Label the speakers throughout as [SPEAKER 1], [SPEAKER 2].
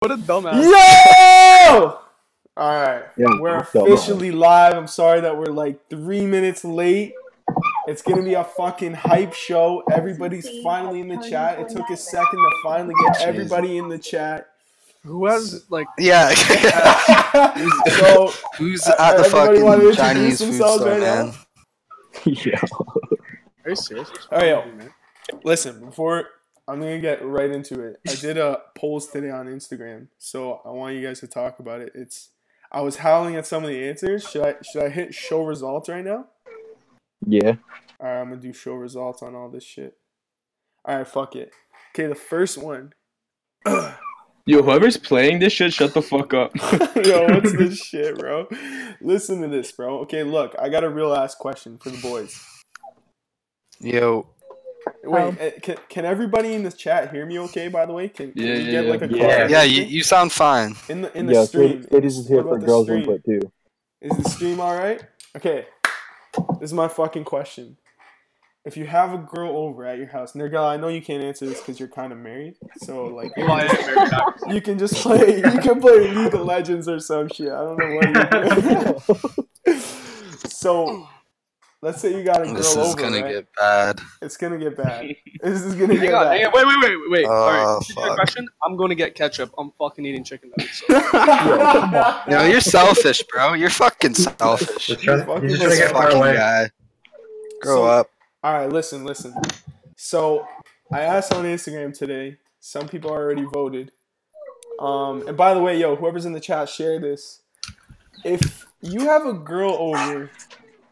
[SPEAKER 1] What a dumbass.
[SPEAKER 2] Yo! All right.
[SPEAKER 3] Yeah,
[SPEAKER 2] We're
[SPEAKER 3] let's go, bro.
[SPEAKER 2] officially live. I'm sorry that we're like three minutes late. It's gonna be a fucking hype show. Everybody's finally in the chat. It took a second to finally get everybody in the chat.
[SPEAKER 1] Who has like
[SPEAKER 4] Yeah.
[SPEAKER 2] So
[SPEAKER 4] Who's
[SPEAKER 2] Uh,
[SPEAKER 4] at the
[SPEAKER 2] everybody wanna
[SPEAKER 4] fucking
[SPEAKER 2] introduce
[SPEAKER 4] Chinese food
[SPEAKER 2] themselves
[SPEAKER 4] store,
[SPEAKER 2] right now?
[SPEAKER 4] man?
[SPEAKER 3] yeah.
[SPEAKER 1] are you serious?
[SPEAKER 2] All right, oh, yo. listen, before I'm gonna get right into it. I did a polls today on Instagram, so I want you guys to talk about it. It's I was howling at some of the answers. Should I should I hit show results right now?
[SPEAKER 3] Yeah.
[SPEAKER 2] All right, I'm gonna do show results on all this shit. All right, fuck it. Okay, the first one.
[SPEAKER 5] Yo, whoever's playing this shit, shut the fuck up.
[SPEAKER 2] Yo, what's this shit, bro? Listen to this, bro. Okay, look, I got a real ass question for the boys.
[SPEAKER 4] Yo.
[SPEAKER 2] Wait, eh, can, can everybody in the chat hear me? Okay, by the way, can, can
[SPEAKER 5] Yeah,
[SPEAKER 2] you
[SPEAKER 5] yeah,
[SPEAKER 2] get
[SPEAKER 5] yeah.
[SPEAKER 2] like a
[SPEAKER 3] Yeah.
[SPEAKER 2] card or
[SPEAKER 4] Yeah, you,
[SPEAKER 2] anything?
[SPEAKER 4] you sound fine.
[SPEAKER 2] in the in the
[SPEAKER 3] Yeah,
[SPEAKER 2] stream.
[SPEAKER 3] Sid, Sid is here
[SPEAKER 2] What
[SPEAKER 3] for
[SPEAKER 2] about the
[SPEAKER 3] girls
[SPEAKER 2] stream?
[SPEAKER 3] input too.
[SPEAKER 2] Is the stream all right? Okay. This is my fucking question. If you have a girl over at your house, Nergal, I know you can't answer this because you're kind of married. So like, you can, just, you can just play. You can play League of Legends or some shit. I don't know what. You're doing. so, let's say you got a girl
[SPEAKER 4] This is
[SPEAKER 2] over.
[SPEAKER 4] gonna
[SPEAKER 2] right?
[SPEAKER 4] get bad.
[SPEAKER 2] It's gonna get bad. This is gonna get
[SPEAKER 5] Hang on, hang
[SPEAKER 2] bad.
[SPEAKER 5] on, wait, wait, wait, wait, wait.
[SPEAKER 4] Oh,
[SPEAKER 5] Alright, to your
[SPEAKER 4] fuck.
[SPEAKER 5] question, I'm gonna get ketchup. I'm fucking eating chicken nuggets.
[SPEAKER 4] No, you're selfish, bro. You're fucking selfish.
[SPEAKER 6] Just trying,
[SPEAKER 2] Fucking
[SPEAKER 6] you're just trying to
[SPEAKER 4] This
[SPEAKER 6] get far
[SPEAKER 4] fucking
[SPEAKER 6] away.
[SPEAKER 4] guy. Grow
[SPEAKER 2] So-
[SPEAKER 4] up.
[SPEAKER 2] All right, listen, listen. So I asked on Instagram today. Some people already voted. Um, and by the way, yo, whoever's in the chat, share this. If you have a girl over,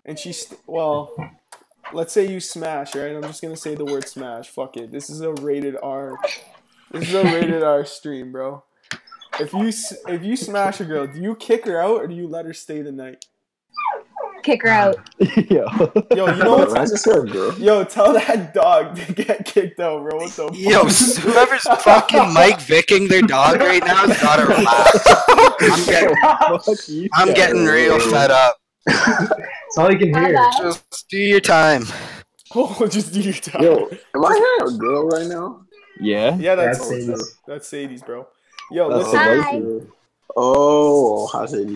[SPEAKER 2] and she's well, let's say you smash, right? I'm just gonna say the word smash. Fuck it. This is a rated R. This is a rated R stream, bro. If you s- if you smash a girl, do you kick her out or do you let her stay the night?
[SPEAKER 7] Kick her out.
[SPEAKER 3] yeah.
[SPEAKER 2] Yo, Oh, you know what's
[SPEAKER 3] That's just her, girl.
[SPEAKER 2] Yo, tell that dog to get kicked out, bro. What the fuck?
[SPEAKER 4] Yo, s- whoever's fucking Mike Vicking their dog right now has gotta relax. I'm getting,
[SPEAKER 3] Fuck you.
[SPEAKER 4] I'm getting real fed up.
[SPEAKER 6] That's all you can hear.
[SPEAKER 7] Bye-bye.
[SPEAKER 4] Just do your time.
[SPEAKER 2] Oh, just do your dog.
[SPEAKER 3] am I here a girl right now? Yeah.
[SPEAKER 2] yeah, that's
[SPEAKER 6] That's
[SPEAKER 2] that's
[SPEAKER 6] it.
[SPEAKER 2] Sadie's, bro. Yo,
[SPEAKER 3] That's
[SPEAKER 2] listen.
[SPEAKER 7] Hi.
[SPEAKER 3] Oh, how's it?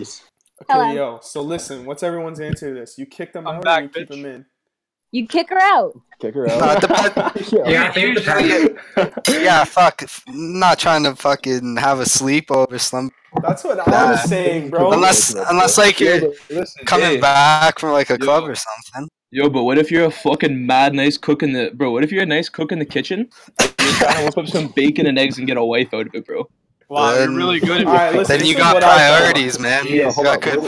[SPEAKER 7] Hello.
[SPEAKER 2] Okay, yo. So listen, what's everyone's answer to this? You kick them
[SPEAKER 5] I'm
[SPEAKER 2] out
[SPEAKER 5] back,
[SPEAKER 2] or you keep
[SPEAKER 5] bitch.
[SPEAKER 2] them in?
[SPEAKER 7] You kick her out.
[SPEAKER 3] Kick her
[SPEAKER 4] Uh,
[SPEAKER 3] out.
[SPEAKER 4] depend-
[SPEAKER 3] yeah.
[SPEAKER 6] Yeah, I think the
[SPEAKER 4] Usually- yeah, fuck. f- Not trying to fucking have a sleepover, slumber.
[SPEAKER 2] That's what I
[SPEAKER 4] Nah.
[SPEAKER 2] was saying, bro.
[SPEAKER 4] Unless, unless like you're
[SPEAKER 5] Listen,
[SPEAKER 4] coming
[SPEAKER 5] hey,
[SPEAKER 4] back from like a
[SPEAKER 5] Yo.
[SPEAKER 4] club or something.
[SPEAKER 5] Yo, but what if you're a fucking mad nice cook in the bro? What if you're a nice cook in the kitchen? You're trying to whip up some bacon and eggs and get a wife out of it, bro.
[SPEAKER 4] Wow, you're really
[SPEAKER 5] good
[SPEAKER 2] All right, listen,
[SPEAKER 4] Then you
[SPEAKER 2] this is
[SPEAKER 4] got
[SPEAKER 2] what I thought.
[SPEAKER 4] priorities, man. You
[SPEAKER 3] hold
[SPEAKER 4] got
[SPEAKER 3] on.
[SPEAKER 4] good
[SPEAKER 3] What-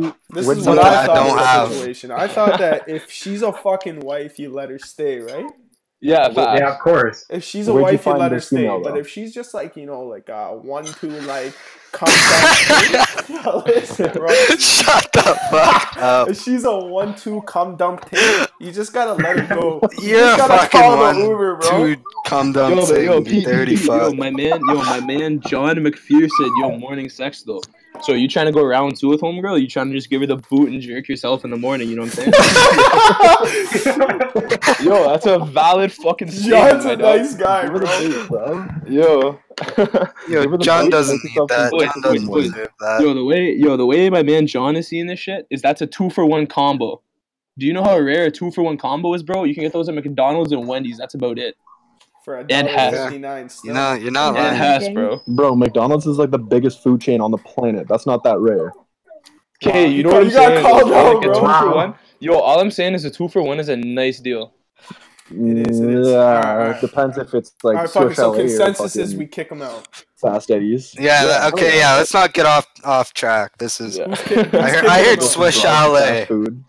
[SPEAKER 3] what-
[SPEAKER 2] This
[SPEAKER 3] What's
[SPEAKER 2] is what
[SPEAKER 4] something
[SPEAKER 2] I
[SPEAKER 4] I
[SPEAKER 2] thought
[SPEAKER 4] don't
[SPEAKER 2] was
[SPEAKER 4] have?
[SPEAKER 2] the situation. I thought that if she's a fucking wife, you let her stay, right?
[SPEAKER 5] Yeah, facts.
[SPEAKER 6] Yeah, of course.
[SPEAKER 2] If she's a
[SPEAKER 3] Where'd you
[SPEAKER 2] wife, you,
[SPEAKER 3] find
[SPEAKER 2] let her
[SPEAKER 3] this
[SPEAKER 2] stay.
[SPEAKER 3] female,
[SPEAKER 2] but
[SPEAKER 3] though?
[SPEAKER 2] if she's just like you know, like uh, one, two, like contact. yo, listen, bro.
[SPEAKER 4] Shut the fuck up.
[SPEAKER 2] If she's a one two come dump tank, you just gotta let her go.
[SPEAKER 4] You're
[SPEAKER 2] just
[SPEAKER 4] a
[SPEAKER 2] gotta
[SPEAKER 4] fucking
[SPEAKER 2] call the
[SPEAKER 4] one,
[SPEAKER 2] Uber, bro.
[SPEAKER 4] Dude, calm down.
[SPEAKER 5] yo, but,
[SPEAKER 4] Satan,
[SPEAKER 5] yo,
[SPEAKER 4] you
[SPEAKER 5] Pete,
[SPEAKER 4] dirty
[SPEAKER 5] Pete, yo,
[SPEAKER 4] fuck.
[SPEAKER 5] my man, yo, my man, John McPherson, yo, morning sex though. So you trying to go round two with homegirl? or You trying to just give her the boot and jerk yourself in the morning? You know what I'm saying? yo, that's a valid fucking.
[SPEAKER 2] John's
[SPEAKER 5] statement,
[SPEAKER 2] a
[SPEAKER 5] my dog.
[SPEAKER 2] nice guy,
[SPEAKER 3] Give her the
[SPEAKER 2] bro.
[SPEAKER 3] bait, bro.
[SPEAKER 5] Yo.
[SPEAKER 3] Give her
[SPEAKER 4] Yo,
[SPEAKER 3] the
[SPEAKER 4] John
[SPEAKER 3] bait,
[SPEAKER 4] doesn't
[SPEAKER 3] make
[SPEAKER 4] need
[SPEAKER 3] yourself
[SPEAKER 4] that.
[SPEAKER 5] Wait,
[SPEAKER 4] John doesn't
[SPEAKER 5] wait,
[SPEAKER 4] need that.
[SPEAKER 5] Yo, the way yo, the way my man John is seeing this shit is that's a two for one combo. Do you know how rare a two for one combo is, bro? You can get those at McDonald's and Wendy's. That's about it.
[SPEAKER 2] For a
[SPEAKER 5] And
[SPEAKER 2] dollar
[SPEAKER 5] hat.
[SPEAKER 2] fifty nine, still.
[SPEAKER 4] You know, you're not lying.
[SPEAKER 5] And Hess, bro.
[SPEAKER 3] Bro, McDonald's is like the biggest food chain on the planet. That's not that rare.
[SPEAKER 5] Okay, you know
[SPEAKER 2] Yo,
[SPEAKER 5] what I'm
[SPEAKER 2] you got
[SPEAKER 5] saying?
[SPEAKER 2] called out,
[SPEAKER 5] Like a
[SPEAKER 2] bro.
[SPEAKER 5] two for
[SPEAKER 6] Wow.
[SPEAKER 5] one. Yo, all I'm saying is a two for one is a nice deal.
[SPEAKER 2] It is, it is.
[SPEAKER 3] Yeah,
[SPEAKER 2] Alright, alright.
[SPEAKER 3] it depends if it's like
[SPEAKER 2] All right, fuck it.
[SPEAKER 3] Swiss
[SPEAKER 2] So
[SPEAKER 3] LA or
[SPEAKER 2] consensus is
[SPEAKER 3] fucking
[SPEAKER 2] we kick him out.
[SPEAKER 3] fast eddies.
[SPEAKER 4] Yeah, that-
[SPEAKER 3] I don't
[SPEAKER 4] okay,
[SPEAKER 3] know.
[SPEAKER 4] yeah, let's not get off off track. This is.
[SPEAKER 3] Yeah.
[SPEAKER 4] I heard, I heard Swiss
[SPEAKER 3] Fast
[SPEAKER 4] Chalet.
[SPEAKER 3] Food.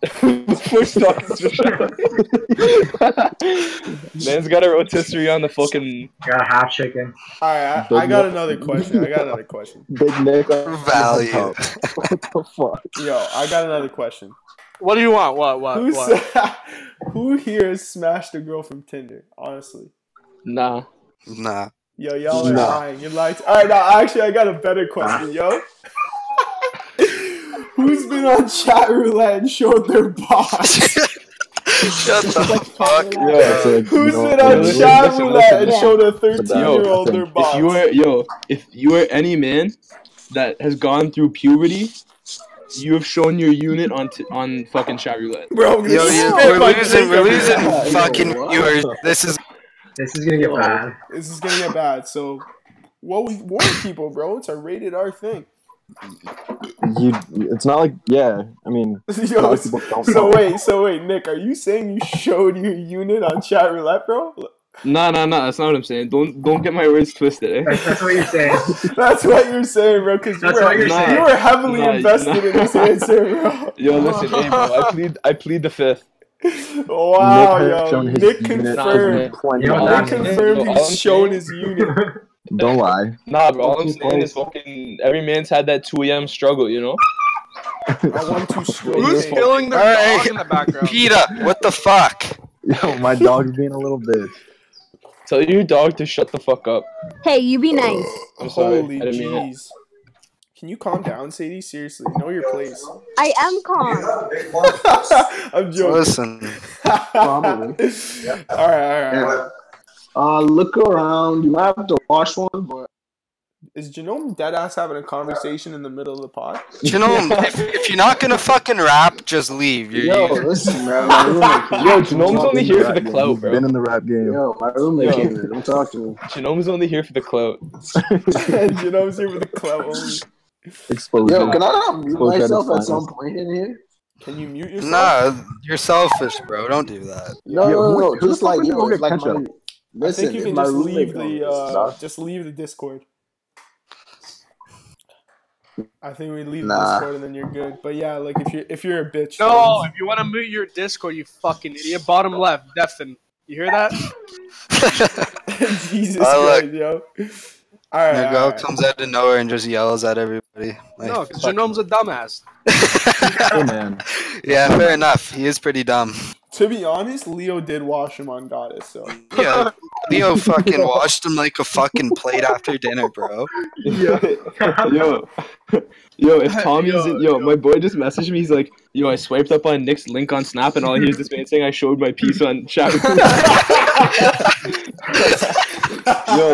[SPEAKER 5] First off, man's got a rotisserie on the fucking.
[SPEAKER 6] Got a half chicken.
[SPEAKER 2] All right, I, I got another question. I got another question.
[SPEAKER 3] Big Nick. on the
[SPEAKER 4] Value.
[SPEAKER 3] top. what the fuck?
[SPEAKER 2] Yo, I got another question.
[SPEAKER 5] What do you want? What? What?
[SPEAKER 2] Who sa- who here has smashed a girl from Tinder? Honestly.
[SPEAKER 5] Nah.
[SPEAKER 4] Nah.
[SPEAKER 2] Yo, y'all are
[SPEAKER 3] Nah.
[SPEAKER 2] lying. You're lying. To- All right, now actually, I got a better question, yo. Who's been on chat roulette and showed their boss?
[SPEAKER 4] Shut the fuck
[SPEAKER 3] Yeah, it's like,
[SPEAKER 2] Who
[SPEAKER 3] you know,
[SPEAKER 2] said on
[SPEAKER 3] listen,
[SPEAKER 2] chat
[SPEAKER 5] listen,
[SPEAKER 2] roulette
[SPEAKER 3] listen.
[SPEAKER 2] and showed a 13
[SPEAKER 3] Yo,
[SPEAKER 2] year old their box?
[SPEAKER 5] If you are yo, if you are any man that has gone through puberty, you have shown your unit on t- on fucking chat roulette.
[SPEAKER 2] Bro, I'm gonna
[SPEAKER 4] Yo,
[SPEAKER 2] spit
[SPEAKER 4] yeah, we're
[SPEAKER 2] my
[SPEAKER 4] losing,
[SPEAKER 2] drink
[SPEAKER 4] we're
[SPEAKER 2] every
[SPEAKER 4] losing
[SPEAKER 2] time.
[SPEAKER 4] fucking viewers. This is
[SPEAKER 6] This is gonna get bad.
[SPEAKER 2] This is gonna get bad. So, what we warn people, bro? It's a rated R thing.
[SPEAKER 3] You, it's not like yeah. I mean, a
[SPEAKER 2] Yo,
[SPEAKER 3] lot of
[SPEAKER 2] so
[SPEAKER 3] people don't know.
[SPEAKER 2] wait, so wait, Nick, are you saying you showed your unit on chat roulette, bro?
[SPEAKER 5] Nah, nah, nah. That's not what I'm saying. Don't don't get my words twisted. Eh?
[SPEAKER 6] That's, that's what you're saying.
[SPEAKER 2] That's what you're saying, bro. Because you,
[SPEAKER 6] That's
[SPEAKER 2] were-
[SPEAKER 6] what you're
[SPEAKER 2] you
[SPEAKER 5] saying.
[SPEAKER 2] were heavily
[SPEAKER 5] Nah,
[SPEAKER 2] invested
[SPEAKER 5] nah.
[SPEAKER 2] in this answer, bro.
[SPEAKER 5] Yo, listen, hey, bro. I plead I plead the fifth.
[SPEAKER 2] Wow,
[SPEAKER 3] Nick
[SPEAKER 2] yo,
[SPEAKER 3] has shown his
[SPEAKER 2] Nick
[SPEAKER 3] unit
[SPEAKER 5] Nah,
[SPEAKER 2] confirmed.
[SPEAKER 5] man.
[SPEAKER 3] plenty
[SPEAKER 6] You know
[SPEAKER 3] of
[SPEAKER 6] what
[SPEAKER 2] Nick
[SPEAKER 6] that
[SPEAKER 3] times.
[SPEAKER 5] means?
[SPEAKER 2] confirmed
[SPEAKER 5] Yo,
[SPEAKER 2] he's
[SPEAKER 5] I'm
[SPEAKER 2] shown
[SPEAKER 5] saying-
[SPEAKER 2] his unit.
[SPEAKER 3] Don't lie.
[SPEAKER 5] Nah, bro. All I'm
[SPEAKER 3] Fucking
[SPEAKER 5] saying is
[SPEAKER 3] close.
[SPEAKER 5] fucking every man's had that 2 a.m. struggle, you know.
[SPEAKER 2] I want to straight.
[SPEAKER 8] Who's
[SPEAKER 2] Nick.
[SPEAKER 8] killing their
[SPEAKER 4] Alright.
[SPEAKER 8] dog in the background?
[SPEAKER 4] PETA. What the fuck?
[SPEAKER 3] Yo, my dog's being a little bitch.
[SPEAKER 5] Tell your dog to shut the fuck up.
[SPEAKER 7] Hey, you be nice.
[SPEAKER 5] I'm sorry.
[SPEAKER 2] Holy
[SPEAKER 5] I didn't mean it.
[SPEAKER 2] jeez. Can you calm down, Sadie? Seriously, know your place.
[SPEAKER 7] I am calm.
[SPEAKER 2] I'm joking.
[SPEAKER 4] Listen.
[SPEAKER 2] all
[SPEAKER 1] Probably.
[SPEAKER 2] right, all right, all right.
[SPEAKER 1] Uh, look around. You might have to wash one, but
[SPEAKER 2] Is Janome deadass having a conversation in the middle of the pod?
[SPEAKER 4] Genome, if, if you're not gonna fucking rap, just leave. You're,
[SPEAKER 1] yo,
[SPEAKER 4] you-
[SPEAKER 1] listen, man. My roommate, came-
[SPEAKER 5] Yo, Genome's only here for the
[SPEAKER 3] He's
[SPEAKER 5] clout, bro.
[SPEAKER 3] Been in the rap game.
[SPEAKER 1] yo, my roommate
[SPEAKER 5] Yo.
[SPEAKER 1] came in. Don't talk to him.
[SPEAKER 5] Genome's only here for the clout.
[SPEAKER 2] Janome's here with the club. only.
[SPEAKER 3] Exposure.
[SPEAKER 1] Yo, can I not mute
[SPEAKER 3] Close that
[SPEAKER 1] myself
[SPEAKER 3] in
[SPEAKER 1] at some
[SPEAKER 3] silence.
[SPEAKER 1] point in here?
[SPEAKER 2] Can you mute yourself?
[SPEAKER 4] nah, you're selfish, bro. Don't do that.
[SPEAKER 1] No,
[SPEAKER 3] Yeah,
[SPEAKER 1] no,
[SPEAKER 3] who-
[SPEAKER 1] no,
[SPEAKER 3] who the
[SPEAKER 1] Just
[SPEAKER 3] fuck
[SPEAKER 1] like
[SPEAKER 3] would
[SPEAKER 1] yo,
[SPEAKER 3] go
[SPEAKER 1] it's
[SPEAKER 3] get
[SPEAKER 1] like my.
[SPEAKER 3] ketchup?
[SPEAKER 2] I
[SPEAKER 1] Listen,
[SPEAKER 2] think you
[SPEAKER 1] if
[SPEAKER 2] can
[SPEAKER 1] my
[SPEAKER 2] just
[SPEAKER 1] roommate
[SPEAKER 2] leave
[SPEAKER 1] goes,
[SPEAKER 2] the uh, just leave the Discord. I think we leave the
[SPEAKER 1] Nah.
[SPEAKER 2] Discord and then you're good. But yeah, like if you're if you're a bitch.
[SPEAKER 8] No, if you want to mute your Discord, you fucking idiot. Bottom left, Defin. You hear that?
[SPEAKER 2] then- Jesus
[SPEAKER 4] I like-
[SPEAKER 2] Christ, yo. All right.
[SPEAKER 4] Your
[SPEAKER 2] all
[SPEAKER 4] girl
[SPEAKER 2] right.
[SPEAKER 4] comes out of nowhere and just yells at everybody. Like,
[SPEAKER 8] No, because Genome's a dumbass.
[SPEAKER 3] Hey, man.
[SPEAKER 4] yeah, fair enough. He is pretty dumb.
[SPEAKER 2] To be honest, Leo did wash him on Goddess, so
[SPEAKER 4] Yeah, Leo fucking washed him like a fucking plate after dinner, bro.
[SPEAKER 5] yo, yo, if Tommy
[SPEAKER 8] Yo,
[SPEAKER 5] isn't, yo, my boy just messaged me. He's like, yo, I swiped up on Nick's link on Snap, and all I hear is this man saying I showed my piece on chat. yo,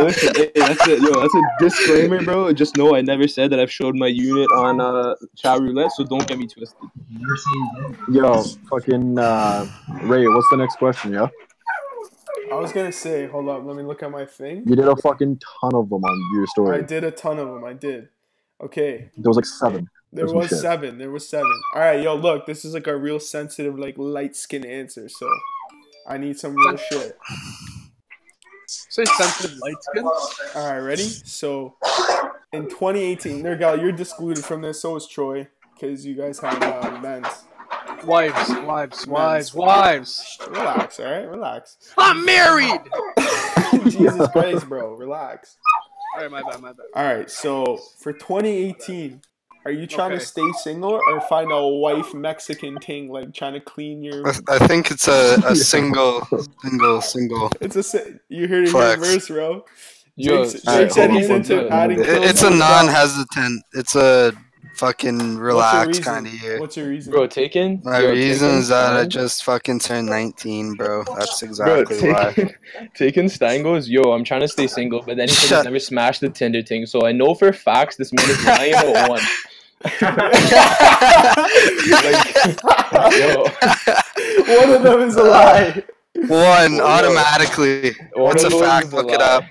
[SPEAKER 5] listen, hey, that's it. Yo, that's a disclaimer, bro. Just know I never said that I've showed my unit on uh, chat roulette, so don't get me twisted.
[SPEAKER 3] Yo, fucking uh, Ray. What's the next question? Yeah,
[SPEAKER 2] I was gonna say, hold up, let me look at my thing.
[SPEAKER 3] you did a fucking ton of them on your
[SPEAKER 2] I
[SPEAKER 3] story.
[SPEAKER 2] did a ton of them. I did. Okay,
[SPEAKER 3] There was like seven.
[SPEAKER 2] there
[SPEAKER 3] That's some
[SPEAKER 2] was
[SPEAKER 3] shit.
[SPEAKER 2] seven. There was seven. All right, yo, look, this is like a real sensitive, like light skin answer. So I need some real shit.
[SPEAKER 8] Say sensitive light skin.
[SPEAKER 2] All right, ready? So in 2018, there, gal, you're discluded from this. So is Troy, because you guys have uh, men's.
[SPEAKER 8] Wives, wives, wives, wives.
[SPEAKER 2] Relax, all right, relax.
[SPEAKER 8] I'm married!
[SPEAKER 2] Jesus Christ, bro, relax.
[SPEAKER 8] Alright, my bad, my bad.
[SPEAKER 2] All right, so for 2018, are you trying
[SPEAKER 8] Okay.
[SPEAKER 2] to stay single or find a wife Mexican ting, like trying to clean your?
[SPEAKER 4] I, I think it's a, a single, single, single.
[SPEAKER 2] It's a si- you heard it here
[SPEAKER 4] Flex.
[SPEAKER 2] first, bro.
[SPEAKER 5] Yo,
[SPEAKER 2] Jake, Jake said he's into adding.
[SPEAKER 4] It,
[SPEAKER 2] kills
[SPEAKER 4] it's
[SPEAKER 2] on
[SPEAKER 4] a
[SPEAKER 2] the dot.
[SPEAKER 4] non-hesitant. It's a fucking
[SPEAKER 2] What's your
[SPEAKER 4] relaxed
[SPEAKER 2] reason?
[SPEAKER 4] kind of year.
[SPEAKER 2] What's your reason?
[SPEAKER 5] bro, taken.
[SPEAKER 4] My
[SPEAKER 5] yo,
[SPEAKER 4] reason
[SPEAKER 5] Taken
[SPEAKER 4] is that I
[SPEAKER 5] Stein-
[SPEAKER 4] just fucking turned 19, bro. That's
[SPEAKER 5] Bro,
[SPEAKER 4] exactly why.
[SPEAKER 5] taking, taking Stein goes, yo, I'm trying to stay single, but then he said he's
[SPEAKER 4] Shut-
[SPEAKER 5] never smashed the Tinder thing, so I know for facts this man is lying about one. Yo,
[SPEAKER 2] One of them is a lie.
[SPEAKER 4] One automatically.
[SPEAKER 5] one
[SPEAKER 4] That's a
[SPEAKER 5] of those
[SPEAKER 4] fact.
[SPEAKER 5] is
[SPEAKER 4] Look
[SPEAKER 5] lie.
[SPEAKER 4] it up.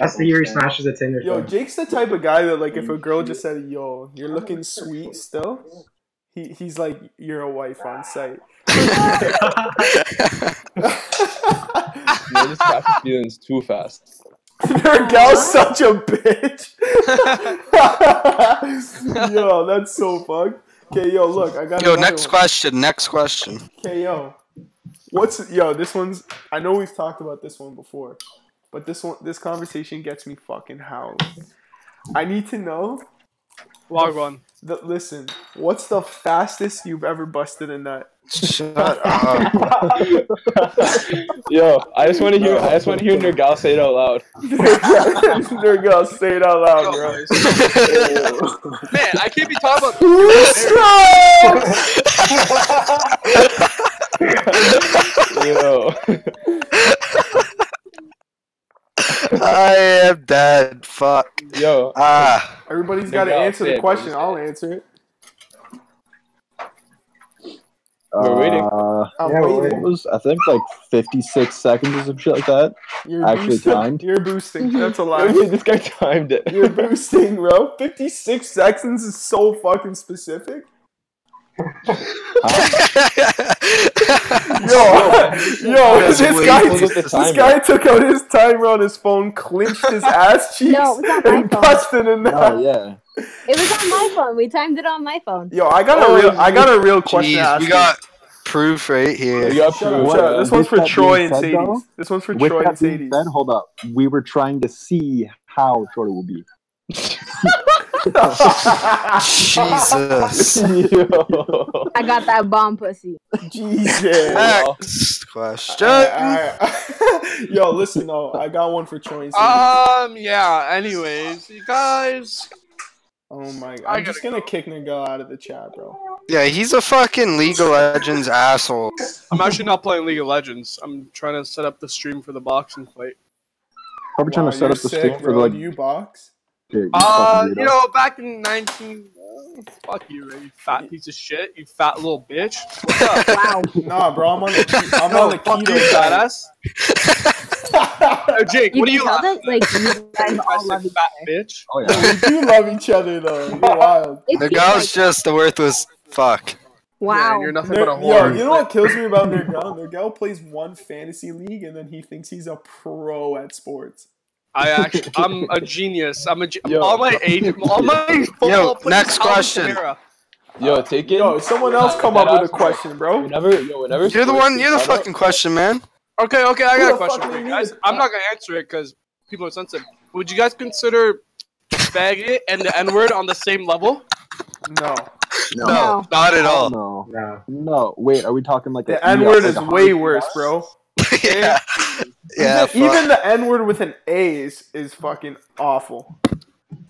[SPEAKER 6] That's the year he smashes a Tinder.
[SPEAKER 2] Yo,
[SPEAKER 6] thing.
[SPEAKER 2] Jake's the type of guy that like if a girl just said, "Yo, you're looking sweet still," he he's like, "You're a wife on site."
[SPEAKER 5] Man just catches feelings too fast.
[SPEAKER 2] Your gal's such a bitch. yo, that's so fucked. Okay, yo, look, I got
[SPEAKER 4] Yo,
[SPEAKER 2] another
[SPEAKER 4] next
[SPEAKER 2] one.
[SPEAKER 4] question. Next question.
[SPEAKER 2] Okay, yo, what's yo? This one's. I know we've talked about this one before, but this one, this conversation gets me fucking howled. I need to know.
[SPEAKER 8] Log one.
[SPEAKER 2] That, listen, what's the fastest you've ever busted a nut?
[SPEAKER 4] Shut up.
[SPEAKER 5] Yo, I just want to hear, I just want to hear Nergal say it out loud.
[SPEAKER 2] There you go. Say it out loud, bro.
[SPEAKER 8] Man, I can't be talking about
[SPEAKER 2] Let's go!
[SPEAKER 5] Yo.
[SPEAKER 4] I am dead. Fuck.
[SPEAKER 2] Yo,
[SPEAKER 4] Ah.
[SPEAKER 2] everybody's got to
[SPEAKER 5] They're
[SPEAKER 2] answer the
[SPEAKER 5] outfit,
[SPEAKER 2] question.
[SPEAKER 5] they're
[SPEAKER 2] I'll answer it.
[SPEAKER 5] We're waiting.
[SPEAKER 3] Uh,
[SPEAKER 2] I'm
[SPEAKER 6] Yeah, we're
[SPEAKER 2] waiting.
[SPEAKER 3] it was, I think, like 56 seconds or some shit like that.
[SPEAKER 2] You're
[SPEAKER 3] Actually
[SPEAKER 2] boosting.
[SPEAKER 3] timed.
[SPEAKER 2] You're boosting. That's a lot.
[SPEAKER 5] Okay, this guy timed it.
[SPEAKER 2] You're boosting, bro. 56 seconds is so fucking specific. Yo, yo,
[SPEAKER 4] That's
[SPEAKER 2] this
[SPEAKER 4] way
[SPEAKER 2] guy,
[SPEAKER 4] close
[SPEAKER 5] to the
[SPEAKER 2] this
[SPEAKER 5] timer.
[SPEAKER 2] guy took out his timer on his phone, clenched his ass cheeks,
[SPEAKER 7] No, it's not my
[SPEAKER 2] and
[SPEAKER 7] phone.
[SPEAKER 2] busted in there.
[SPEAKER 3] Oh, yeah.
[SPEAKER 7] It was on my phone. We timed it on my phone.
[SPEAKER 2] Yo, I got a real, I got a real question. to
[SPEAKER 4] Jeez,
[SPEAKER 2] ask
[SPEAKER 4] we
[SPEAKER 2] you.
[SPEAKER 4] got proof right here.
[SPEAKER 5] We got
[SPEAKER 2] Shut up,
[SPEAKER 5] proof.
[SPEAKER 2] shut up. This
[SPEAKER 3] With
[SPEAKER 2] one's for
[SPEAKER 3] uh, that
[SPEAKER 2] Troy
[SPEAKER 3] being
[SPEAKER 2] and
[SPEAKER 3] said, though,
[SPEAKER 2] Sadie's. This one's for
[SPEAKER 3] With
[SPEAKER 2] Troy and
[SPEAKER 3] that being
[SPEAKER 2] Sadie's.
[SPEAKER 3] said, hold up. We were trying to see how short it will be.
[SPEAKER 4] Jesus.
[SPEAKER 5] Yo.
[SPEAKER 7] I got that bomb pussy.
[SPEAKER 2] Jesus.
[SPEAKER 4] Next
[SPEAKER 2] Uh,
[SPEAKER 4] question.
[SPEAKER 2] Alright, alright. Yo, listen though, I got one for Troy and Sadie's.
[SPEAKER 8] Um. Yeah. Anyways, you guys.
[SPEAKER 2] oh my god,
[SPEAKER 8] I
[SPEAKER 2] I'm just
[SPEAKER 8] gotta
[SPEAKER 2] gonna kick Nagel out of the chat, bro.
[SPEAKER 4] Yeah, he's a fucking League of Legends asshole.
[SPEAKER 8] I'm actually not playing League of Legends. I'm trying to set up the stream for the boxing fight.
[SPEAKER 3] Probably trying
[SPEAKER 2] Wow,
[SPEAKER 3] to set
[SPEAKER 2] you're
[SPEAKER 3] up the
[SPEAKER 2] sick,
[SPEAKER 3] stick for
[SPEAKER 2] bro.
[SPEAKER 3] the like.
[SPEAKER 2] Do you box?
[SPEAKER 3] yeah, you
[SPEAKER 8] Uh,
[SPEAKER 3] fucking
[SPEAKER 8] you
[SPEAKER 3] weirdo.
[SPEAKER 8] know, back in 19. Fuck you, Ray, you fat piece of shit. You fat little bitch. What's up?
[SPEAKER 7] Wow.
[SPEAKER 2] Nah, bro, I'm on the, I'm on the
[SPEAKER 8] fuck you,
[SPEAKER 2] keto diet.
[SPEAKER 8] badass. Yo, Jake,
[SPEAKER 7] You
[SPEAKER 8] what are
[SPEAKER 7] can
[SPEAKER 8] you
[SPEAKER 7] tell
[SPEAKER 8] laughing
[SPEAKER 7] that, like, you guys all love
[SPEAKER 8] at,
[SPEAKER 7] each
[SPEAKER 8] fat
[SPEAKER 7] other.
[SPEAKER 8] bitch?
[SPEAKER 3] Oh, yeah.
[SPEAKER 2] we do love each other though. You're wild.
[SPEAKER 7] It
[SPEAKER 4] The
[SPEAKER 7] feels like-
[SPEAKER 4] girl's just the worthless fuck.
[SPEAKER 7] wow.
[SPEAKER 8] Yeah, you're nothing but a
[SPEAKER 2] Ner- Yo,
[SPEAKER 8] whore.
[SPEAKER 2] you know what kills me about Nergal? Nergal plays one fantasy league and then he thinks he's a pro at sports.
[SPEAKER 8] I actually, I'm a genius. I'm a ge-
[SPEAKER 5] Yo.
[SPEAKER 8] all my age, all my football players
[SPEAKER 4] next
[SPEAKER 8] Alvin
[SPEAKER 4] question.
[SPEAKER 8] Kamara.
[SPEAKER 5] Yo, take it.
[SPEAKER 2] Yo, someone else come up with a question, bro.
[SPEAKER 5] Whenever, yo, whenever.
[SPEAKER 4] You're the
[SPEAKER 5] sports
[SPEAKER 4] one.
[SPEAKER 5] is
[SPEAKER 4] You're the
[SPEAKER 5] brought up-
[SPEAKER 4] fucking question, man.
[SPEAKER 8] Okay, okay, I
[SPEAKER 2] Who
[SPEAKER 8] got
[SPEAKER 2] the
[SPEAKER 8] a question
[SPEAKER 2] fuck
[SPEAKER 8] for you
[SPEAKER 2] do
[SPEAKER 8] guys.
[SPEAKER 2] you-
[SPEAKER 8] I'm not gonna answer it because people are sensitive. Would you guys consider faggot and the N word on the same level?
[SPEAKER 2] No.
[SPEAKER 4] No,
[SPEAKER 7] No.
[SPEAKER 4] not at all.
[SPEAKER 3] No.
[SPEAKER 6] No.
[SPEAKER 3] No. Wait, are we talking like
[SPEAKER 2] The
[SPEAKER 3] a- E
[SPEAKER 2] N word
[SPEAKER 3] like
[SPEAKER 2] is
[SPEAKER 3] a-
[SPEAKER 2] way worse, bro.
[SPEAKER 4] yeah, yeah.
[SPEAKER 2] even,
[SPEAKER 4] fuck.
[SPEAKER 2] even the N word with an A is, is fucking awful.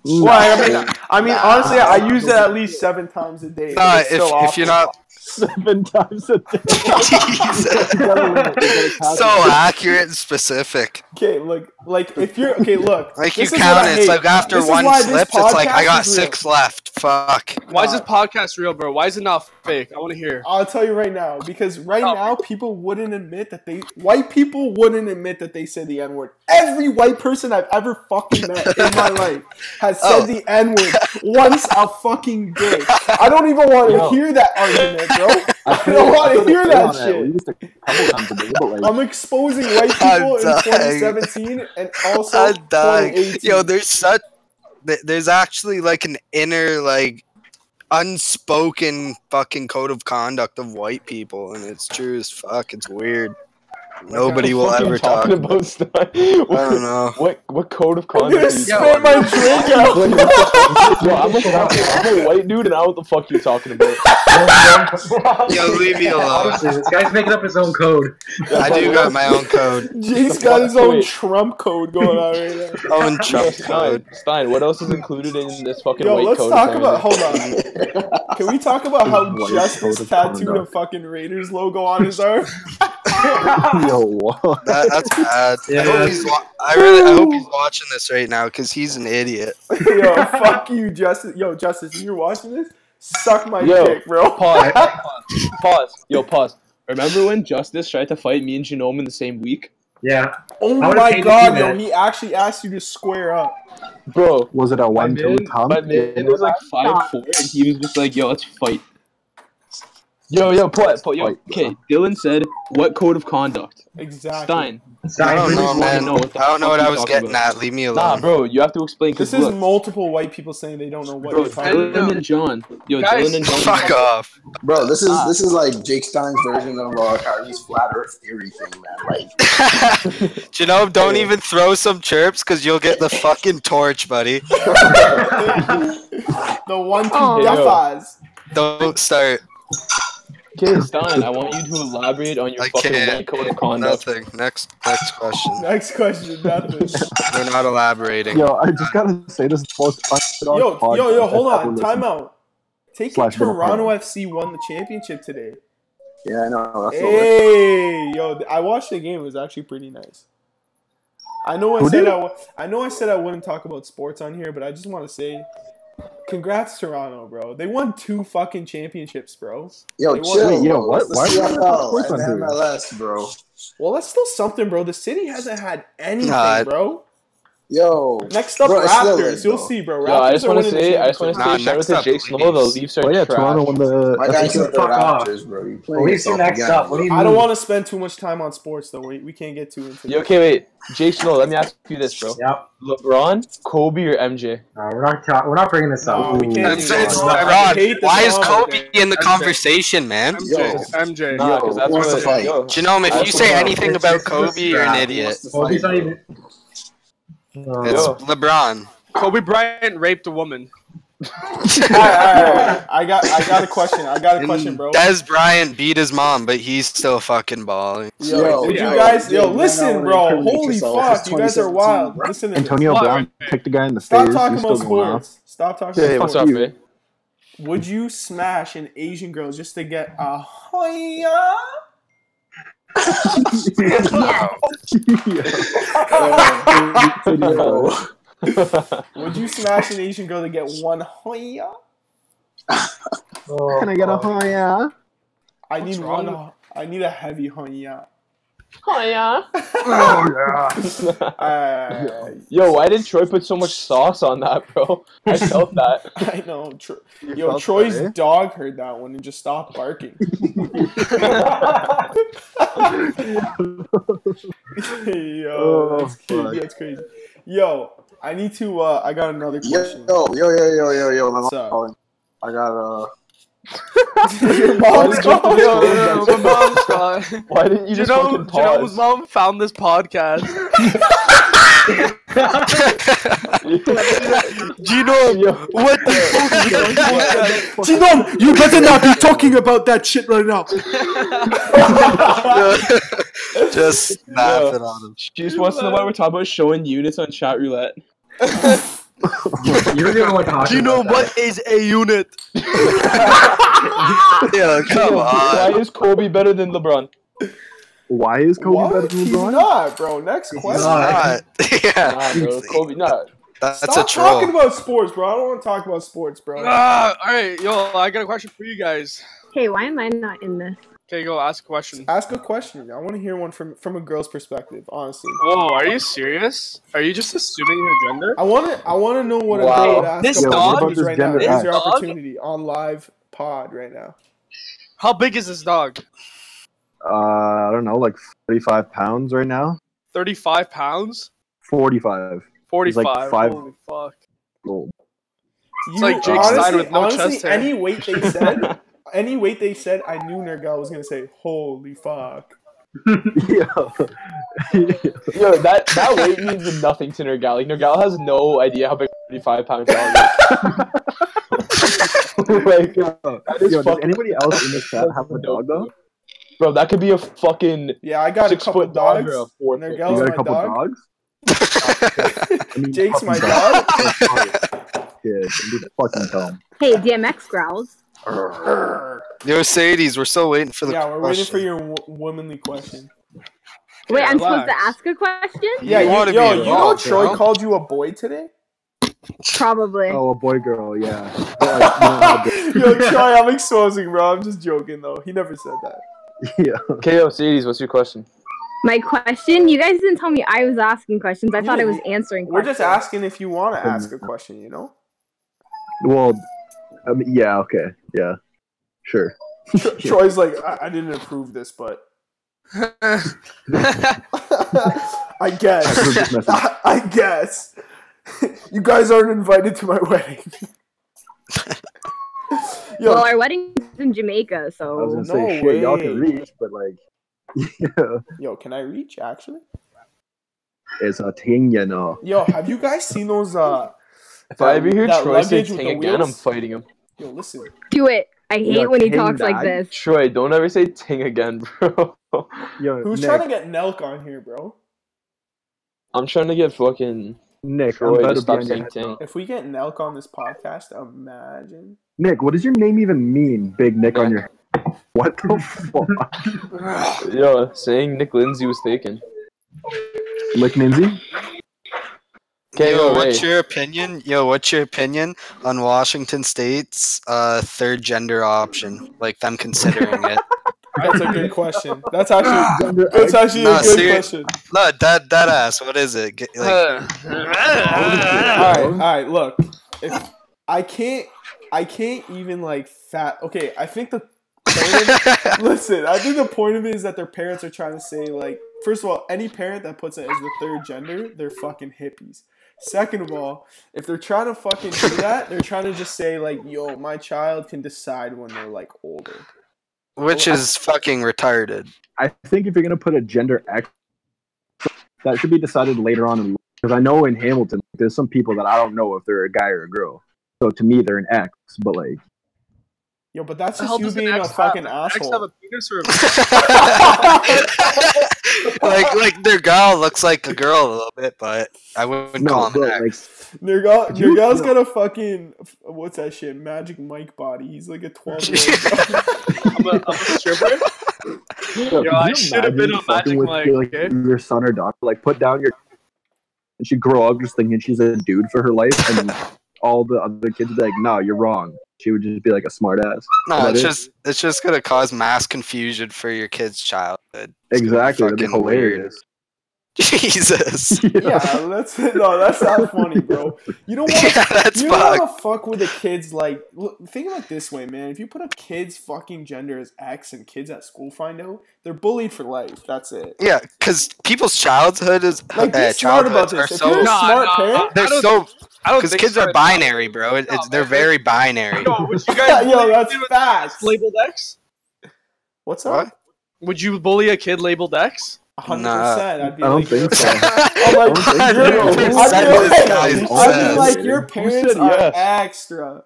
[SPEAKER 3] No.
[SPEAKER 2] Well, I mean, I mean honestly, I use it at least seven times a day.
[SPEAKER 4] Nah,
[SPEAKER 2] It's
[SPEAKER 4] if,
[SPEAKER 2] so
[SPEAKER 4] if you're not
[SPEAKER 3] seven times a day.
[SPEAKER 4] Jesus.
[SPEAKER 3] You gotta limit- you gotta count
[SPEAKER 4] so
[SPEAKER 3] it.
[SPEAKER 4] accurate and specific,
[SPEAKER 2] Okay, look, like if you're okay, look.
[SPEAKER 4] like you
[SPEAKER 2] this is
[SPEAKER 4] count
[SPEAKER 2] what I
[SPEAKER 4] it. It's
[SPEAKER 2] hate.
[SPEAKER 4] like after
[SPEAKER 2] This is
[SPEAKER 4] one
[SPEAKER 2] why this
[SPEAKER 4] slip, it's like I
[SPEAKER 2] podcast
[SPEAKER 4] got
[SPEAKER 2] is real.
[SPEAKER 4] six left. Fuck.
[SPEAKER 8] Why is this podcast real, bro? Why is it not fake? I want to hear.
[SPEAKER 2] I'll tell you right now because right
[SPEAKER 8] Oh.
[SPEAKER 2] now people wouldn't admit that they white people wouldn't admit that they said the n word. Every white person I've ever fucking met in my life has said
[SPEAKER 4] Oh.
[SPEAKER 2] the n word once a fucking day. I don't even want to
[SPEAKER 3] Yo.
[SPEAKER 2] hear that argument, bro.
[SPEAKER 3] I
[SPEAKER 2] don't wanna
[SPEAKER 3] feel like
[SPEAKER 2] hear
[SPEAKER 3] we're
[SPEAKER 2] that
[SPEAKER 3] on
[SPEAKER 2] shit.
[SPEAKER 3] At least a couple times a day, but like,
[SPEAKER 2] I'm exposing white
[SPEAKER 4] I'm
[SPEAKER 2] people in
[SPEAKER 4] dying.
[SPEAKER 2] 2017 and also
[SPEAKER 4] I'm dying.
[SPEAKER 2] 2018.
[SPEAKER 4] Yo, there's such. th- There's actually like an inner like unspoken fucking code of conduct of white people, and it's true as fuck. It's weird. Nobody will
[SPEAKER 5] Fucking
[SPEAKER 4] ever talk.
[SPEAKER 5] talking about stuff. What,
[SPEAKER 4] I don't know.
[SPEAKER 5] what what code of
[SPEAKER 2] I'm gonna
[SPEAKER 5] conduct? are you
[SPEAKER 2] spit
[SPEAKER 5] talking
[SPEAKER 2] my
[SPEAKER 5] about?
[SPEAKER 2] drink out.
[SPEAKER 5] Yo, I'm a, fucking- I'm a white dude, and I don't know what the fuck you talking about.
[SPEAKER 4] Yo, leave me alone.
[SPEAKER 6] Honestly, this guy's making up his own code.
[SPEAKER 4] I do got my own code,
[SPEAKER 2] Jake's got his
[SPEAKER 5] Wait.
[SPEAKER 2] own Trump code going on right now.
[SPEAKER 4] own Trump
[SPEAKER 5] Stein,
[SPEAKER 4] code.
[SPEAKER 5] Stein, what else is included in this fucking
[SPEAKER 2] Yo,
[SPEAKER 5] white
[SPEAKER 2] let's
[SPEAKER 5] code?
[SPEAKER 2] talk
[SPEAKER 5] apparently?
[SPEAKER 2] about. Hold on. Can we talk about how
[SPEAKER 3] White
[SPEAKER 2] Justice
[SPEAKER 3] coat of
[SPEAKER 2] tattooed a
[SPEAKER 3] conduct.
[SPEAKER 2] fucking Raiders logo on his arm?
[SPEAKER 3] yo, what?
[SPEAKER 4] That, that's bad. I,
[SPEAKER 6] Yeah.
[SPEAKER 4] hope he's wa- I really, I hope he's watching this right now because he's an idiot.
[SPEAKER 2] Yo, fuck you, Justice. Yo, Justice, if you're watching this, suck my
[SPEAKER 5] Yo.
[SPEAKER 2] dick, bro.
[SPEAKER 5] Pause. pause, Pause. Yo, pause. Remember when Justice tried to fight me and Genome in the same week?
[SPEAKER 6] Yeah.
[SPEAKER 2] Oh
[SPEAKER 6] I would've
[SPEAKER 2] my
[SPEAKER 6] hated
[SPEAKER 2] god,
[SPEAKER 6] you,
[SPEAKER 2] yo,
[SPEAKER 6] man.
[SPEAKER 2] he actually asked you to square up.
[SPEAKER 5] Bro,
[SPEAKER 3] Was it a one two
[SPEAKER 5] man-
[SPEAKER 3] time?
[SPEAKER 5] my man was like five four, and he was just like, "Yo, let's fight." Yo, yo, pause. pause yo,
[SPEAKER 3] Fight,
[SPEAKER 5] okay. Dylan said, "What code of conduct?"
[SPEAKER 2] Exactly.
[SPEAKER 5] Stein.
[SPEAKER 4] I
[SPEAKER 6] Sorry,
[SPEAKER 4] don't know,
[SPEAKER 5] wanna
[SPEAKER 4] man.
[SPEAKER 5] know what the
[SPEAKER 4] I don't know
[SPEAKER 5] fuck
[SPEAKER 4] what
[SPEAKER 5] you
[SPEAKER 4] I was
[SPEAKER 5] talking
[SPEAKER 4] getting
[SPEAKER 5] about.
[SPEAKER 4] at. Leave me alone.
[SPEAKER 5] Nah, bro, you have to explain.
[SPEAKER 2] This
[SPEAKER 5] Cause
[SPEAKER 2] is
[SPEAKER 5] look,
[SPEAKER 2] multiple white people saying they don't know what
[SPEAKER 5] bro,
[SPEAKER 2] you're talking about.
[SPEAKER 5] Dylan and John. Yo,
[SPEAKER 8] Guys,
[SPEAKER 5] Dylan and John.
[SPEAKER 4] Fuck off.
[SPEAKER 9] Bro, this is
[SPEAKER 5] Ah.
[SPEAKER 9] this is like Jake Stein's version of uh, Kyrie's flat Earth theory thing, man. Like,
[SPEAKER 4] Janome, don't even throw some chirps because you'll get the fucking torch, buddy.
[SPEAKER 2] The one two
[SPEAKER 7] Aw.
[SPEAKER 2] defas.
[SPEAKER 4] Don't start.
[SPEAKER 5] Okay, Stein, I want you to elaborate on your
[SPEAKER 4] I
[SPEAKER 5] fucking
[SPEAKER 4] can't.
[SPEAKER 5] white code of conduct.
[SPEAKER 4] Nothing. Next, next question.
[SPEAKER 2] Next question, nothing.
[SPEAKER 4] We're not elaborating.
[SPEAKER 3] Yo, I just gotta say this is the most unorthodox
[SPEAKER 2] Yo,
[SPEAKER 3] podcast
[SPEAKER 2] yo, yo, hold
[SPEAKER 3] I've ever
[SPEAKER 2] on.
[SPEAKER 3] listened
[SPEAKER 2] Time out. Take it
[SPEAKER 3] Slash middle
[SPEAKER 2] Toronto FC won the championship today.
[SPEAKER 9] Yeah, I know. That's hey.
[SPEAKER 2] Hey, yo, th- I watched the game. It was actually pretty nice. I know I
[SPEAKER 3] Who
[SPEAKER 2] said
[SPEAKER 3] did?
[SPEAKER 2] I, wa- I know I said I wouldn't talk about sports on here, but I just want to say, congrats Toronto, bro. They won two fucking championships, bro.
[SPEAKER 9] Yo,
[SPEAKER 2] Wait,
[SPEAKER 9] chill.
[SPEAKER 2] wait,
[SPEAKER 3] yo,
[SPEAKER 9] bro.
[SPEAKER 3] what?
[SPEAKER 9] The
[SPEAKER 3] Why are we talking about
[SPEAKER 9] CFL
[SPEAKER 3] sports
[SPEAKER 9] and
[SPEAKER 3] on here?
[SPEAKER 9] MLS, bro.
[SPEAKER 2] Well, that's still something, bro. The city hasn't had anything,
[SPEAKER 4] Nah.
[SPEAKER 2] bro.
[SPEAKER 9] Yo,
[SPEAKER 2] Next up,
[SPEAKER 9] Bro, it's
[SPEAKER 2] Raptors.
[SPEAKER 9] still lit,
[SPEAKER 2] You'll
[SPEAKER 9] bro.
[SPEAKER 2] see, bro. Raptors
[SPEAKER 5] Yo, I just
[SPEAKER 2] are
[SPEAKER 5] want to
[SPEAKER 2] winning the
[SPEAKER 5] say, I just want to
[SPEAKER 2] championship.
[SPEAKER 4] Nah,
[SPEAKER 5] say, shout out
[SPEAKER 4] next
[SPEAKER 5] to
[SPEAKER 4] up,
[SPEAKER 5] Jay Snow. The
[SPEAKER 4] ladies.
[SPEAKER 5] Leafs are
[SPEAKER 3] Oh yeah,
[SPEAKER 5] trash.
[SPEAKER 3] Toronto won the.
[SPEAKER 9] my
[SPEAKER 3] FA
[SPEAKER 9] guy
[SPEAKER 3] Cup.
[SPEAKER 9] said the
[SPEAKER 6] fuck off.
[SPEAKER 9] Raptors, bro. You playing
[SPEAKER 6] Police you
[SPEAKER 9] yourself
[SPEAKER 6] next
[SPEAKER 9] again,
[SPEAKER 6] up.
[SPEAKER 9] bro.
[SPEAKER 6] What do you mean?
[SPEAKER 2] I don't want to spend too much time on sports, though. We, we can't get too into
[SPEAKER 5] Yo,
[SPEAKER 2] it.
[SPEAKER 5] okay, wait. Jay Snow, let me ask you this, bro.
[SPEAKER 6] Yep.
[SPEAKER 5] LeBron, Kobe, or MJ?
[SPEAKER 6] No, we're not. Ta- we're not bringing this
[SPEAKER 2] No,
[SPEAKER 6] up.
[SPEAKER 2] we can't
[SPEAKER 4] It's,
[SPEAKER 2] do that.
[SPEAKER 4] it's
[SPEAKER 2] No, I
[SPEAKER 4] Rod,
[SPEAKER 2] hate the
[SPEAKER 4] Why is
[SPEAKER 2] Toronto
[SPEAKER 4] Kobe
[SPEAKER 2] thing.
[SPEAKER 4] in the conversation, man?
[SPEAKER 9] Yo.
[SPEAKER 8] MJ, MJ.
[SPEAKER 5] Nah, 'cause that's
[SPEAKER 9] what's
[SPEAKER 5] what-
[SPEAKER 9] the fight?
[SPEAKER 5] yo,
[SPEAKER 4] Genome, if you
[SPEAKER 5] That's
[SPEAKER 4] say
[SPEAKER 5] what-
[SPEAKER 4] anything
[SPEAKER 6] it's-
[SPEAKER 4] about
[SPEAKER 6] it's just
[SPEAKER 4] Kobe, you're an
[SPEAKER 6] that.
[SPEAKER 4] idiot.
[SPEAKER 6] Well, he's not even. Oh, No.
[SPEAKER 4] It's LeBron.
[SPEAKER 8] Kobe Bryant raped a woman.
[SPEAKER 2] All right, all right, all right. I got I got a question. I got a question, bro.
[SPEAKER 4] Des Bryant beat his mom, but he's still fucking balling.
[SPEAKER 2] Yo,
[SPEAKER 9] Yo,
[SPEAKER 2] did
[SPEAKER 8] yeah.
[SPEAKER 2] you guys?
[SPEAKER 9] Yeah,
[SPEAKER 2] Yo,
[SPEAKER 9] why
[SPEAKER 2] listen,
[SPEAKER 9] not
[SPEAKER 2] bro.
[SPEAKER 9] incriminate
[SPEAKER 2] Holy
[SPEAKER 9] yourself?
[SPEAKER 2] fuck,
[SPEAKER 9] It's
[SPEAKER 2] you guys are
[SPEAKER 9] 2017,
[SPEAKER 2] wild.
[SPEAKER 9] bro.
[SPEAKER 2] Listen to this.
[SPEAKER 3] Antonio
[SPEAKER 8] Fuck.
[SPEAKER 3] Brown kicked the guy in the
[SPEAKER 2] Stop
[SPEAKER 3] face.
[SPEAKER 2] talking
[SPEAKER 3] He's still
[SPEAKER 2] about
[SPEAKER 3] going off.
[SPEAKER 2] sports. Stop talking
[SPEAKER 3] Hey,
[SPEAKER 2] about
[SPEAKER 5] What's
[SPEAKER 2] sports.
[SPEAKER 5] up, Ray?
[SPEAKER 2] Would you smash an Asian girl just to get a hoya?
[SPEAKER 3] Yo.
[SPEAKER 2] Would you smash an Asian girl to get one hoya?
[SPEAKER 3] Can I get a high? Yeah.
[SPEAKER 2] I need one. I need a heavy hoya. Uh,
[SPEAKER 5] eh? Yo, why did Troy put so much sauce on that, bro? I felt that.
[SPEAKER 2] I know. Tro- Yo,
[SPEAKER 3] felt
[SPEAKER 2] Troy's
[SPEAKER 3] that, eh?
[SPEAKER 2] dog heard that one and just stopped barking. Yo,
[SPEAKER 3] Oh,
[SPEAKER 2] that's
[SPEAKER 3] fuck.
[SPEAKER 2] crazy. That's crazy. Yo, I need to. Uh, I got another
[SPEAKER 9] Yo,
[SPEAKER 2] question.
[SPEAKER 9] yo, yo, yo, yo, yo. My mom's
[SPEAKER 2] What's up?
[SPEAKER 9] calling. I got uh.
[SPEAKER 2] Your mom's calling.
[SPEAKER 8] my mom's calling.
[SPEAKER 5] Why didn't you
[SPEAKER 8] You
[SPEAKER 5] just
[SPEAKER 8] know,
[SPEAKER 5] fucking
[SPEAKER 8] you know whose
[SPEAKER 5] pause?
[SPEAKER 8] mom found this podcast.
[SPEAKER 5] Yo,
[SPEAKER 4] What the?
[SPEAKER 2] Chinom, you better not be talking about that shit right now.
[SPEAKER 4] Just laughing on him.
[SPEAKER 5] she just wants to know why we're talking about showing units on chat roulette.
[SPEAKER 6] You don't even want to talk. about that.
[SPEAKER 4] is a unit? yeah, come
[SPEAKER 5] Yo,
[SPEAKER 4] on.
[SPEAKER 5] Why is Kobe better than LeBron?
[SPEAKER 3] Why is Kobe
[SPEAKER 2] What?
[SPEAKER 3] better than
[SPEAKER 2] He's
[SPEAKER 3] LeBron?
[SPEAKER 2] not, bro. Next question.
[SPEAKER 6] not.
[SPEAKER 4] Not. Yeah,
[SPEAKER 5] Nah, bro. Kobe, nah.
[SPEAKER 4] that's
[SPEAKER 2] Stop
[SPEAKER 4] a
[SPEAKER 2] talking
[SPEAKER 4] troll.
[SPEAKER 2] about sports, bro. I don't want to talk about sports, bro.
[SPEAKER 8] Ah, all right, yo, I got a question for you guys.
[SPEAKER 7] Hey, why am I not in this?
[SPEAKER 8] Okay, go ask a question.
[SPEAKER 2] Ask a question. I want to hear one from from a girl's perspective, honestly.
[SPEAKER 8] Oh, are you serious? Are you just assuming her gender?
[SPEAKER 2] I want to. I want to know what a
[SPEAKER 5] Wow.
[SPEAKER 2] girl would ask
[SPEAKER 8] This
[SPEAKER 2] about
[SPEAKER 8] dog-
[SPEAKER 2] what it is
[SPEAKER 3] Yo,
[SPEAKER 2] right
[SPEAKER 3] what
[SPEAKER 2] now.
[SPEAKER 3] about this
[SPEAKER 2] Here's
[SPEAKER 3] gender
[SPEAKER 2] your
[SPEAKER 8] ass?
[SPEAKER 2] opportunity on live pod right now.
[SPEAKER 8] How big is this dog?
[SPEAKER 3] Uh, I don't know, like 35 pounds right now.
[SPEAKER 8] 35 pounds?
[SPEAKER 3] 45.
[SPEAKER 8] 45.
[SPEAKER 3] like five-
[SPEAKER 8] Holy fuck.
[SPEAKER 3] Gold.
[SPEAKER 2] You,
[SPEAKER 8] like Jake
[SPEAKER 2] honestly,
[SPEAKER 8] Stein with no
[SPEAKER 2] honestly,
[SPEAKER 8] chest hair.
[SPEAKER 2] any weight they said, any weight they said, I knew Nergal was gonna say, "Holy fuck."
[SPEAKER 3] Yo.
[SPEAKER 5] Yo, that, that weight means nothing to Nergal. Like, Nergal has no idea how big 35 pound dog is. like, is
[SPEAKER 3] Yo, does
[SPEAKER 5] fucking-
[SPEAKER 3] anybody else in this chat have a dog though?
[SPEAKER 5] bro, that could be a fucking
[SPEAKER 2] Yeah, I got
[SPEAKER 5] six
[SPEAKER 2] a couple
[SPEAKER 5] foot dog
[SPEAKER 2] dogs.
[SPEAKER 5] or a four
[SPEAKER 2] and they're
[SPEAKER 5] foot
[SPEAKER 2] gal-
[SPEAKER 3] You
[SPEAKER 2] was
[SPEAKER 3] got a
[SPEAKER 2] my
[SPEAKER 3] couple
[SPEAKER 2] dog.
[SPEAKER 3] dogs? I mean,
[SPEAKER 2] Jake's my
[SPEAKER 3] fucking
[SPEAKER 2] dog.
[SPEAKER 3] Yeah, just fucking tell him.
[SPEAKER 7] Hey, DMX growls.
[SPEAKER 4] Yo, Sadies, we're still waiting for the
[SPEAKER 2] Yeah, we're waiting
[SPEAKER 4] question.
[SPEAKER 2] for your w- womanly question.
[SPEAKER 7] Wait,
[SPEAKER 8] Yeah,
[SPEAKER 7] I'm supposed to
[SPEAKER 8] relax.
[SPEAKER 7] ask a question?
[SPEAKER 2] Yeah,
[SPEAKER 4] You
[SPEAKER 2] you,
[SPEAKER 4] wanna be
[SPEAKER 2] yo, you know
[SPEAKER 4] involved,
[SPEAKER 2] Troy
[SPEAKER 4] bro.
[SPEAKER 2] called you a boy today?
[SPEAKER 7] Probably.
[SPEAKER 3] Oh, a boy girl, yeah. But, like, you know how big-
[SPEAKER 2] yo, Troy, I'm exposing, bro. I'm just joking, though. He never said that.
[SPEAKER 3] yeah.
[SPEAKER 5] KO series. What's your question?
[SPEAKER 7] My question? You guys didn't tell me I was asking questions. I thought I was answering
[SPEAKER 2] We're
[SPEAKER 7] questions.
[SPEAKER 2] just asking if you want to ask a question, you know?
[SPEAKER 3] Well, I mean, yeah, okay, yeah, sure.
[SPEAKER 2] Tro- Troy's like, I, I didn't approve this, but I
[SPEAKER 3] That's a
[SPEAKER 2] guess.
[SPEAKER 3] good message.
[SPEAKER 2] I, I guess. you guys aren't invited to my wedding. yo,
[SPEAKER 7] Well, our wedding's in Jamaica,
[SPEAKER 3] I was
[SPEAKER 8] Oh.
[SPEAKER 7] so.
[SPEAKER 3] gonna say,
[SPEAKER 2] No
[SPEAKER 3] shit, y'all can
[SPEAKER 2] way.
[SPEAKER 3] reach, but like, yeah,
[SPEAKER 2] yo, can I reach, actually?
[SPEAKER 3] it's a thing, you know.
[SPEAKER 2] Yo, have you guys seen those, uh...
[SPEAKER 5] If I ever hear
[SPEAKER 2] that
[SPEAKER 5] Troy say
[SPEAKER 2] luggage with
[SPEAKER 5] ting
[SPEAKER 2] the
[SPEAKER 5] again, I'm
[SPEAKER 2] wheels?
[SPEAKER 5] fighting him.
[SPEAKER 2] Yo, listen.
[SPEAKER 7] Do it. I hate
[SPEAKER 3] Yeah,
[SPEAKER 7] when he
[SPEAKER 3] King
[SPEAKER 7] talks like
[SPEAKER 3] Bag.
[SPEAKER 7] this.
[SPEAKER 5] Troy, don't ever say ting again, bro.
[SPEAKER 3] Yo,
[SPEAKER 2] Who's
[SPEAKER 3] Nick,
[SPEAKER 2] trying to get Nelk on here, bro?
[SPEAKER 5] I'm trying to get fucking
[SPEAKER 3] Nick, I'm
[SPEAKER 5] Troy
[SPEAKER 3] about
[SPEAKER 5] to
[SPEAKER 3] to be
[SPEAKER 5] stop
[SPEAKER 3] on your
[SPEAKER 5] saying
[SPEAKER 3] head.
[SPEAKER 5] ting.
[SPEAKER 2] If we get Nelk on this podcast, imagine.
[SPEAKER 3] Nick, what does your name even mean, Big Nick on your What the fuck?
[SPEAKER 5] Yo, saying Nick Lindsay was taken.
[SPEAKER 3] Lick Ninzi?
[SPEAKER 5] Okay,
[SPEAKER 4] Yo,
[SPEAKER 5] yo,
[SPEAKER 4] what's
[SPEAKER 5] Ray.
[SPEAKER 4] your opinion? Yo, what's your opinion on Washington State's uh, third gender option? Like them considering it?
[SPEAKER 2] That's a good question. That's actually that's actually
[SPEAKER 4] Nah,
[SPEAKER 2] a good
[SPEAKER 4] serious-
[SPEAKER 2] question.
[SPEAKER 4] No, that that ass. What is it? Get-
[SPEAKER 2] Uh,
[SPEAKER 4] like-
[SPEAKER 2] All right, all right. Look, if I can't, I can't even like fat. Okay, I think the listen. I think the point of it is that their parents are trying to say like, first of all, any parent that puts it as the third gender, they're fucking hippies. Second of all, if they're trying to fucking do that, they're trying to just say like, yo, my child can decide when they're like older.
[SPEAKER 4] Which is fucking retarded.
[SPEAKER 3] I think if you're gonna put a gender X, that should be decided later on in life. Because I know in Hamilton, there's some people that I don't know if they're a guy or a girl. So to me, they're an X. But like,
[SPEAKER 2] Yo, but that's
[SPEAKER 8] The
[SPEAKER 2] just
[SPEAKER 8] hell
[SPEAKER 2] you
[SPEAKER 8] does an
[SPEAKER 2] being a
[SPEAKER 8] X have?
[SPEAKER 2] fucking
[SPEAKER 8] X have a
[SPEAKER 2] asshole.
[SPEAKER 8] penis or a
[SPEAKER 4] like like their girl looks like a girl a little bit, but I wouldn't
[SPEAKER 3] no,
[SPEAKER 4] call
[SPEAKER 3] but
[SPEAKER 4] them that.
[SPEAKER 3] like,
[SPEAKER 2] Nergal,
[SPEAKER 3] You-
[SPEAKER 2] Nergal's
[SPEAKER 3] no.
[SPEAKER 2] got a fucking what's that shit? Magic Mike body. He's like a twelve year old.
[SPEAKER 8] I'm a, I'm a stripper?
[SPEAKER 3] yo,
[SPEAKER 8] Yo,
[SPEAKER 3] could
[SPEAKER 8] I
[SPEAKER 3] you
[SPEAKER 8] should've been
[SPEAKER 3] imagine
[SPEAKER 8] on Magic
[SPEAKER 3] fucking with,
[SPEAKER 8] Mike,
[SPEAKER 3] like,
[SPEAKER 8] okay?
[SPEAKER 3] your son or daughter, like put down your, and she grow up just thinking she's a dude for her life, and all the other kids would be like, "No, you're wrong." She would just be like a smart ass.
[SPEAKER 4] No,
[SPEAKER 3] That
[SPEAKER 4] it's
[SPEAKER 3] is-
[SPEAKER 4] just it's just gonna cause mass confusion for your kid's childhood. It's gonna be
[SPEAKER 3] Exactly, that'd be
[SPEAKER 4] fucking weird.
[SPEAKER 3] hilarious.
[SPEAKER 4] Jesus.
[SPEAKER 2] yeah, that's no, that's not funny, bro. You don't want
[SPEAKER 4] yeah, that's
[SPEAKER 2] you don't
[SPEAKER 4] fucked.
[SPEAKER 2] want to fuck with the kids. Like, look, think of it this way, man. If you put a kid's fucking gender as X and kids at school find out, they're bullied for life. That's it.
[SPEAKER 4] Yeah, because people's childhood is
[SPEAKER 2] Like, be
[SPEAKER 4] eh,
[SPEAKER 2] smart about
[SPEAKER 4] childhoods are
[SPEAKER 2] this. If you're a
[SPEAKER 4] so
[SPEAKER 8] Nah,
[SPEAKER 2] smart
[SPEAKER 8] nah,
[SPEAKER 2] parent,
[SPEAKER 4] they're
[SPEAKER 8] I don't
[SPEAKER 4] so
[SPEAKER 8] I don't
[SPEAKER 4] because
[SPEAKER 8] think
[SPEAKER 4] kids
[SPEAKER 8] so.
[SPEAKER 4] are binary, bro. It, it's,
[SPEAKER 8] No,
[SPEAKER 4] they're
[SPEAKER 8] man.
[SPEAKER 4] very binary.
[SPEAKER 8] Yo, Oh, would you guys
[SPEAKER 2] yo,
[SPEAKER 8] bully a
[SPEAKER 2] that's
[SPEAKER 8] kid with
[SPEAKER 2] fast.
[SPEAKER 8] labeled X?
[SPEAKER 2] What's
[SPEAKER 4] What?
[SPEAKER 2] up?
[SPEAKER 8] Would you bully a kid labeled X?
[SPEAKER 2] Hundred
[SPEAKER 4] Nah.
[SPEAKER 2] percent. I'd be
[SPEAKER 3] I don't
[SPEAKER 2] like,
[SPEAKER 3] think
[SPEAKER 2] you're-
[SPEAKER 3] so.
[SPEAKER 2] I'm like,
[SPEAKER 3] I
[SPEAKER 2] you're-
[SPEAKER 3] don't
[SPEAKER 2] I'd be
[SPEAKER 3] think
[SPEAKER 2] like-
[SPEAKER 3] so.
[SPEAKER 4] This
[SPEAKER 2] I'd
[SPEAKER 4] guy's
[SPEAKER 2] be
[SPEAKER 4] obsessed.
[SPEAKER 2] like, your
[SPEAKER 5] Who said
[SPEAKER 2] parents are
[SPEAKER 5] yes?
[SPEAKER 2] extra.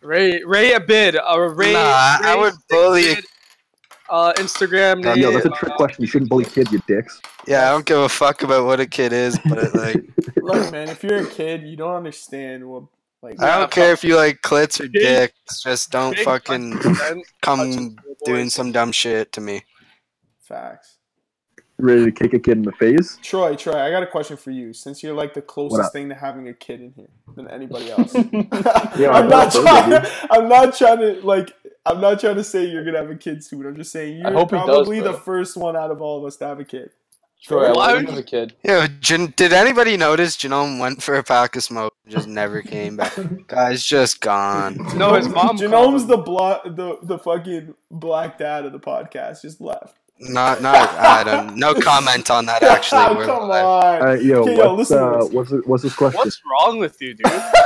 [SPEAKER 8] Ray Ray a bid. Uh, Ray,
[SPEAKER 4] Nah, I
[SPEAKER 8] Ray
[SPEAKER 4] would
[SPEAKER 8] Sick
[SPEAKER 4] bully a-
[SPEAKER 8] Bid, uh, Instagram name. uh,
[SPEAKER 3] Yo, that's a trick question. You shouldn't bully kids, you dicks.
[SPEAKER 4] Yeah, I don't give a fuck about what a kid is, but like
[SPEAKER 2] Look, man, if you're a kid, you don't understand what like.
[SPEAKER 4] I don't care if you like clits or
[SPEAKER 8] Big-
[SPEAKER 4] dicks, just don't
[SPEAKER 8] Big uh,
[SPEAKER 4] fucking
[SPEAKER 8] question.
[SPEAKER 4] come doing some dumb shit to me.
[SPEAKER 2] Facts.
[SPEAKER 3] Ready to kick a kid in the face?
[SPEAKER 2] Troy, Troy, I got a question for you. Since you're like the closest
[SPEAKER 3] What up?
[SPEAKER 2] thing to having a kid in here than anybody else, I'm
[SPEAKER 3] I'm
[SPEAKER 2] not
[SPEAKER 3] not
[SPEAKER 2] trying.
[SPEAKER 3] dude.
[SPEAKER 2] I'm not trying to like. I'm not trying to say you're gonna have a kid soon. I'm just saying you're
[SPEAKER 5] I hope he does,
[SPEAKER 2] probably the
[SPEAKER 5] bro.
[SPEAKER 2] first one out of all of us to have a kid.
[SPEAKER 5] Troy,
[SPEAKER 8] Why
[SPEAKER 5] I love
[SPEAKER 8] would
[SPEAKER 5] you as a kid.
[SPEAKER 4] Yo, Jan- did anybody notice Janome went for a pack of smoke and just never came back? Guy's just gone.
[SPEAKER 8] No, his mom. called
[SPEAKER 2] Janome's
[SPEAKER 8] him.
[SPEAKER 2] the blo- the the fucking black dad of the podcast. Just left.
[SPEAKER 4] Not, not, I don't. No comment on that. Actually, we're
[SPEAKER 2] Oh, come
[SPEAKER 4] live.
[SPEAKER 2] on.
[SPEAKER 3] All right, yo,
[SPEAKER 2] Okay, yo,
[SPEAKER 3] what's,
[SPEAKER 2] listen to
[SPEAKER 3] uh,
[SPEAKER 2] this.
[SPEAKER 3] what's, what's this question?
[SPEAKER 8] What's wrong with you, dude?
[SPEAKER 3] Wow.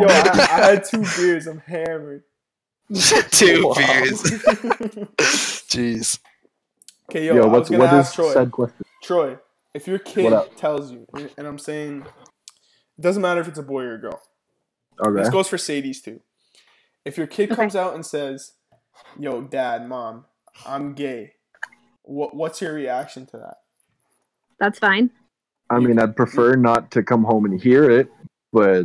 [SPEAKER 2] Yo, I, I had two beers. I'm hammered.
[SPEAKER 4] Two beers. Jeez.
[SPEAKER 2] Okay, yo,
[SPEAKER 3] Yo,
[SPEAKER 2] I was
[SPEAKER 3] what's
[SPEAKER 2] gonna
[SPEAKER 3] what is
[SPEAKER 2] ask Troy.
[SPEAKER 3] said question?
[SPEAKER 2] Troy, if your kid
[SPEAKER 3] What up?
[SPEAKER 2] tells you, and- and I'm saying, it doesn't matter if it's a boy or a girl.
[SPEAKER 3] Okay.
[SPEAKER 2] This goes for Sadie's too. If your kid comes out and says, "Yo, dad, mom, I'm gay," what what's your reaction to that?
[SPEAKER 7] That's fine.
[SPEAKER 3] I mean, I'd prefer not to come home and hear it, but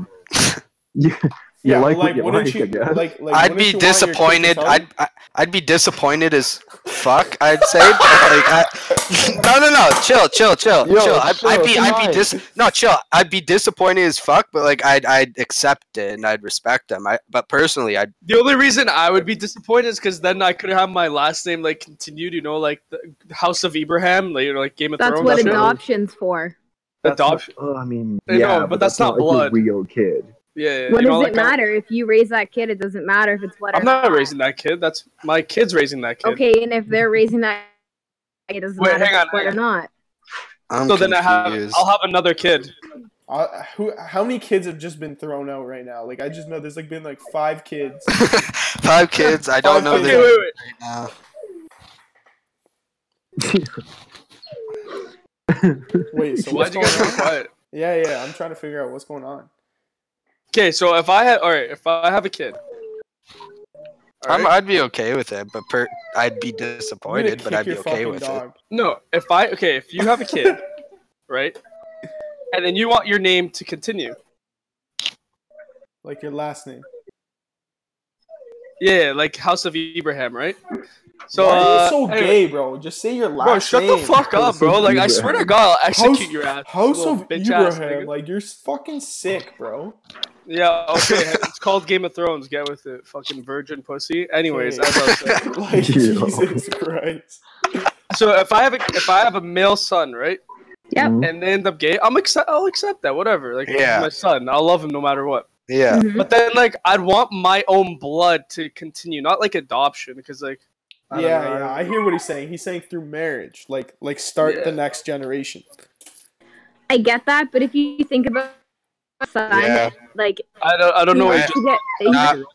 [SPEAKER 3] you, you like, what you
[SPEAKER 2] wouldn't
[SPEAKER 3] like, I
[SPEAKER 2] you
[SPEAKER 3] guess.
[SPEAKER 2] like? like
[SPEAKER 4] I'd
[SPEAKER 2] wouldn't
[SPEAKER 4] be
[SPEAKER 2] you want your kid to
[SPEAKER 4] disappointed.
[SPEAKER 2] tell
[SPEAKER 4] I'd,
[SPEAKER 2] you?
[SPEAKER 4] I- I'd be disappointed as fuck. I'd say. but, like, I, no, no, no. Chill, chill, chill,
[SPEAKER 5] Yo,
[SPEAKER 4] chill. I'd, I'd
[SPEAKER 5] chill,
[SPEAKER 4] be,
[SPEAKER 5] come
[SPEAKER 4] I'd be
[SPEAKER 5] on.
[SPEAKER 4] dis. No, chill. I'd be disappointed as fuck, but like, I'd, I'd accept it and I'd respect them. I, but personally, I'd.
[SPEAKER 8] The only reason I would be disappointed is because then I could have my last name like continued, you know, like the House of Abraham, like, you know, like Game of
[SPEAKER 7] That's
[SPEAKER 8] Thrones.
[SPEAKER 7] what
[SPEAKER 8] you know?
[SPEAKER 7] adoption's for.
[SPEAKER 3] That's not-
[SPEAKER 8] adoption.
[SPEAKER 3] Oh, I mean,
[SPEAKER 8] I know,
[SPEAKER 3] yeah,
[SPEAKER 8] but that's not
[SPEAKER 3] like
[SPEAKER 8] blood.
[SPEAKER 3] a real kid.
[SPEAKER 8] Yeah, yeah, yeah.
[SPEAKER 7] What
[SPEAKER 8] you know,
[SPEAKER 7] does
[SPEAKER 8] like,
[SPEAKER 7] it matter if you raise that kid? It doesn't matter if it's what.
[SPEAKER 8] I'm
[SPEAKER 7] or
[SPEAKER 8] not raising that kid. That's my kid's raising that kid.
[SPEAKER 7] Okay, and if they're raising that, it doesn't
[SPEAKER 8] Wait,
[SPEAKER 7] matter
[SPEAKER 8] hang
[SPEAKER 7] if
[SPEAKER 8] on,
[SPEAKER 7] it's what
[SPEAKER 8] hang
[SPEAKER 7] or not.
[SPEAKER 4] I'm
[SPEAKER 8] so then I have,
[SPEAKER 4] confused.
[SPEAKER 8] I'll have another kid.
[SPEAKER 2] I- uh, who? How many kids have just been thrown out right now? Like I just know there's like been like five kids.
[SPEAKER 4] Five kids. I don't
[SPEAKER 2] Five
[SPEAKER 4] know
[SPEAKER 2] kids.
[SPEAKER 8] Okay,
[SPEAKER 4] their
[SPEAKER 8] wait,
[SPEAKER 4] right
[SPEAKER 8] wait.
[SPEAKER 4] now.
[SPEAKER 2] Wait, so
[SPEAKER 8] Why'd
[SPEAKER 2] what's
[SPEAKER 8] you
[SPEAKER 2] going
[SPEAKER 8] guys go
[SPEAKER 2] on?
[SPEAKER 8] quiet?
[SPEAKER 2] Yeah, yeah. I'm trying to figure out what's going on.
[SPEAKER 8] Okay, so if I have, all right, if I have a kid, all
[SPEAKER 4] I'm,
[SPEAKER 8] right?
[SPEAKER 4] I'd be okay with it, but per, I'd be
[SPEAKER 2] I'm gonna
[SPEAKER 4] disappointed, Oh, but
[SPEAKER 2] kick
[SPEAKER 4] I'd be
[SPEAKER 2] your
[SPEAKER 4] okay
[SPEAKER 2] fucking
[SPEAKER 4] with it.
[SPEAKER 2] dog.
[SPEAKER 8] no, if I, okay, if you have a kid, right, and then you want your name to continue,
[SPEAKER 2] Like your last name.
[SPEAKER 8] Yeah, like House of Ibrahim, right? So,
[SPEAKER 2] Why are
[SPEAKER 8] uh,
[SPEAKER 2] you so
[SPEAKER 8] anyway,
[SPEAKER 2] gay, bro? Just say your last
[SPEAKER 8] Bro, shut the
[SPEAKER 2] name.
[SPEAKER 8] fuck up, bro. Like, I swear to God, I'll execute
[SPEAKER 2] House-
[SPEAKER 8] your ass.
[SPEAKER 2] House
[SPEAKER 8] little
[SPEAKER 2] of
[SPEAKER 8] bitch ass
[SPEAKER 2] Ibrahim.
[SPEAKER 8] nigga.
[SPEAKER 2] Like you're fucking sick, bro.
[SPEAKER 8] Yeah, okay. it's called Game of Thrones. Get with it, fucking virgin pussy. Anyways, as I was saying.
[SPEAKER 2] Like
[SPEAKER 3] Yo.
[SPEAKER 2] Jesus Christ.
[SPEAKER 8] so if I have a, if I have a male son, right?
[SPEAKER 7] Yep.
[SPEAKER 3] Mhm.
[SPEAKER 8] And they end up gay, I'm accept I'll accept that, whatever. Like he's
[SPEAKER 4] Yeah.
[SPEAKER 8] my son, I'll love him no matter what.
[SPEAKER 4] Yeah.
[SPEAKER 7] Mhm.
[SPEAKER 8] But then like I'd want my own blood to continue, not like adoption, because like I
[SPEAKER 2] Yeah,
[SPEAKER 8] don't know.
[SPEAKER 2] yeah, I hear what he's saying. He's saying through marriage, like like start the
[SPEAKER 8] Yeah.
[SPEAKER 2] next generation.
[SPEAKER 7] I get that, but if you think about a son,
[SPEAKER 4] Yeah.
[SPEAKER 7] like
[SPEAKER 8] I don't I don't know.
[SPEAKER 7] you
[SPEAKER 8] What
[SPEAKER 4] I-
[SPEAKER 8] you
[SPEAKER 7] get
[SPEAKER 8] just,
[SPEAKER 7] you
[SPEAKER 4] Nah.
[SPEAKER 7] get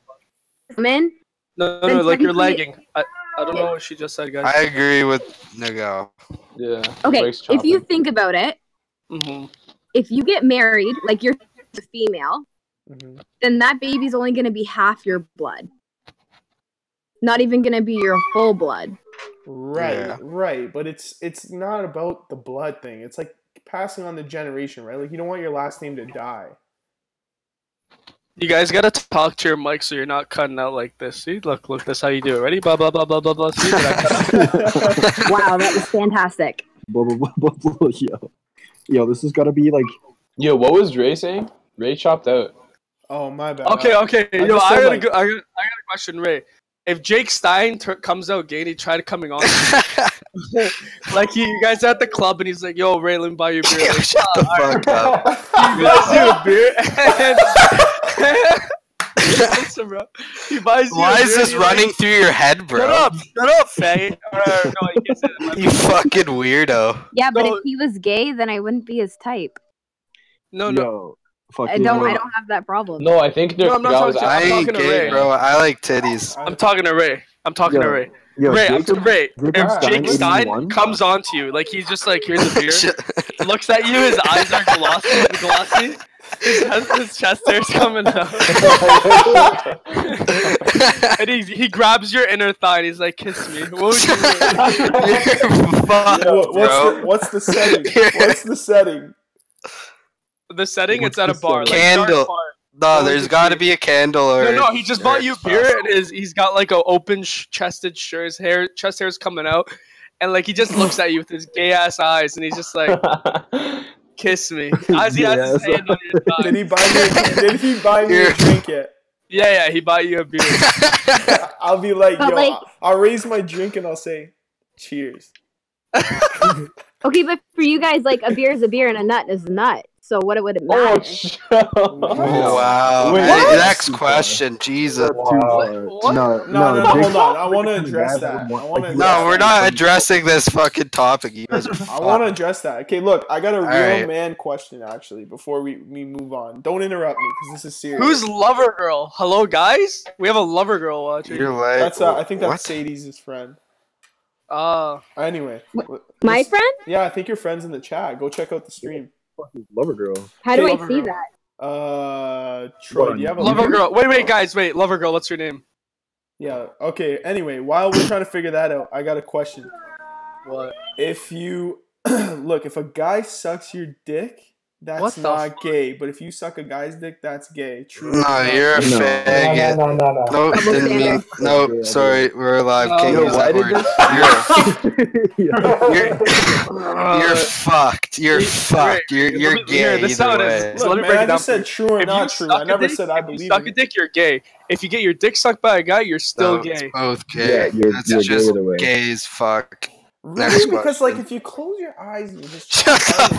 [SPEAKER 7] women,
[SPEAKER 8] no, no,
[SPEAKER 7] then
[SPEAKER 8] no, like you're lagging.
[SPEAKER 7] technically-
[SPEAKER 8] I, I don't know what she just said, guys.
[SPEAKER 4] I agree with Nago.
[SPEAKER 5] Yeah.
[SPEAKER 7] Okay,
[SPEAKER 5] Drake's
[SPEAKER 7] if you
[SPEAKER 5] chopping.
[SPEAKER 7] think about it,
[SPEAKER 8] hmm
[SPEAKER 7] if you get married, like you're a female,
[SPEAKER 2] Mhm.
[SPEAKER 7] then that baby's only going to be half your blood. Not even going to be your full blood.
[SPEAKER 2] Right,
[SPEAKER 4] Yeah.
[SPEAKER 2] right. But it's it's not about the blood thing. It's like passing on the generation, right? Like you don't want your last name to die.
[SPEAKER 8] You guys gotta talk to your mic so you're not cutting out like this. See, look, look, that's how you do it. Ready? Blah blah blah blah blah blah. See, did I cut out?
[SPEAKER 7] Wow, that was fantastic.
[SPEAKER 3] Blah blah blah blah blah. Yo, yo, this has got to be like
[SPEAKER 5] Yo, what was Ray saying? Ray chopped out.
[SPEAKER 2] oh my bad.
[SPEAKER 8] Okay, okay.
[SPEAKER 2] I
[SPEAKER 8] Yo,
[SPEAKER 2] just
[SPEAKER 8] I
[SPEAKER 2] said,
[SPEAKER 8] gotta,
[SPEAKER 2] like-
[SPEAKER 8] go, I, gotta, I got a question, Ray. If Jake Stein tur comes out gay and he tried coming on, like he, you guys at the club and he's like, "Yo, Ray, let me buy you a beer." Like,
[SPEAKER 4] Shut the fuck up.
[SPEAKER 8] he buys you a beer. And Listen, bro. He buys you.
[SPEAKER 4] Why
[SPEAKER 8] a
[SPEAKER 4] is
[SPEAKER 8] beer
[SPEAKER 4] this
[SPEAKER 8] and you're like,
[SPEAKER 4] running through your head, bro?
[SPEAKER 8] Shut up! Shut up, faggot. Or, or, no, he gets it.
[SPEAKER 4] You fucking weirdo.
[SPEAKER 7] Yeah, but
[SPEAKER 8] No.
[SPEAKER 7] if he was gay, then I wouldn't be his type.
[SPEAKER 8] No, no.
[SPEAKER 3] yo. Fuck
[SPEAKER 7] I
[SPEAKER 3] you.
[SPEAKER 7] don't. I don't have that problem.
[SPEAKER 5] No, I think the
[SPEAKER 8] No, I'm not talking
[SPEAKER 5] guy was
[SPEAKER 8] to-
[SPEAKER 4] I
[SPEAKER 8] I'm
[SPEAKER 5] asking.
[SPEAKER 4] ain't
[SPEAKER 8] talking to
[SPEAKER 4] gay,
[SPEAKER 8] Ray.
[SPEAKER 4] bro. I like titties.
[SPEAKER 8] I'm talking to Ray. I'm talking
[SPEAKER 3] Yo,
[SPEAKER 8] to Ray.
[SPEAKER 3] Yo,
[SPEAKER 8] Ray,
[SPEAKER 3] Jacob,
[SPEAKER 8] I'm, Ray.
[SPEAKER 3] Jacob
[SPEAKER 2] Stein
[SPEAKER 8] If Jake
[SPEAKER 3] 81?
[SPEAKER 8] Stein comes on to you, like he's just like, here's a beer. looks at you, his eyes are glossy, glossy. His, chest- his chest hair's coming out, and he, he grabs your inner thigh and he's like, "Kiss me." What would you do?
[SPEAKER 4] You're fucked,
[SPEAKER 2] Yo, what's the
[SPEAKER 4] bro.
[SPEAKER 2] what's the setting? What's the setting?
[SPEAKER 8] The setting,
[SPEAKER 3] What's
[SPEAKER 8] it's at a
[SPEAKER 3] the
[SPEAKER 8] bar, like
[SPEAKER 4] setting?
[SPEAKER 8] dark
[SPEAKER 4] Candle.
[SPEAKER 8] bar.
[SPEAKER 4] No, there's got to be a candle or.
[SPEAKER 8] No, no, he just bought you a
[SPEAKER 4] it's
[SPEAKER 8] beer, and his, he's got like a open sh- chested shirt. His hair, chest hair's coming out, and like he just looks at you with his gay ass eyes, and he's just like, "Kiss me." As he has his
[SPEAKER 3] Gay-ass
[SPEAKER 8] hand on your thigh.
[SPEAKER 2] Did he buy me? A, did he buy me a
[SPEAKER 4] Here.
[SPEAKER 2] drink yet?
[SPEAKER 8] Yeah, yeah, he bought you a beer.
[SPEAKER 2] I'll be like,
[SPEAKER 7] But
[SPEAKER 2] yo,
[SPEAKER 7] like-
[SPEAKER 2] I'll, I'll raise my drink and I'll say, cheers.
[SPEAKER 7] Okay, but for you guys, like a beer is a beer and a nut is a nut. So what would it
[SPEAKER 5] Oh,
[SPEAKER 7] matter?
[SPEAKER 4] Oh, wow.
[SPEAKER 3] Wait,
[SPEAKER 4] Hey,
[SPEAKER 3] what?
[SPEAKER 4] next question, Jesus.
[SPEAKER 3] Wow.
[SPEAKER 8] What?
[SPEAKER 3] No,
[SPEAKER 2] No, no,
[SPEAKER 3] Jacob-
[SPEAKER 2] hold on. I want to
[SPEAKER 3] Jacob
[SPEAKER 2] address
[SPEAKER 3] Stein
[SPEAKER 2] that. I
[SPEAKER 3] would want-
[SPEAKER 2] want to.
[SPEAKER 3] like,
[SPEAKER 4] No, we're not addressing this fucking topic. You guys are
[SPEAKER 2] I want
[SPEAKER 4] fucked.
[SPEAKER 2] to address that. Okay, look, I got a real
[SPEAKER 4] right.
[SPEAKER 2] man question actually. Before we, we move on, don't interrupt me because this is serious.
[SPEAKER 8] Who's Lover Girl? Hello, guys. We have a Lover Girl watching.
[SPEAKER 4] You're like.
[SPEAKER 2] that's? Uh, I think that's
[SPEAKER 4] what?
[SPEAKER 2] Sadie's his friend.
[SPEAKER 8] Ah,
[SPEAKER 2] Anyway,
[SPEAKER 7] My
[SPEAKER 2] this-
[SPEAKER 7] friend?
[SPEAKER 2] yeah, I think your friend's in the chat. Go check out the stream.
[SPEAKER 3] Lover girl.
[SPEAKER 7] How do
[SPEAKER 2] Hey,
[SPEAKER 7] I
[SPEAKER 8] Lover
[SPEAKER 7] see
[SPEAKER 8] Girl.
[SPEAKER 7] that?
[SPEAKER 2] Uh, Troy, do you have a
[SPEAKER 8] Lover Girl. Wait, wait, guys, wait. Lover Girl. What's your name?
[SPEAKER 2] Yeah. Okay. Anyway, while we're trying to figure that out, I got a question.
[SPEAKER 8] What?
[SPEAKER 2] If you look, if a guy sucks your dick, that's
[SPEAKER 8] What the
[SPEAKER 2] not gay. But if you suck a guy's dick, that's gay. True.
[SPEAKER 4] No, you're a
[SPEAKER 3] No.
[SPEAKER 4] faggot.
[SPEAKER 6] No, no, no, no,
[SPEAKER 4] No,
[SPEAKER 6] no.
[SPEAKER 7] Double
[SPEAKER 4] didn't mean.
[SPEAKER 7] standard.
[SPEAKER 4] No, sorry, we're alive.
[SPEAKER 8] No,
[SPEAKER 4] Can't
[SPEAKER 8] no,
[SPEAKER 4] use
[SPEAKER 3] why
[SPEAKER 4] that
[SPEAKER 3] did
[SPEAKER 4] word. You're, you're,
[SPEAKER 8] Uh,
[SPEAKER 4] you're fucked. You're
[SPEAKER 8] wait,
[SPEAKER 4] fucked. You're,
[SPEAKER 8] let
[SPEAKER 4] you're
[SPEAKER 8] me- here,
[SPEAKER 4] gay
[SPEAKER 8] this is how
[SPEAKER 4] either
[SPEAKER 8] it is.
[SPEAKER 4] way.
[SPEAKER 8] So let
[SPEAKER 2] Look,
[SPEAKER 8] me
[SPEAKER 2] man,
[SPEAKER 8] break it
[SPEAKER 2] I
[SPEAKER 8] down
[SPEAKER 2] just
[SPEAKER 8] for
[SPEAKER 2] said true or
[SPEAKER 8] if you
[SPEAKER 2] not true.
[SPEAKER 8] suck
[SPEAKER 2] I
[SPEAKER 8] a
[SPEAKER 2] never
[SPEAKER 8] dick-
[SPEAKER 2] said I
[SPEAKER 8] if you
[SPEAKER 2] believe
[SPEAKER 8] suck a
[SPEAKER 2] it.
[SPEAKER 8] dick, you're gay. If you get your dick sucked by a guy, you're still
[SPEAKER 4] No, it's
[SPEAKER 8] gay.
[SPEAKER 4] both gay.
[SPEAKER 3] Yeah, you're-
[SPEAKER 4] That's
[SPEAKER 3] you're gay
[SPEAKER 4] just
[SPEAKER 3] either way.
[SPEAKER 4] gay as fuck. Next
[SPEAKER 2] Really? Because like
[SPEAKER 4] question.
[SPEAKER 2] if you close your eyes, and you just
[SPEAKER 4] Shut up.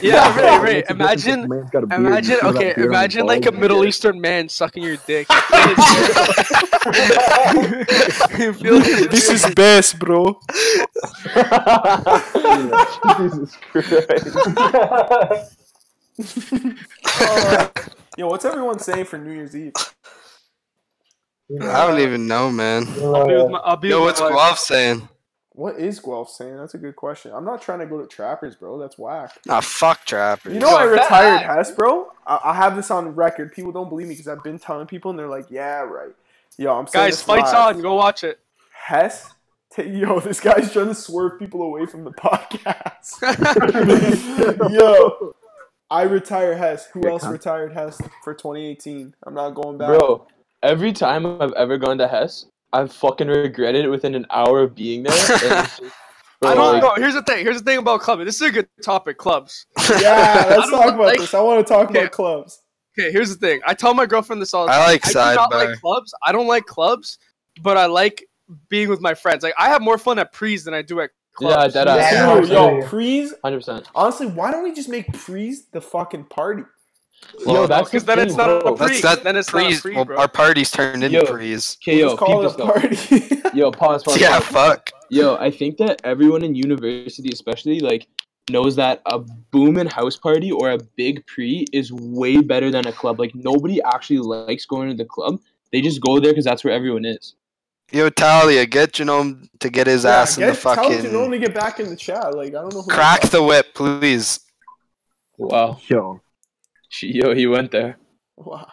[SPEAKER 8] Yeah, right, right.
[SPEAKER 3] Makes a
[SPEAKER 8] Imagine,
[SPEAKER 3] difference if the man's got a beard and
[SPEAKER 8] imagine.
[SPEAKER 3] he's got
[SPEAKER 8] Okay,
[SPEAKER 3] a beard on
[SPEAKER 8] imagine
[SPEAKER 3] the
[SPEAKER 8] like a
[SPEAKER 3] balls.
[SPEAKER 8] Middle Eastern man sucking your dick. You feel-
[SPEAKER 2] is best, bro.
[SPEAKER 3] Jesus Christ.
[SPEAKER 2] Yo, what's everyone saying for New Year's Eve?
[SPEAKER 4] I don't even know, man.
[SPEAKER 8] I'll be with my- I'll be
[SPEAKER 4] Yo,
[SPEAKER 8] with
[SPEAKER 4] what's
[SPEAKER 8] my wife.
[SPEAKER 4] Guelph saying?
[SPEAKER 2] What is Guelph saying? That's a good question. I'm not trying to go to Trappers, bro. That's whack.
[SPEAKER 4] Ah, fuck trappers.
[SPEAKER 2] You know I
[SPEAKER 8] Yo, that-
[SPEAKER 2] retired Hess, bro. I, I have this on record. People don't believe me because I've been telling people, and they're like, "Yeah, right." Yo, I'm saying
[SPEAKER 8] Guys,
[SPEAKER 2] this
[SPEAKER 8] fights
[SPEAKER 2] live.
[SPEAKER 8] on. Go watch it.
[SPEAKER 2] Hess, ta- yo, this guy's trying to swerve people away from the podcast. yo, I retire Hess. Who else retired Hess for 2018? I'm not going back.
[SPEAKER 5] bro. every time I've ever gone to Hess, I've fucking regretted it within an hour of being there. and it's just-
[SPEAKER 8] I
[SPEAKER 5] bro,
[SPEAKER 8] don't
[SPEAKER 5] like,
[SPEAKER 8] know. Here's the thing. Here's the thing about clubbing. This is a good topic. Clubs.
[SPEAKER 2] Yeah,
[SPEAKER 8] I
[SPEAKER 2] let's
[SPEAKER 8] don't
[SPEAKER 2] talk about
[SPEAKER 8] like-
[SPEAKER 2] this. I want to talk
[SPEAKER 8] Okay.
[SPEAKER 2] about clubs.
[SPEAKER 8] Okay, here's the thing. I tell my girlfriend this all the
[SPEAKER 4] I
[SPEAKER 8] time.
[SPEAKER 4] like
[SPEAKER 8] I do not like
[SPEAKER 4] sidebar.
[SPEAKER 8] clubs. I don't like clubs, but I like being with my friends. Like I have more fun at pre's than I do at
[SPEAKER 5] Yeah,
[SPEAKER 8] clubs.
[SPEAKER 5] dead
[SPEAKER 4] uh,
[SPEAKER 6] Yeah.
[SPEAKER 5] ass.
[SPEAKER 2] Dude, yo, prees.
[SPEAKER 5] Hundred percent.
[SPEAKER 2] Honestly, why don't we just make prees the fucking party?
[SPEAKER 5] Yo, that's
[SPEAKER 8] because
[SPEAKER 5] the
[SPEAKER 8] then it's
[SPEAKER 5] thing,
[SPEAKER 8] not
[SPEAKER 5] bro.
[SPEAKER 8] a pre.
[SPEAKER 4] That's that.
[SPEAKER 8] then it's not a
[SPEAKER 4] Freeze.
[SPEAKER 8] pre,
[SPEAKER 4] well,
[SPEAKER 8] bro.
[SPEAKER 4] our parties turned into
[SPEAKER 5] Yo.
[SPEAKER 4] freeze.
[SPEAKER 5] Okay, yo,
[SPEAKER 2] Let's call
[SPEAKER 5] peep
[SPEAKER 2] it
[SPEAKER 5] this
[SPEAKER 2] a
[SPEAKER 5] though.
[SPEAKER 2] party.
[SPEAKER 5] Yo, pause, pause,
[SPEAKER 4] Yeah,
[SPEAKER 5] pause.
[SPEAKER 4] fuck.
[SPEAKER 5] Yo, I think that everyone in university, especially, like, knows that a boom in house party or a big pre is way better than a club. Like, nobody actually likes going to the club. They just go there because that's where everyone is.
[SPEAKER 4] Yo, Talia, get Janome to get his
[SPEAKER 2] Yeah,
[SPEAKER 4] ass in the
[SPEAKER 2] get- tell him to
[SPEAKER 4] fucking.
[SPEAKER 2] only get back in the chat. Like I don't know. Who
[SPEAKER 4] Crack the whip, please.
[SPEAKER 5] Wow.
[SPEAKER 3] Yo,
[SPEAKER 5] Yo, he went there.
[SPEAKER 2] Wow.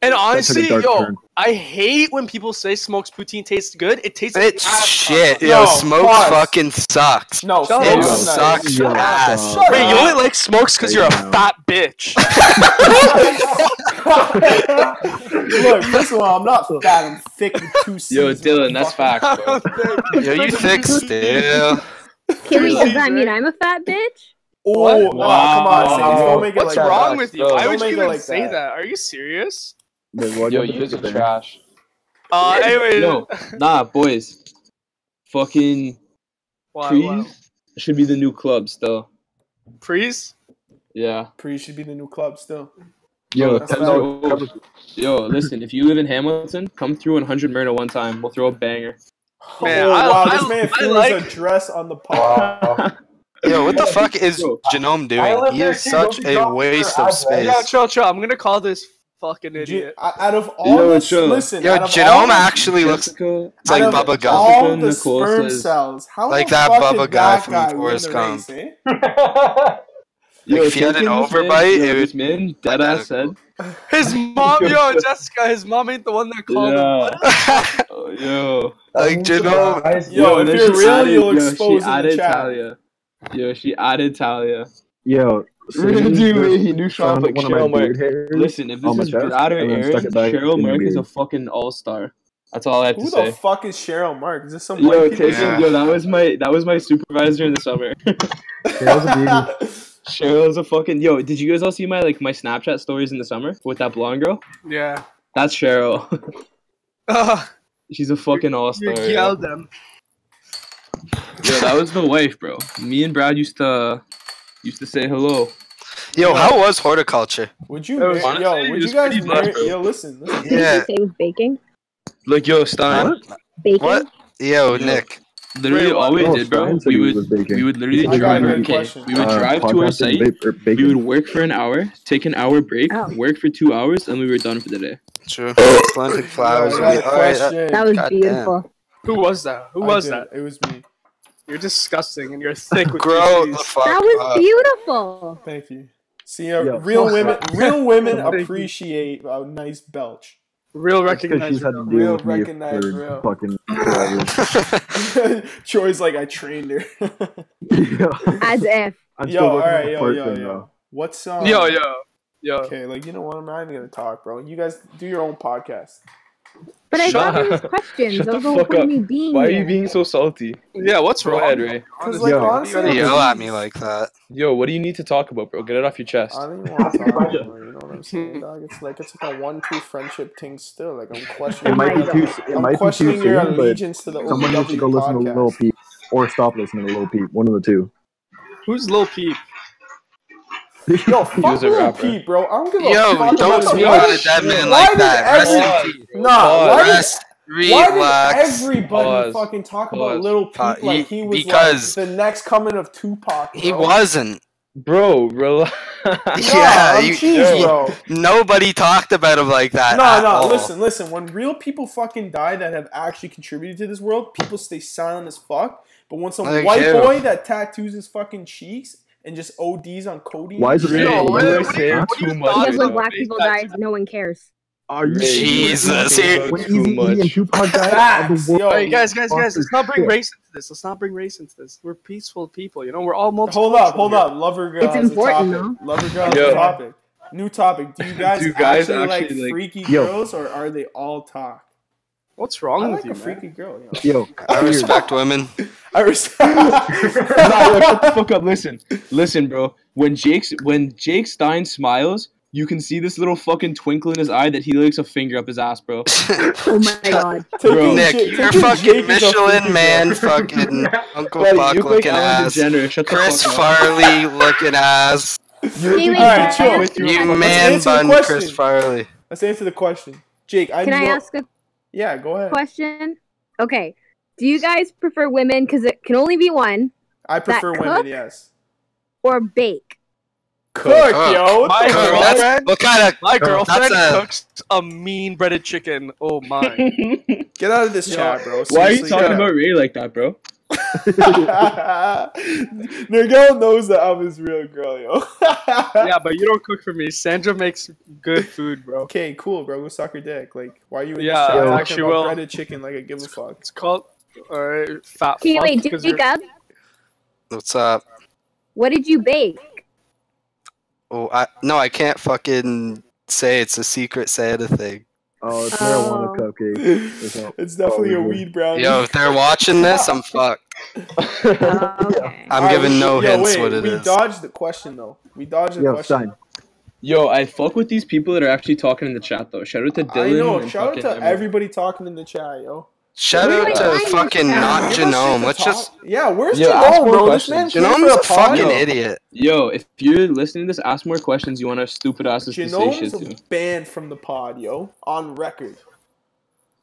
[SPEAKER 8] and
[SPEAKER 3] that took
[SPEAKER 8] honestly,
[SPEAKER 3] a dark
[SPEAKER 8] yo,
[SPEAKER 3] turn.
[SPEAKER 8] I hate when people say smoked poutine tastes good. It tastes like
[SPEAKER 4] It's
[SPEAKER 8] ass.
[SPEAKER 4] shit.
[SPEAKER 2] Yo,
[SPEAKER 4] Yo, smoke
[SPEAKER 2] pause.
[SPEAKER 4] fucking sucks.
[SPEAKER 2] No,
[SPEAKER 8] Shut
[SPEAKER 2] Sam,
[SPEAKER 4] It
[SPEAKER 8] up.
[SPEAKER 2] I'm not-
[SPEAKER 4] sucks
[SPEAKER 3] Yo,
[SPEAKER 4] ass.
[SPEAKER 3] shut
[SPEAKER 8] Wait, you
[SPEAKER 2] up.
[SPEAKER 8] only like smokes because you're a
[SPEAKER 3] There you go.
[SPEAKER 8] fat bitch.
[SPEAKER 2] Look, first of all, I'm not fat. I'm thick with two C's.
[SPEAKER 5] Yo, Dylan, that's facts, bro.
[SPEAKER 4] Yo, you thick still.
[SPEAKER 7] Okay, wait, does
[SPEAKER 8] Jesus.
[SPEAKER 7] that mean I'm a fat bitch?
[SPEAKER 2] Oh,
[SPEAKER 8] What?
[SPEAKER 2] oh, come on, Sam. Don't make it
[SPEAKER 8] What's
[SPEAKER 2] like that.
[SPEAKER 8] wrong with you?
[SPEAKER 5] Bro,
[SPEAKER 8] Why
[SPEAKER 2] don't
[SPEAKER 8] would you
[SPEAKER 2] make it
[SPEAKER 8] even
[SPEAKER 2] like
[SPEAKER 8] say
[SPEAKER 2] that.
[SPEAKER 8] that. Are you serious?
[SPEAKER 3] Then why'd
[SPEAKER 5] Yo,
[SPEAKER 3] have to
[SPEAKER 5] you guys
[SPEAKER 3] put
[SPEAKER 5] are
[SPEAKER 3] it there?
[SPEAKER 5] trash.
[SPEAKER 8] Uh, anyway,
[SPEAKER 5] No, nah, boys. Fucking
[SPEAKER 8] wow,
[SPEAKER 5] trees
[SPEAKER 8] wow.
[SPEAKER 5] should be the new club still.
[SPEAKER 8] Prees?
[SPEAKER 5] Yeah.
[SPEAKER 2] Pre should be the new club still.
[SPEAKER 5] Yo,
[SPEAKER 2] that's
[SPEAKER 5] come through- yo, listen, if you live in Hamilton, come through on 100 Myrtle one time. We'll throw a banger.
[SPEAKER 8] Man,
[SPEAKER 2] oh,
[SPEAKER 8] I-
[SPEAKER 2] wow,
[SPEAKER 8] I-
[SPEAKER 2] this
[SPEAKER 8] I
[SPEAKER 2] man threw
[SPEAKER 8] like-
[SPEAKER 2] his address on the pod.
[SPEAKER 4] Yo, what the fuck is
[SPEAKER 5] Yo,
[SPEAKER 4] Janome
[SPEAKER 6] I live
[SPEAKER 4] doing? He
[SPEAKER 6] there
[SPEAKER 4] is
[SPEAKER 6] too, don't
[SPEAKER 4] such
[SPEAKER 6] be
[SPEAKER 4] a
[SPEAKER 6] dropping
[SPEAKER 4] waste
[SPEAKER 6] your
[SPEAKER 4] of
[SPEAKER 6] address.
[SPEAKER 4] space.
[SPEAKER 8] Yo, chill, chill. I'm gonna call this fucking
[SPEAKER 2] G-
[SPEAKER 8] idiot.
[SPEAKER 2] out of all
[SPEAKER 5] Yo,
[SPEAKER 2] the s-
[SPEAKER 5] chill.
[SPEAKER 2] listen,
[SPEAKER 4] Yo,
[SPEAKER 2] out of all
[SPEAKER 4] Janome
[SPEAKER 2] the-
[SPEAKER 4] actually looks
[SPEAKER 5] Jessica,
[SPEAKER 4] It's like
[SPEAKER 2] out of
[SPEAKER 4] Bubba Gump.
[SPEAKER 2] All the
[SPEAKER 5] Jessica Nicole
[SPEAKER 2] sperm
[SPEAKER 5] says-
[SPEAKER 2] cells. How
[SPEAKER 4] Like
[SPEAKER 2] the
[SPEAKER 4] that
[SPEAKER 2] fuck
[SPEAKER 4] Bubba
[SPEAKER 2] did
[SPEAKER 4] guy
[SPEAKER 2] that
[SPEAKER 4] from
[SPEAKER 2] guy win
[SPEAKER 4] Forrest
[SPEAKER 2] the
[SPEAKER 4] Gump.
[SPEAKER 2] race, eh?
[SPEAKER 4] Like, if he had an
[SPEAKER 5] thinking this
[SPEAKER 4] overbite,
[SPEAKER 5] man,
[SPEAKER 4] it
[SPEAKER 5] this man dead ass said,
[SPEAKER 8] His mom, yo, Jessica, his mom ain't the one that called him.
[SPEAKER 5] yeah,
[SPEAKER 4] like
[SPEAKER 5] oh, yo,
[SPEAKER 4] Janome.
[SPEAKER 2] Yo, if
[SPEAKER 5] then
[SPEAKER 2] you're
[SPEAKER 5] she
[SPEAKER 2] real, you'll
[SPEAKER 5] yo, she
[SPEAKER 2] expose in the
[SPEAKER 5] added
[SPEAKER 2] chat.
[SPEAKER 5] Talia. Yo, she added Talia.
[SPEAKER 3] Yo, so you
[SPEAKER 5] Dude,
[SPEAKER 3] just
[SPEAKER 5] he knew
[SPEAKER 3] found
[SPEAKER 5] Sean like
[SPEAKER 3] one of my
[SPEAKER 5] Cheryl
[SPEAKER 3] beard
[SPEAKER 5] Merrick.
[SPEAKER 3] hairs
[SPEAKER 5] Listen, if this
[SPEAKER 3] on Oh my
[SPEAKER 5] is
[SPEAKER 3] chest
[SPEAKER 5] without her
[SPEAKER 3] and then stuck
[SPEAKER 5] Aaron,
[SPEAKER 3] it back
[SPEAKER 5] Cheryl
[SPEAKER 3] in the
[SPEAKER 5] Merrick is a
[SPEAKER 3] beard.
[SPEAKER 5] fucking all star. That's all I have to
[SPEAKER 2] Who the
[SPEAKER 5] say.
[SPEAKER 2] fuck is Cheryl Mark? Is this some
[SPEAKER 5] Yo,
[SPEAKER 2] white
[SPEAKER 5] taking,
[SPEAKER 2] people?
[SPEAKER 4] taking- Yeah.
[SPEAKER 5] yo, that was my that was my supervisor in the summer. Cheryl's a fucking yo. Did you guys all see my like my Snapchat stories in the summer with that blonde girl?
[SPEAKER 8] Yeah.
[SPEAKER 5] That's Cheryl.
[SPEAKER 8] Uh,
[SPEAKER 5] She's a fucking all
[SPEAKER 8] you
[SPEAKER 5] star. Yo.
[SPEAKER 8] yelled them.
[SPEAKER 5] Yo, that was the wife, bro. Me and Brad used to used to say hello.
[SPEAKER 4] Yo, how was horticulture?
[SPEAKER 2] Would you,
[SPEAKER 5] It was
[SPEAKER 2] mar-
[SPEAKER 5] honestly,
[SPEAKER 2] yo?
[SPEAKER 5] it
[SPEAKER 2] Would you
[SPEAKER 5] was
[SPEAKER 2] guys
[SPEAKER 5] pretty much,
[SPEAKER 2] marry?
[SPEAKER 5] bro.
[SPEAKER 2] Yo, listen, listen.
[SPEAKER 7] Did you say with baking?
[SPEAKER 5] Like yo, Stein.
[SPEAKER 7] Baking?
[SPEAKER 4] What? Yo, Nick.
[SPEAKER 5] Literally,
[SPEAKER 8] Wait,
[SPEAKER 5] all we
[SPEAKER 3] what?
[SPEAKER 5] did, bro,
[SPEAKER 3] Oh, Stein said
[SPEAKER 5] we
[SPEAKER 3] he
[SPEAKER 5] would
[SPEAKER 3] was baking.
[SPEAKER 5] we would literally
[SPEAKER 2] I got
[SPEAKER 5] drive.
[SPEAKER 2] another
[SPEAKER 5] Okay,
[SPEAKER 2] question.
[SPEAKER 5] we would
[SPEAKER 3] Uh,
[SPEAKER 5] drive to our
[SPEAKER 3] podcasting
[SPEAKER 5] site.
[SPEAKER 3] vape or
[SPEAKER 5] We
[SPEAKER 3] bacon?
[SPEAKER 5] would work for an hour, take an hour break,
[SPEAKER 7] Oh.
[SPEAKER 5] work for two hours, and we were done for the day.
[SPEAKER 4] True. Slanted flowers.
[SPEAKER 2] Yo, I got a
[SPEAKER 4] Alright, that-
[SPEAKER 2] question.
[SPEAKER 7] That was
[SPEAKER 4] Goddamn.
[SPEAKER 7] beautiful.
[SPEAKER 8] Who was that? Who
[SPEAKER 2] I
[SPEAKER 8] was
[SPEAKER 2] did.
[SPEAKER 8] that?
[SPEAKER 2] It was me.
[SPEAKER 8] You're disgusting and you're thick with
[SPEAKER 4] uh, Grow
[SPEAKER 8] these
[SPEAKER 4] the
[SPEAKER 8] teeth.
[SPEAKER 4] fuck
[SPEAKER 7] That was
[SPEAKER 4] up.
[SPEAKER 7] beautiful.
[SPEAKER 2] Thank you. See, uh,
[SPEAKER 3] Yo,
[SPEAKER 2] real
[SPEAKER 3] fuck
[SPEAKER 2] women,
[SPEAKER 3] that.
[SPEAKER 2] real women
[SPEAKER 8] Thank you.
[SPEAKER 2] appreciate a nice belch.
[SPEAKER 8] Real
[SPEAKER 3] That's 'cause
[SPEAKER 8] recognition.
[SPEAKER 3] she's had to deal
[SPEAKER 2] Real
[SPEAKER 3] with me
[SPEAKER 2] recognized
[SPEAKER 3] for
[SPEAKER 2] real.
[SPEAKER 3] fucking forever.
[SPEAKER 2] Troy's like, I trained her.
[SPEAKER 3] Yeah.
[SPEAKER 7] As if.
[SPEAKER 3] I'm
[SPEAKER 2] yo,
[SPEAKER 3] still
[SPEAKER 2] all
[SPEAKER 3] working on
[SPEAKER 2] right,
[SPEAKER 3] the
[SPEAKER 2] yo,
[SPEAKER 3] fart
[SPEAKER 2] yo,
[SPEAKER 3] thing,
[SPEAKER 2] yo.
[SPEAKER 3] though.
[SPEAKER 2] What's um?
[SPEAKER 8] Yo, yo, yo.
[SPEAKER 2] Okay, like you know what? I'm not even gonna talk, bro. You guys do your own podcast.
[SPEAKER 7] But I
[SPEAKER 5] Shut
[SPEAKER 7] got these
[SPEAKER 5] up.
[SPEAKER 7] questions.
[SPEAKER 5] Shut
[SPEAKER 7] That was
[SPEAKER 5] the
[SPEAKER 7] the whole
[SPEAKER 5] fuck
[SPEAKER 7] point
[SPEAKER 5] up.
[SPEAKER 7] of me being
[SPEAKER 5] Why are
[SPEAKER 7] here.
[SPEAKER 5] you being so salty?
[SPEAKER 8] Yeah, what's
[SPEAKER 5] Go
[SPEAKER 8] wrong?
[SPEAKER 5] ahead, Ray.
[SPEAKER 2] Cause like
[SPEAKER 3] Yo.
[SPEAKER 2] honestly, I
[SPEAKER 4] You
[SPEAKER 2] don't
[SPEAKER 4] yell at
[SPEAKER 2] really-
[SPEAKER 4] me like that.
[SPEAKER 5] Yo, what do you need to talk about, bro? Get it off your chest.
[SPEAKER 2] I don't even want to talk anymore. You know what I'm saying, dog? It's like it's like a one-two friendship thing still. Like I'm questioning.
[SPEAKER 3] It might be too. It
[SPEAKER 2] I'm
[SPEAKER 3] might be too
[SPEAKER 2] questioning your
[SPEAKER 3] soon, but
[SPEAKER 2] allegiance to the
[SPEAKER 3] someone needs to go listen to Lil Peep or stop listening to Lil Peep. One of the two.
[SPEAKER 8] Who's Lil Peep?
[SPEAKER 2] Yo, fuck
[SPEAKER 5] was a
[SPEAKER 2] Lil
[SPEAKER 5] rapper.
[SPEAKER 2] Peep, bro. I don't give a fuck
[SPEAKER 4] Yo,
[SPEAKER 2] about
[SPEAKER 4] don't
[SPEAKER 2] his
[SPEAKER 4] speak
[SPEAKER 2] life.
[SPEAKER 4] on a dead man
[SPEAKER 2] Why
[SPEAKER 4] like
[SPEAKER 2] did
[SPEAKER 4] that. Rest in
[SPEAKER 2] everyone-
[SPEAKER 4] peace.
[SPEAKER 2] Nah,
[SPEAKER 5] Pause.
[SPEAKER 2] why did
[SPEAKER 4] Rest,
[SPEAKER 2] Why did
[SPEAKER 4] relax.
[SPEAKER 2] everybody
[SPEAKER 5] Pause.
[SPEAKER 2] fucking talk about
[SPEAKER 5] Pause.
[SPEAKER 2] Little
[SPEAKER 4] Pa-
[SPEAKER 2] Peep like
[SPEAKER 4] he-
[SPEAKER 2] he was
[SPEAKER 4] because-
[SPEAKER 2] like the next coming of Tupac? Bro.
[SPEAKER 4] He wasn't.
[SPEAKER 5] Bro, relax.
[SPEAKER 2] Nah,
[SPEAKER 4] Yeah,
[SPEAKER 2] I'm
[SPEAKER 4] you-
[SPEAKER 2] cheese,
[SPEAKER 4] you-
[SPEAKER 2] bro.
[SPEAKER 4] Nobody talked about him like that.
[SPEAKER 2] No,
[SPEAKER 4] at
[SPEAKER 2] no.
[SPEAKER 4] all.
[SPEAKER 2] Listen, listen. When real people fucking die that have actually contributed to this world, people stay silent as fuck. But when some
[SPEAKER 4] Like
[SPEAKER 2] white
[SPEAKER 4] you.
[SPEAKER 2] boy that tattoos his fucking cheeks and just ODs on codeine,
[SPEAKER 3] Why is it
[SPEAKER 5] Ray,
[SPEAKER 3] Yo,
[SPEAKER 5] you
[SPEAKER 3] what-
[SPEAKER 5] are
[SPEAKER 3] what
[SPEAKER 5] saying
[SPEAKER 8] what
[SPEAKER 5] too
[SPEAKER 8] you
[SPEAKER 5] much.
[SPEAKER 8] thought
[SPEAKER 7] Because
[SPEAKER 8] was
[SPEAKER 7] when
[SPEAKER 5] right
[SPEAKER 8] like-
[SPEAKER 5] now.
[SPEAKER 7] black people die, no one cares.
[SPEAKER 3] Are you
[SPEAKER 5] Ray, you are
[SPEAKER 4] Jesus,
[SPEAKER 5] saying
[SPEAKER 4] here-
[SPEAKER 3] When
[SPEAKER 5] too
[SPEAKER 3] Easy E and
[SPEAKER 5] much.
[SPEAKER 3] Tupac died,
[SPEAKER 2] Facts,
[SPEAKER 3] the world.
[SPEAKER 2] yo.
[SPEAKER 8] Hey guys, guys,
[SPEAKER 3] fuck
[SPEAKER 8] guys! Let's
[SPEAKER 3] this
[SPEAKER 8] not bring
[SPEAKER 3] shit.
[SPEAKER 8] race into this. Let's not bring race into this. We're peaceful people, you know. We're all multi.
[SPEAKER 2] Hold up, hold up. Lover girl.
[SPEAKER 7] It's
[SPEAKER 2] has a
[SPEAKER 7] important,
[SPEAKER 2] topic. Lover girl. has
[SPEAKER 5] Yo.
[SPEAKER 2] a topic. New topic. Do you guys,
[SPEAKER 5] Do guys
[SPEAKER 2] actually,
[SPEAKER 5] actually
[SPEAKER 2] like,
[SPEAKER 5] like-
[SPEAKER 2] freaky
[SPEAKER 3] Yo.
[SPEAKER 2] girls or are they all talk?
[SPEAKER 8] What's
[SPEAKER 2] I
[SPEAKER 8] wrong with
[SPEAKER 2] like
[SPEAKER 8] you,
[SPEAKER 2] a
[SPEAKER 8] man?
[SPEAKER 2] freaky girl. Yo.
[SPEAKER 3] Yo,
[SPEAKER 4] I respect women.
[SPEAKER 2] I res-
[SPEAKER 5] Nah, yo, shut the fuck up. Listen, listen, bro. When Jake's when Jake Stein smiles, you can see this little fucking twinkle in his eye that he licks a finger up his ass, bro.
[SPEAKER 7] Oh my god.
[SPEAKER 2] Taking
[SPEAKER 4] Nick,
[SPEAKER 2] shit-
[SPEAKER 4] you're
[SPEAKER 2] taking
[SPEAKER 4] fucking
[SPEAKER 2] Jake is a freaky
[SPEAKER 4] Michelin
[SPEAKER 2] girl.
[SPEAKER 4] man, fucking Uncle
[SPEAKER 5] Buddy,
[SPEAKER 4] Buck
[SPEAKER 5] you look like
[SPEAKER 4] looking
[SPEAKER 5] Ellen
[SPEAKER 4] ass,
[SPEAKER 5] DeGeneres. Shut the
[SPEAKER 4] Chris
[SPEAKER 5] fuck up.
[SPEAKER 4] Farley looking ass,
[SPEAKER 7] Okay, wait,
[SPEAKER 2] All right,
[SPEAKER 7] can I
[SPEAKER 2] chill.
[SPEAKER 7] ask
[SPEAKER 2] You
[SPEAKER 7] a
[SPEAKER 4] you
[SPEAKER 7] question?
[SPEAKER 4] man
[SPEAKER 2] answer the
[SPEAKER 4] bun,
[SPEAKER 2] question.
[SPEAKER 4] Chris Farley.
[SPEAKER 2] Let's answer the question. Jake, I
[SPEAKER 7] Can I
[SPEAKER 2] know-
[SPEAKER 7] ask a
[SPEAKER 2] Yeah, go ahead.
[SPEAKER 7] question? Okay. Do you guys prefer women because it can only be one
[SPEAKER 2] I prefer
[SPEAKER 7] that
[SPEAKER 2] women,
[SPEAKER 7] cook?
[SPEAKER 2] yes.
[SPEAKER 7] or bake?
[SPEAKER 2] Cook,
[SPEAKER 8] My
[SPEAKER 2] yo. what the
[SPEAKER 4] Cook,
[SPEAKER 8] girl-
[SPEAKER 2] fuck?
[SPEAKER 4] that's, what kind of?
[SPEAKER 8] My girlfriend
[SPEAKER 4] That's a-
[SPEAKER 8] cooks a mean breaded chicken. Oh my!
[SPEAKER 2] Get out of this Yo, chat, bro.
[SPEAKER 5] Why are you
[SPEAKER 2] Seriously,
[SPEAKER 5] talking
[SPEAKER 2] yeah.
[SPEAKER 5] about Ray like that, bro?
[SPEAKER 2] Miguel knows that I'm his real girl, yo.
[SPEAKER 8] yeah, but you don't cook for me. Sandra makes good food, bro.
[SPEAKER 2] Okay, cool, bro. Go suck her dick. Like, why are you in
[SPEAKER 8] Yeah,
[SPEAKER 2] this chat
[SPEAKER 8] yo.
[SPEAKER 2] talking
[SPEAKER 8] She
[SPEAKER 2] about
[SPEAKER 8] will.
[SPEAKER 2] breaded chicken like I give a fuck?
[SPEAKER 8] It's called all right, fat.
[SPEAKER 7] Okay,
[SPEAKER 8] fuck,
[SPEAKER 7] wait,
[SPEAKER 8] 'cause you're-
[SPEAKER 7] Jacob,
[SPEAKER 4] What's up?
[SPEAKER 7] what did you bake?
[SPEAKER 4] Oh, I no, I can't fucking say it's a secret Santa thing.
[SPEAKER 3] oh, it's marijuana
[SPEAKER 7] Oh.
[SPEAKER 3] cupcake.
[SPEAKER 2] it's definitely a
[SPEAKER 3] Probably.
[SPEAKER 2] weed brownie.
[SPEAKER 4] Yo, if they're watching this, I'm fucked.
[SPEAKER 7] Okay.
[SPEAKER 4] I'm
[SPEAKER 2] All right,
[SPEAKER 4] giving
[SPEAKER 2] we-
[SPEAKER 4] no
[SPEAKER 2] yo,
[SPEAKER 4] hints
[SPEAKER 2] wait,
[SPEAKER 4] what it
[SPEAKER 2] we
[SPEAKER 4] is.
[SPEAKER 2] dodged the question though. We dodged the
[SPEAKER 3] Yo,
[SPEAKER 2] question.
[SPEAKER 3] Stein.
[SPEAKER 5] Yo, I fuck with these people that are actually talking in the chat though. Shout out to
[SPEAKER 2] I
[SPEAKER 5] Dylan.
[SPEAKER 2] know.
[SPEAKER 5] and
[SPEAKER 2] Shout out
[SPEAKER 5] fucking
[SPEAKER 2] to
[SPEAKER 5] Emma.
[SPEAKER 2] everybody talking in the chat, yo.
[SPEAKER 4] Shout
[SPEAKER 7] Wait,
[SPEAKER 4] out
[SPEAKER 7] wait, why
[SPEAKER 4] to
[SPEAKER 7] is
[SPEAKER 4] fucking
[SPEAKER 7] that?
[SPEAKER 4] not
[SPEAKER 2] Give us shit
[SPEAKER 4] Genome.
[SPEAKER 2] to
[SPEAKER 4] Let's
[SPEAKER 2] talk-
[SPEAKER 4] just
[SPEAKER 2] yeah. Where's
[SPEAKER 5] Yeah, ask
[SPEAKER 2] Genome,
[SPEAKER 5] more
[SPEAKER 2] bro?
[SPEAKER 5] questions.
[SPEAKER 2] This man came
[SPEAKER 4] Genome's
[SPEAKER 2] for
[SPEAKER 4] a fucking
[SPEAKER 2] pod.
[SPEAKER 4] idiot.
[SPEAKER 5] Yo, if you're listening to this, ask more questions. You want our stupid asses to say shit to.
[SPEAKER 2] Genome's banned from the pod, yo, on record.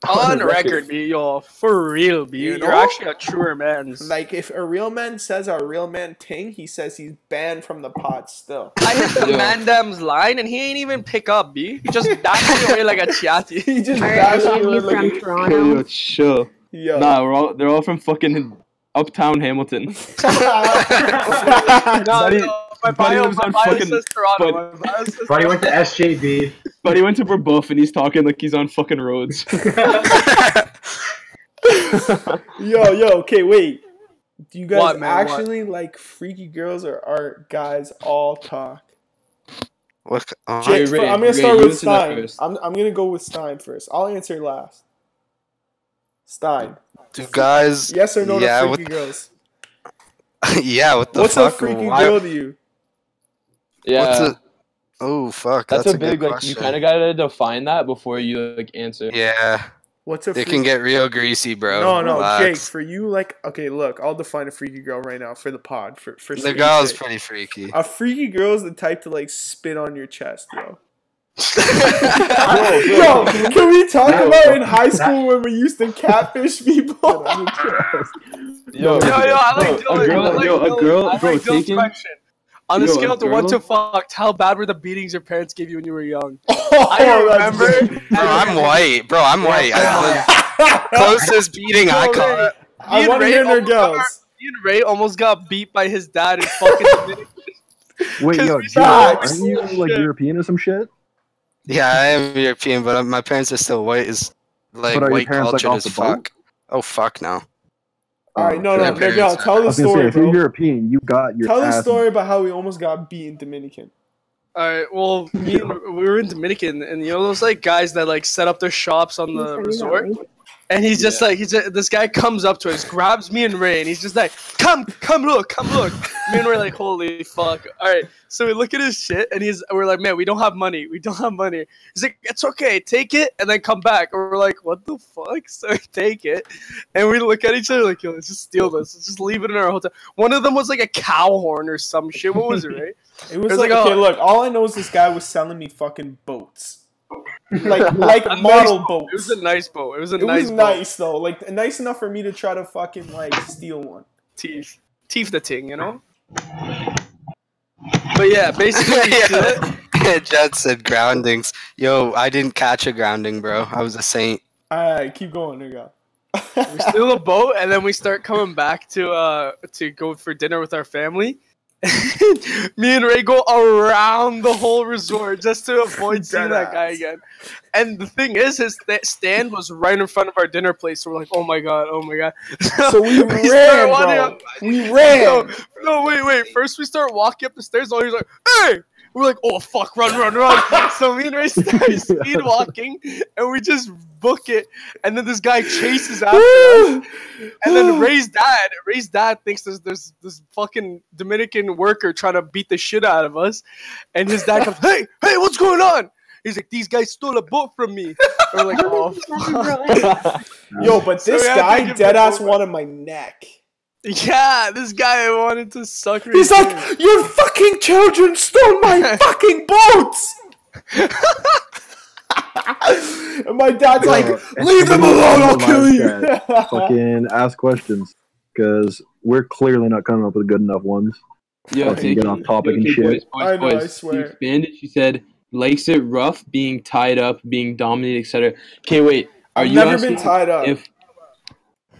[SPEAKER 8] on record, B, yo, for real, B.
[SPEAKER 2] You
[SPEAKER 8] You are
[SPEAKER 2] know?
[SPEAKER 8] actually a truer man.
[SPEAKER 2] Like, if a real man says a real man ting, he says he's banned from the pod still.
[SPEAKER 8] I hit the
[SPEAKER 5] Yo.
[SPEAKER 8] Mandam's line and he ain't even pick up, B. He just dashed me away like a chiati.
[SPEAKER 2] he just
[SPEAKER 7] Are any
[SPEAKER 2] dashed
[SPEAKER 7] of
[SPEAKER 2] me
[SPEAKER 7] you
[SPEAKER 2] like
[SPEAKER 7] from
[SPEAKER 2] a,
[SPEAKER 5] Yo, yo,
[SPEAKER 7] Toronto?
[SPEAKER 5] chill.
[SPEAKER 2] yo.
[SPEAKER 5] Nah, we're all they're all from fucking uptown Hamilton.
[SPEAKER 8] No, no, my
[SPEAKER 5] Buddy- Buddy
[SPEAKER 8] bio,
[SPEAKER 5] was
[SPEAKER 8] my
[SPEAKER 5] on
[SPEAKER 8] bio
[SPEAKER 5] fucking-
[SPEAKER 8] says Toronto.
[SPEAKER 5] Bud-
[SPEAKER 8] my bio says
[SPEAKER 6] Buddy went to SJB.
[SPEAKER 5] But he went to Brebeuf and he's talking like he's on fucking roads.
[SPEAKER 2] yo, yo, okay, wait. Do you guys
[SPEAKER 8] What, man, what?
[SPEAKER 2] actually like freaky girls or are guys all talk?
[SPEAKER 4] What? c- oh,
[SPEAKER 5] Jay-
[SPEAKER 2] Jake,
[SPEAKER 5] Ray,
[SPEAKER 2] I'm
[SPEAKER 5] Ray,
[SPEAKER 2] gonna start
[SPEAKER 5] you
[SPEAKER 2] with
[SPEAKER 5] answer that
[SPEAKER 2] Stein.
[SPEAKER 5] first.
[SPEAKER 2] I'm, I'm gonna go with Stein first. I'll answer last. Stein.
[SPEAKER 4] do guys?
[SPEAKER 2] Yes or no
[SPEAKER 4] Yeah,
[SPEAKER 2] to
[SPEAKER 4] what,
[SPEAKER 2] freaky girls?
[SPEAKER 4] yeah. What the
[SPEAKER 2] What's
[SPEAKER 4] fuck?
[SPEAKER 2] a freaky
[SPEAKER 4] Why-
[SPEAKER 2] girl to you?
[SPEAKER 5] yeah.
[SPEAKER 4] What's a, oh fuck,
[SPEAKER 5] that's,
[SPEAKER 4] that's,
[SPEAKER 5] a big
[SPEAKER 4] good
[SPEAKER 5] like you
[SPEAKER 4] question.
[SPEAKER 5] kinda gotta define that before you like answer.
[SPEAKER 4] Yeah,
[SPEAKER 2] What's a
[SPEAKER 4] it
[SPEAKER 2] freaky
[SPEAKER 4] can get real greasy, bro.
[SPEAKER 2] No, no, Jake.
[SPEAKER 4] Relax.
[SPEAKER 2] For you, like, okay, look, I'll define a freaky girl right now for the pod. For for
[SPEAKER 4] The
[SPEAKER 2] speed's
[SPEAKER 4] girl's
[SPEAKER 2] sake.
[SPEAKER 4] pretty freaky.
[SPEAKER 2] A freaky girl's the type to like spit on your chest, yo.
[SPEAKER 4] Yo,
[SPEAKER 2] Yo, can we talk
[SPEAKER 6] No.
[SPEAKER 2] about in high school when we used to catfish people?
[SPEAKER 5] Yo,
[SPEAKER 8] Yo, yo, I like
[SPEAKER 5] Bro,
[SPEAKER 8] Dylan.
[SPEAKER 5] a girl,
[SPEAKER 8] I like
[SPEAKER 5] yo,
[SPEAKER 8] Dylan.
[SPEAKER 5] a girl,
[SPEAKER 8] I like
[SPEAKER 5] bro,
[SPEAKER 8] Dylan's
[SPEAKER 5] taking.
[SPEAKER 8] question. On a
[SPEAKER 5] Yo, a
[SPEAKER 8] scale to one
[SPEAKER 5] girl-
[SPEAKER 8] to fucked, how bad were the beatings your parents gave you when you were young?
[SPEAKER 2] Oh,
[SPEAKER 8] I
[SPEAKER 2] that's
[SPEAKER 8] remember.
[SPEAKER 2] good.
[SPEAKER 4] Bro, I'm white, bro. I'm white. I, the closest beating I caught.
[SPEAKER 2] I
[SPEAKER 8] Ian
[SPEAKER 2] want to
[SPEAKER 8] Ray
[SPEAKER 2] hear their
[SPEAKER 8] almost got our-
[SPEAKER 2] girls.
[SPEAKER 8] Me and Ray almost got beat by his dad in fucking Dominican.
[SPEAKER 3] Wait, yo,
[SPEAKER 8] Cause
[SPEAKER 3] Gio,
[SPEAKER 2] facts.
[SPEAKER 3] aren't you like
[SPEAKER 8] Shit.
[SPEAKER 3] European or some shit?
[SPEAKER 4] Yeah, I am European, but uh, my parents are still white. Is like
[SPEAKER 3] But are your
[SPEAKER 4] white
[SPEAKER 3] parents, like,
[SPEAKER 4] cultured
[SPEAKER 3] off
[SPEAKER 4] as
[SPEAKER 3] the boat?
[SPEAKER 4] fuck. Oh fuck no.
[SPEAKER 2] All right, no,
[SPEAKER 4] my
[SPEAKER 2] no,
[SPEAKER 3] Okay.
[SPEAKER 2] no, no.
[SPEAKER 4] parents-
[SPEAKER 2] Tell
[SPEAKER 3] I
[SPEAKER 2] the
[SPEAKER 3] was gonna say,
[SPEAKER 2] story,
[SPEAKER 3] if you're
[SPEAKER 2] bro.
[SPEAKER 3] European, you got your
[SPEAKER 2] Tell the
[SPEAKER 3] ass
[SPEAKER 2] story about how we almost got beat in Dominican.
[SPEAKER 8] All right. Well, me and, we were in Dominican, and you know those like guys that like set up their shops on the resort. And he's just like he's just, this guy comes up to us, grabs me and Ray, and he's just like, "Come, come look, come look." me and Ray like, "Holy fuck!" All right, so we look at his shit, and he's we're like, "Man, we don't have money. We don't have money." He's like, "It's okay, take it, and then come back." And we're like, "What the fuck?" So we take it, and we look at each other like, "Yo, let's just steal this. Let's just leave it in our hotel." One of them was like a cow horn or some shit. What was it, Ray?
[SPEAKER 2] It was,
[SPEAKER 8] It was
[SPEAKER 2] like,
[SPEAKER 8] like, oh.
[SPEAKER 2] okay, look, all I know is this guy was selling me fucking boats. Like like model boats.
[SPEAKER 8] It was a nice boat. It was a
[SPEAKER 2] It
[SPEAKER 8] nice,
[SPEAKER 2] was
[SPEAKER 8] boat.
[SPEAKER 2] nice though, like nice enough for me to try to fucking like steal one.
[SPEAKER 8] teeth, teeth the ting, you know. But yeah, basically, we did it.
[SPEAKER 4] Jed said groundings. Yo, I didn't catch a grounding, bro. I was a saint.
[SPEAKER 2] Alright, keep going, nigga.
[SPEAKER 8] we steal a boat, and then we start coming back to uh to go for dinner with our family. Me and Ray go around the whole resort just to avoid seeing that guy
[SPEAKER 2] Deadass.
[SPEAKER 8] again. And the thing is, his th- stand was right in front of our dinner place. So we're like, "Oh my god, oh my god!"
[SPEAKER 2] so we
[SPEAKER 8] start
[SPEAKER 2] ran,
[SPEAKER 8] wandering
[SPEAKER 2] bro.
[SPEAKER 8] up-
[SPEAKER 2] We
[SPEAKER 8] No,
[SPEAKER 2] ran.
[SPEAKER 8] no, wait, wait. First, we start walking up the stairs. and All he's like, "Hey, We're like, oh fuck, run, run, run. so me and Ray start speed walking, and we just book it. And then this guy chases after us. And then Ray's dad, Ray's dad thinks there's there's this fucking Dominican worker trying to beat the shit out of us. And his dad comes, hey, hey, what's going on? He's like, these guys stole a boat from me. And we're like, oh
[SPEAKER 2] Yo, but
[SPEAKER 8] So
[SPEAKER 2] this
[SPEAKER 8] we had to
[SPEAKER 2] guy
[SPEAKER 8] give
[SPEAKER 2] dead
[SPEAKER 8] him
[SPEAKER 2] ass
[SPEAKER 8] over.
[SPEAKER 2] wanted my neck.
[SPEAKER 8] Yeah, this guy wanted to suck.
[SPEAKER 2] He's
[SPEAKER 8] Ray's dick.
[SPEAKER 2] like, your fucking children stole my fucking boats. and my dad's like,
[SPEAKER 3] Yeah.
[SPEAKER 2] leave them alone, I'll kill you.
[SPEAKER 3] Fucking ask questions because we're clearly not coming up with good enough ones.
[SPEAKER 5] Yo,
[SPEAKER 3] Fucking
[SPEAKER 5] take
[SPEAKER 3] get
[SPEAKER 5] it-
[SPEAKER 3] off topic
[SPEAKER 5] yo,
[SPEAKER 3] and
[SPEAKER 5] take
[SPEAKER 3] shit.
[SPEAKER 5] boys, boys,
[SPEAKER 2] I know, I
[SPEAKER 5] boys. She
[SPEAKER 2] swear.
[SPEAKER 5] expanded. She said likes it rough, being tied up, being dominated, etc. Okay, wait. Are
[SPEAKER 2] I've
[SPEAKER 5] you
[SPEAKER 2] never
[SPEAKER 5] asking
[SPEAKER 2] been tied up.
[SPEAKER 5] if?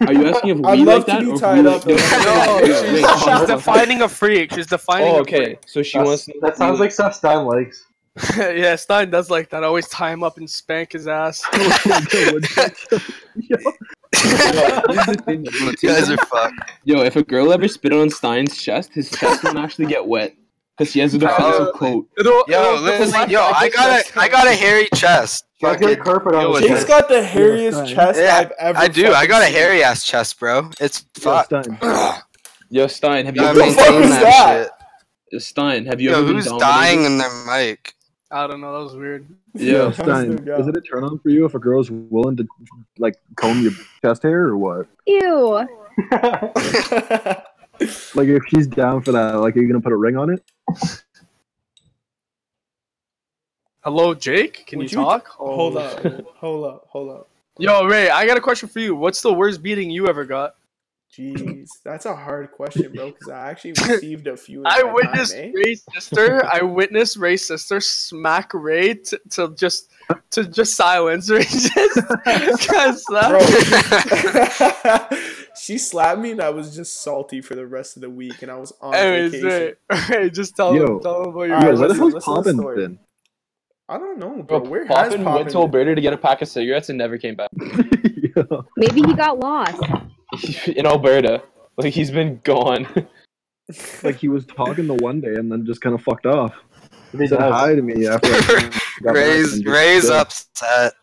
[SPEAKER 5] Are you asking if we
[SPEAKER 2] I'd
[SPEAKER 5] like
[SPEAKER 2] love
[SPEAKER 5] that
[SPEAKER 2] to
[SPEAKER 5] or
[SPEAKER 2] be
[SPEAKER 5] if
[SPEAKER 2] tied
[SPEAKER 5] we
[SPEAKER 2] up.
[SPEAKER 5] like- Yo,
[SPEAKER 8] No,
[SPEAKER 5] wait,
[SPEAKER 8] she's,
[SPEAKER 5] wait, hold on,
[SPEAKER 8] she's
[SPEAKER 5] hold on.
[SPEAKER 8] defining a freak. She's defining.
[SPEAKER 5] Oh,
[SPEAKER 8] a
[SPEAKER 5] okay. So she
[SPEAKER 6] That's-
[SPEAKER 5] wants. to know
[SPEAKER 6] That
[SPEAKER 5] if
[SPEAKER 6] sounds
[SPEAKER 5] we
[SPEAKER 6] like stuff Stein likes.
[SPEAKER 8] freak. yeah, Stein does like that. Always tie him up and spank his ass.
[SPEAKER 5] Here's the thing, though,
[SPEAKER 4] You guys
[SPEAKER 5] too.
[SPEAKER 4] are fucked.
[SPEAKER 5] Yo, if a girl ever spit on Stein's chest, his chest won't actually get wet because he has a defensive coat.
[SPEAKER 8] It'll-
[SPEAKER 4] Yo,
[SPEAKER 8] it'll-
[SPEAKER 4] listen, yo, I got a, I got a hairy chest.
[SPEAKER 6] Fuck
[SPEAKER 4] Fucking-
[SPEAKER 6] your carpet
[SPEAKER 4] Yo,
[SPEAKER 6] on his
[SPEAKER 4] it's-
[SPEAKER 2] Jake's got
[SPEAKER 6] chest.
[SPEAKER 2] the hairiest
[SPEAKER 3] Yeah,
[SPEAKER 2] chest
[SPEAKER 4] yeah,
[SPEAKER 2] I've ever
[SPEAKER 4] I do. I
[SPEAKER 2] fucking
[SPEAKER 4] got a
[SPEAKER 2] seen.
[SPEAKER 4] hairy ass chest, bro. It's fucked.
[SPEAKER 5] Yo, Stein, have you
[SPEAKER 4] Gotta
[SPEAKER 5] ever
[SPEAKER 2] the
[SPEAKER 5] been
[SPEAKER 2] fuck
[SPEAKER 5] dominated?
[SPEAKER 2] is that?
[SPEAKER 4] shit.
[SPEAKER 5] Stein, have you
[SPEAKER 4] Yo,
[SPEAKER 5] ever been
[SPEAKER 4] who's
[SPEAKER 5] dominated?
[SPEAKER 4] dying in their mic?
[SPEAKER 8] I don't know. That was weird.
[SPEAKER 5] Yeah.
[SPEAKER 2] That's
[SPEAKER 3] Stein,
[SPEAKER 2] the guy.
[SPEAKER 3] is it a turn on for you if a girl's willing to like comb your chest hair or what?
[SPEAKER 7] Ew.
[SPEAKER 3] Like if she's down for that, like are you gonna put a ring on it?
[SPEAKER 8] Hello, Jake. Can
[SPEAKER 2] Would
[SPEAKER 8] you,
[SPEAKER 2] you-
[SPEAKER 8] talk? Oh,
[SPEAKER 2] hold up, hold up, hold up.
[SPEAKER 8] Yo, Ray, I got a question for you. What's the worst beating you ever got?
[SPEAKER 2] Jeez, that's a hard question, bro. Because I actually received a few. in
[SPEAKER 8] I
[SPEAKER 2] my
[SPEAKER 8] witnessed
[SPEAKER 2] time, eh?
[SPEAKER 8] Ray's sister. I witnessed Ray's sister smack Ray t- to just to just silence Ray. Just because
[SPEAKER 2] Bro,
[SPEAKER 8] uh,
[SPEAKER 2] she slapped me and I was just salty for the rest of the week and I was on
[SPEAKER 8] anyways,
[SPEAKER 2] vacation.
[SPEAKER 8] Ray, Ray, just tell
[SPEAKER 3] Yo.
[SPEAKER 8] him tell him about your.
[SPEAKER 2] Alright,
[SPEAKER 3] Yo, what the
[SPEAKER 2] listen, listen
[SPEAKER 3] hell's
[SPEAKER 2] to the
[SPEAKER 3] poppin'
[SPEAKER 2] story.
[SPEAKER 3] then?
[SPEAKER 2] I don't know, bro.
[SPEAKER 5] Bro,
[SPEAKER 2] Where has
[SPEAKER 5] Poppin
[SPEAKER 2] Poppin
[SPEAKER 5] went to Alberta to get a pack of cigarettes and never came back.
[SPEAKER 3] Yo.
[SPEAKER 7] Maybe he got lost.
[SPEAKER 5] in Alberta. Like, he's been gone.
[SPEAKER 3] like he was talking the one day and then just kind of fucked off.
[SPEAKER 6] They
[SPEAKER 3] Said
[SPEAKER 6] die.
[SPEAKER 3] hi to me after. I got back
[SPEAKER 4] Ray's
[SPEAKER 3] and just
[SPEAKER 4] Ray's
[SPEAKER 3] did.
[SPEAKER 4] upset.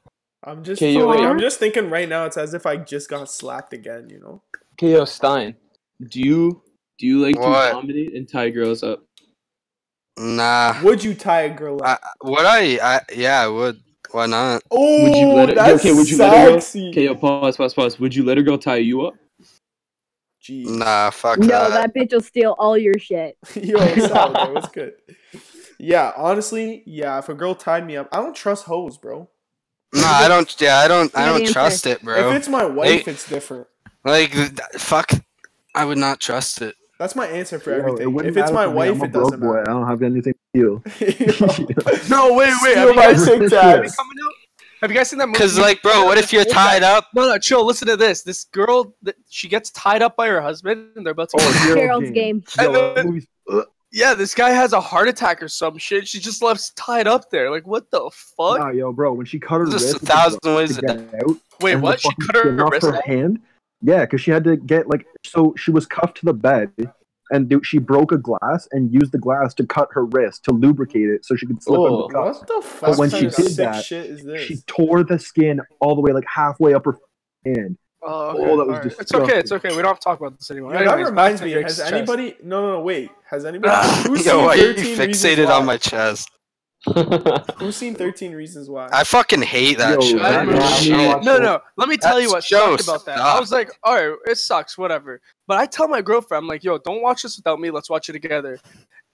[SPEAKER 2] I'm just
[SPEAKER 5] Okay, yo,
[SPEAKER 2] like,
[SPEAKER 7] wait.
[SPEAKER 2] I'm just thinking right now it's as if I just got slapped again, you know?
[SPEAKER 5] Okay, yo, Stein, do you do you like
[SPEAKER 4] What?
[SPEAKER 5] to dominate and tie girls up?
[SPEAKER 4] Nah.
[SPEAKER 2] Would you tie a girl
[SPEAKER 4] I,
[SPEAKER 2] up?
[SPEAKER 4] would I? I? Yeah, I would. Why not?
[SPEAKER 2] oh,
[SPEAKER 5] Would you let it-
[SPEAKER 2] that's
[SPEAKER 5] okay, would you let it go?
[SPEAKER 2] sexy.
[SPEAKER 5] Okay, yo, pause, pause, pause. Would you let a girl tie you up?
[SPEAKER 2] Jeez.
[SPEAKER 4] Nah, fuck
[SPEAKER 7] No, that
[SPEAKER 4] that.
[SPEAKER 7] bitch will steal all your shit.
[SPEAKER 2] Yo, solid, bro. It's good. Yeah, honestly, yeah. If a girl tied me up, I don't trust hoes, bro.
[SPEAKER 4] Nah, I don't. Yeah, I don't. I
[SPEAKER 7] Good
[SPEAKER 4] don't
[SPEAKER 7] answer.
[SPEAKER 4] trust it,
[SPEAKER 2] If
[SPEAKER 4] bro.
[SPEAKER 2] it's my wife, it's different.
[SPEAKER 4] Like, th- fuck. I would not trust it.
[SPEAKER 2] That's my answer for
[SPEAKER 3] Yo, it
[SPEAKER 2] everything.
[SPEAKER 3] wouldn't
[SPEAKER 2] if it's
[SPEAKER 3] matter
[SPEAKER 2] my
[SPEAKER 3] to me,
[SPEAKER 2] wife,
[SPEAKER 3] I'm a
[SPEAKER 2] it
[SPEAKER 3] broke
[SPEAKER 2] doesn't
[SPEAKER 3] boy.
[SPEAKER 2] matter.
[SPEAKER 3] I don't have anything to you.
[SPEAKER 8] No, wait, wait. Have
[SPEAKER 2] Steal
[SPEAKER 8] you,
[SPEAKER 2] my
[SPEAKER 8] guys,
[SPEAKER 2] Tic
[SPEAKER 8] have
[SPEAKER 2] Tacs.
[SPEAKER 8] you coming out? Have you guys seen that movie?
[SPEAKER 4] Cause, like, bro, what if you're tied up?
[SPEAKER 8] No, no, chill. Listen to this. This girl, th- she gets tied up by her husband, and they're about
[SPEAKER 7] Oh,
[SPEAKER 8] to.
[SPEAKER 7] Carol's game.
[SPEAKER 8] And
[SPEAKER 3] Yo,
[SPEAKER 8] then-
[SPEAKER 3] movies-
[SPEAKER 8] yeah, this guy has a heart attack or some shit. She just left tied up there. Like, what the fuck?
[SPEAKER 3] Nah, yo, bro, when she cut her
[SPEAKER 4] There's
[SPEAKER 3] wrist
[SPEAKER 4] a
[SPEAKER 3] with the
[SPEAKER 4] thousand
[SPEAKER 3] glove
[SPEAKER 4] ways
[SPEAKER 3] to
[SPEAKER 4] to
[SPEAKER 3] get out,
[SPEAKER 8] Wait,
[SPEAKER 3] and the
[SPEAKER 8] what? She
[SPEAKER 3] fucking
[SPEAKER 8] cut her,
[SPEAKER 3] skin
[SPEAKER 8] her
[SPEAKER 3] off
[SPEAKER 8] wrist. off?
[SPEAKER 3] hand. Yeah, because she had to get like so she was cuffed to the bed, and dude, she broke a glass and used the glass to cut her wrist to lubricate it so she could slip
[SPEAKER 5] Oh.
[SPEAKER 3] under the cuffs.
[SPEAKER 2] What the fuck?
[SPEAKER 3] when
[SPEAKER 2] kind
[SPEAKER 3] she
[SPEAKER 2] of
[SPEAKER 3] did
[SPEAKER 2] sick
[SPEAKER 3] that,
[SPEAKER 2] shit is this?
[SPEAKER 3] She tore the skin all the way like halfway up her hand.
[SPEAKER 8] Oh,
[SPEAKER 3] Oh, that was
[SPEAKER 8] alright. It's
[SPEAKER 3] disgusting.
[SPEAKER 8] okay. It's okay. We don't have to talk about this anymore.
[SPEAKER 2] Yo, that
[SPEAKER 8] Anyways,
[SPEAKER 2] reminds
[SPEAKER 8] back
[SPEAKER 2] me.
[SPEAKER 8] to Drake's
[SPEAKER 2] Has
[SPEAKER 8] chest.
[SPEAKER 2] anybody? No, no, no. Wait. Has anybody? Who's
[SPEAKER 4] Ah, Yo, why are you
[SPEAKER 2] 13 Reasons
[SPEAKER 4] fixated on
[SPEAKER 2] Why?
[SPEAKER 4] my chest?
[SPEAKER 2] Who's seen Thirteen Reasons Why?
[SPEAKER 4] I fucking hate
[SPEAKER 3] Yo,
[SPEAKER 4] that show.
[SPEAKER 8] that-
[SPEAKER 4] That
[SPEAKER 6] Yeah.
[SPEAKER 4] shit.
[SPEAKER 8] No, no. Let me tell you
[SPEAKER 4] That
[SPEAKER 8] what
[SPEAKER 4] show
[SPEAKER 8] sucked about that. I was like, all right, it sucks, whatever. But I tell my girlfriend, I'm like, yo, don't watch this without me. Let's watch it together.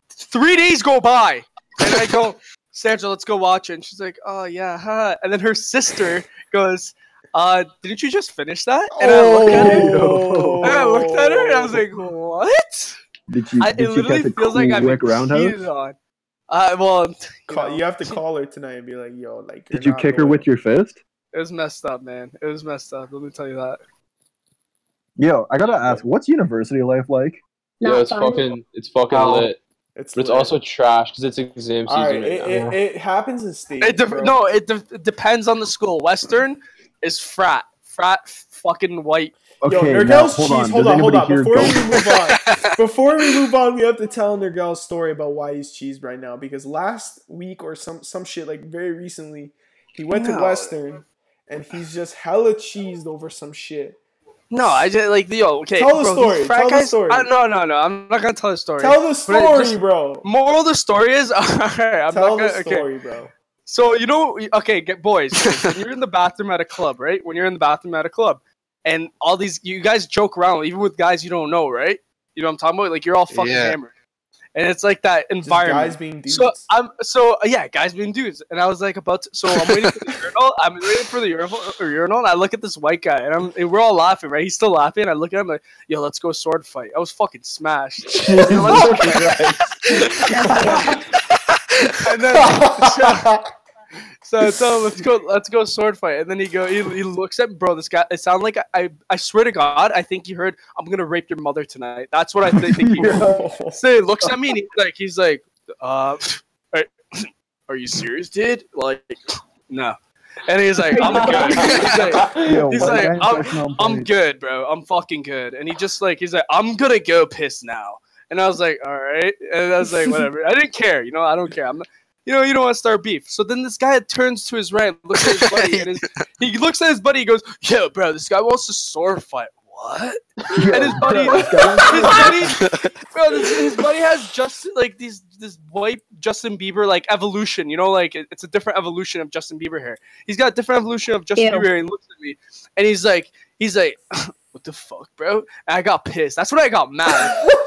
[SPEAKER 8] Three days go by, and I go, Sandra, let's go watch it. And she's like, oh yeah, huh. And then her sister goes, uh, didn't you just finish that? And I look at her.
[SPEAKER 2] Oh.
[SPEAKER 8] And I looked at her and I was like, what?
[SPEAKER 3] Did you?
[SPEAKER 8] I, it
[SPEAKER 3] did you
[SPEAKER 8] literally
[SPEAKER 3] catch a
[SPEAKER 8] feels like I'm
[SPEAKER 3] quick roundhouse?
[SPEAKER 8] cheated on. Uh, well, you
[SPEAKER 2] Call-
[SPEAKER 8] know,
[SPEAKER 2] you have to call her tonight and be like, "Yo, like."
[SPEAKER 3] Did you kick her with your fist?
[SPEAKER 8] it was messed up, man. It was messed up. Let me tell you that.
[SPEAKER 3] Yo, I gotta ask, what's university life like?
[SPEAKER 7] Not
[SPEAKER 5] yo, it's
[SPEAKER 7] fun.
[SPEAKER 5] fucking, it's fucking
[SPEAKER 6] Ow.
[SPEAKER 5] lit.
[SPEAKER 2] It's,
[SPEAKER 5] But it's
[SPEAKER 2] lit.
[SPEAKER 5] also trash because it's exam season.
[SPEAKER 2] All right,
[SPEAKER 5] right
[SPEAKER 2] it,
[SPEAKER 5] now.
[SPEAKER 2] it, it happens in stages.
[SPEAKER 8] It de-
[SPEAKER 2] bro.
[SPEAKER 8] no, it, de- it depends on the school. Western is frat. frat fucking white.
[SPEAKER 2] Yo,
[SPEAKER 3] Okay, now,
[SPEAKER 2] Nergal's
[SPEAKER 3] hold
[SPEAKER 2] cheese.
[SPEAKER 3] on.
[SPEAKER 2] Hold
[SPEAKER 3] Does
[SPEAKER 2] on, hold
[SPEAKER 3] anybody
[SPEAKER 2] on.
[SPEAKER 3] here
[SPEAKER 2] Before
[SPEAKER 3] go-
[SPEAKER 2] we move on, before we move on, we have to tell Nergal's story about why he's cheesed right now. Because last week or some some shit like very recently, he went to
[SPEAKER 8] No.
[SPEAKER 2] Western and he's just hella cheesed over some shit.
[SPEAKER 8] No, I just like yo. Okay,
[SPEAKER 2] Tell the
[SPEAKER 8] bro, these
[SPEAKER 2] story,
[SPEAKER 8] Frat
[SPEAKER 2] tell the
[SPEAKER 8] guys,
[SPEAKER 2] story.
[SPEAKER 8] I, no, no, no. I'm not gonna tell the story.
[SPEAKER 2] Tell the
[SPEAKER 8] But it
[SPEAKER 2] story,
[SPEAKER 8] just-
[SPEAKER 2] bro.
[SPEAKER 8] Moral of the story is, alright, I'm
[SPEAKER 2] Tell
[SPEAKER 8] not gonna,
[SPEAKER 2] the
[SPEAKER 8] okay.
[SPEAKER 2] story, bro.
[SPEAKER 8] So you know, okay, get boys. when you're in the bathroom at a club, right? When you're in the bathroom at a club, and all these you guys joke around, even with guys you don't know, right? You know what I'm talking about? Like you're all fucking
[SPEAKER 4] Yeah.
[SPEAKER 8] hammered, and it's like that
[SPEAKER 2] Just
[SPEAKER 8] environment.
[SPEAKER 2] guys being dudes.
[SPEAKER 8] So I'm so uh, yeah, guys being dudes, and I was like about to, so I'm waiting for the urinal. I'm waiting for the urinal, or urinal, and I look at this white guy, and I'm and we're all laughing, right? He's still laughing. I look at him like, yo, let's go sword fight. I was fucking smashed. and then, so, so I tell him let's go, let's go sword fight, and then he go, he, he looks at bro. This guy, it sounded like I, I, I swear to God, I think he heard, I'm gonna rape your mother tonight. That's what I thi- think he heard. So he looks at me and he's like, he's like, uh, are, are you serious, dude? Like, no. And he's like, I'm good. He's like,
[SPEAKER 3] Yo,
[SPEAKER 8] he's
[SPEAKER 3] what
[SPEAKER 8] like,
[SPEAKER 3] guys
[SPEAKER 8] I'm-
[SPEAKER 3] touching on
[SPEAKER 8] I'm
[SPEAKER 3] boys?
[SPEAKER 8] good, bro. I'm fucking good. And he just like, he's like, I'm gonna go piss now. And I was like, all right. And I was like, whatever. I didn't care. You know, I don't care. I'm not, you know, you don't want to start beef. So then this guy turns to his right, looks at his buddy, and his, he looks at his buddy. He goes, "Yo, bro, this guy wants to sword fight. What?" and his buddy, his buddy, bro, this, his buddy has just like these this white Justin Bieber like evolution. You know, like it- it's a different evolution of Justin Bieber hair. He's got a different evolution of Justin
[SPEAKER 7] Ew.
[SPEAKER 8] Bieber, hair, and he looks at me, and he's like, he's like, "What the fuck, bro?" And I got pissed. That's when I got mad.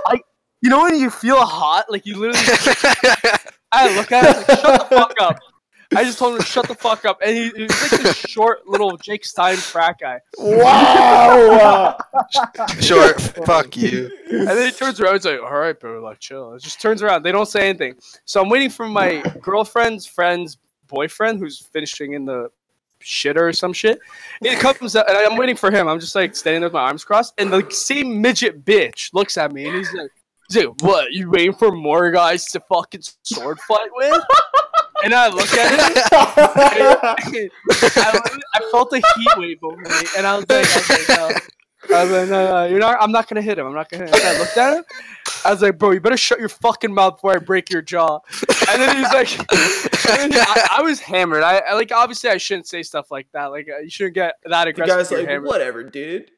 [SPEAKER 8] I, you know, when you feel hot, like you literally I look at him like, shut the fuck up. I just told him to shut the fuck up, and he, he was like this short little Jake Stein frat guy.
[SPEAKER 2] wow.
[SPEAKER 4] Sure, fuck you.
[SPEAKER 8] And then he turns around, he's like, "All right, bro, like chill." It just turns around. They don't say anything. So I'm waiting for my girlfriend's friend's boyfriend, who's finishing in the shitter or some shit. He comes up, and I'm waiting for him. I'm just like standing there with my arms crossed, and the same midget bitch looks at me, and he's like, "Dude, what? You waiting for more guys to fucking sword fight with?" And I look at him, I, I felt a heat wave over me, and I was like, I was like, no. I was like, no, no, you're not. I'm not gonna hit him. I'm not gonna hit him. I looked at him. I was like, bro, you better shut your fucking mouth before I break your jaw. And then he was like, and then I, I was hammered. I, I like obviously I shouldn't say stuff like that. Like uh, you shouldn't get that
[SPEAKER 2] The
[SPEAKER 8] aggressive.
[SPEAKER 2] guy's
[SPEAKER 8] when
[SPEAKER 2] like,
[SPEAKER 8] you're hammered.
[SPEAKER 2] whatever, dude.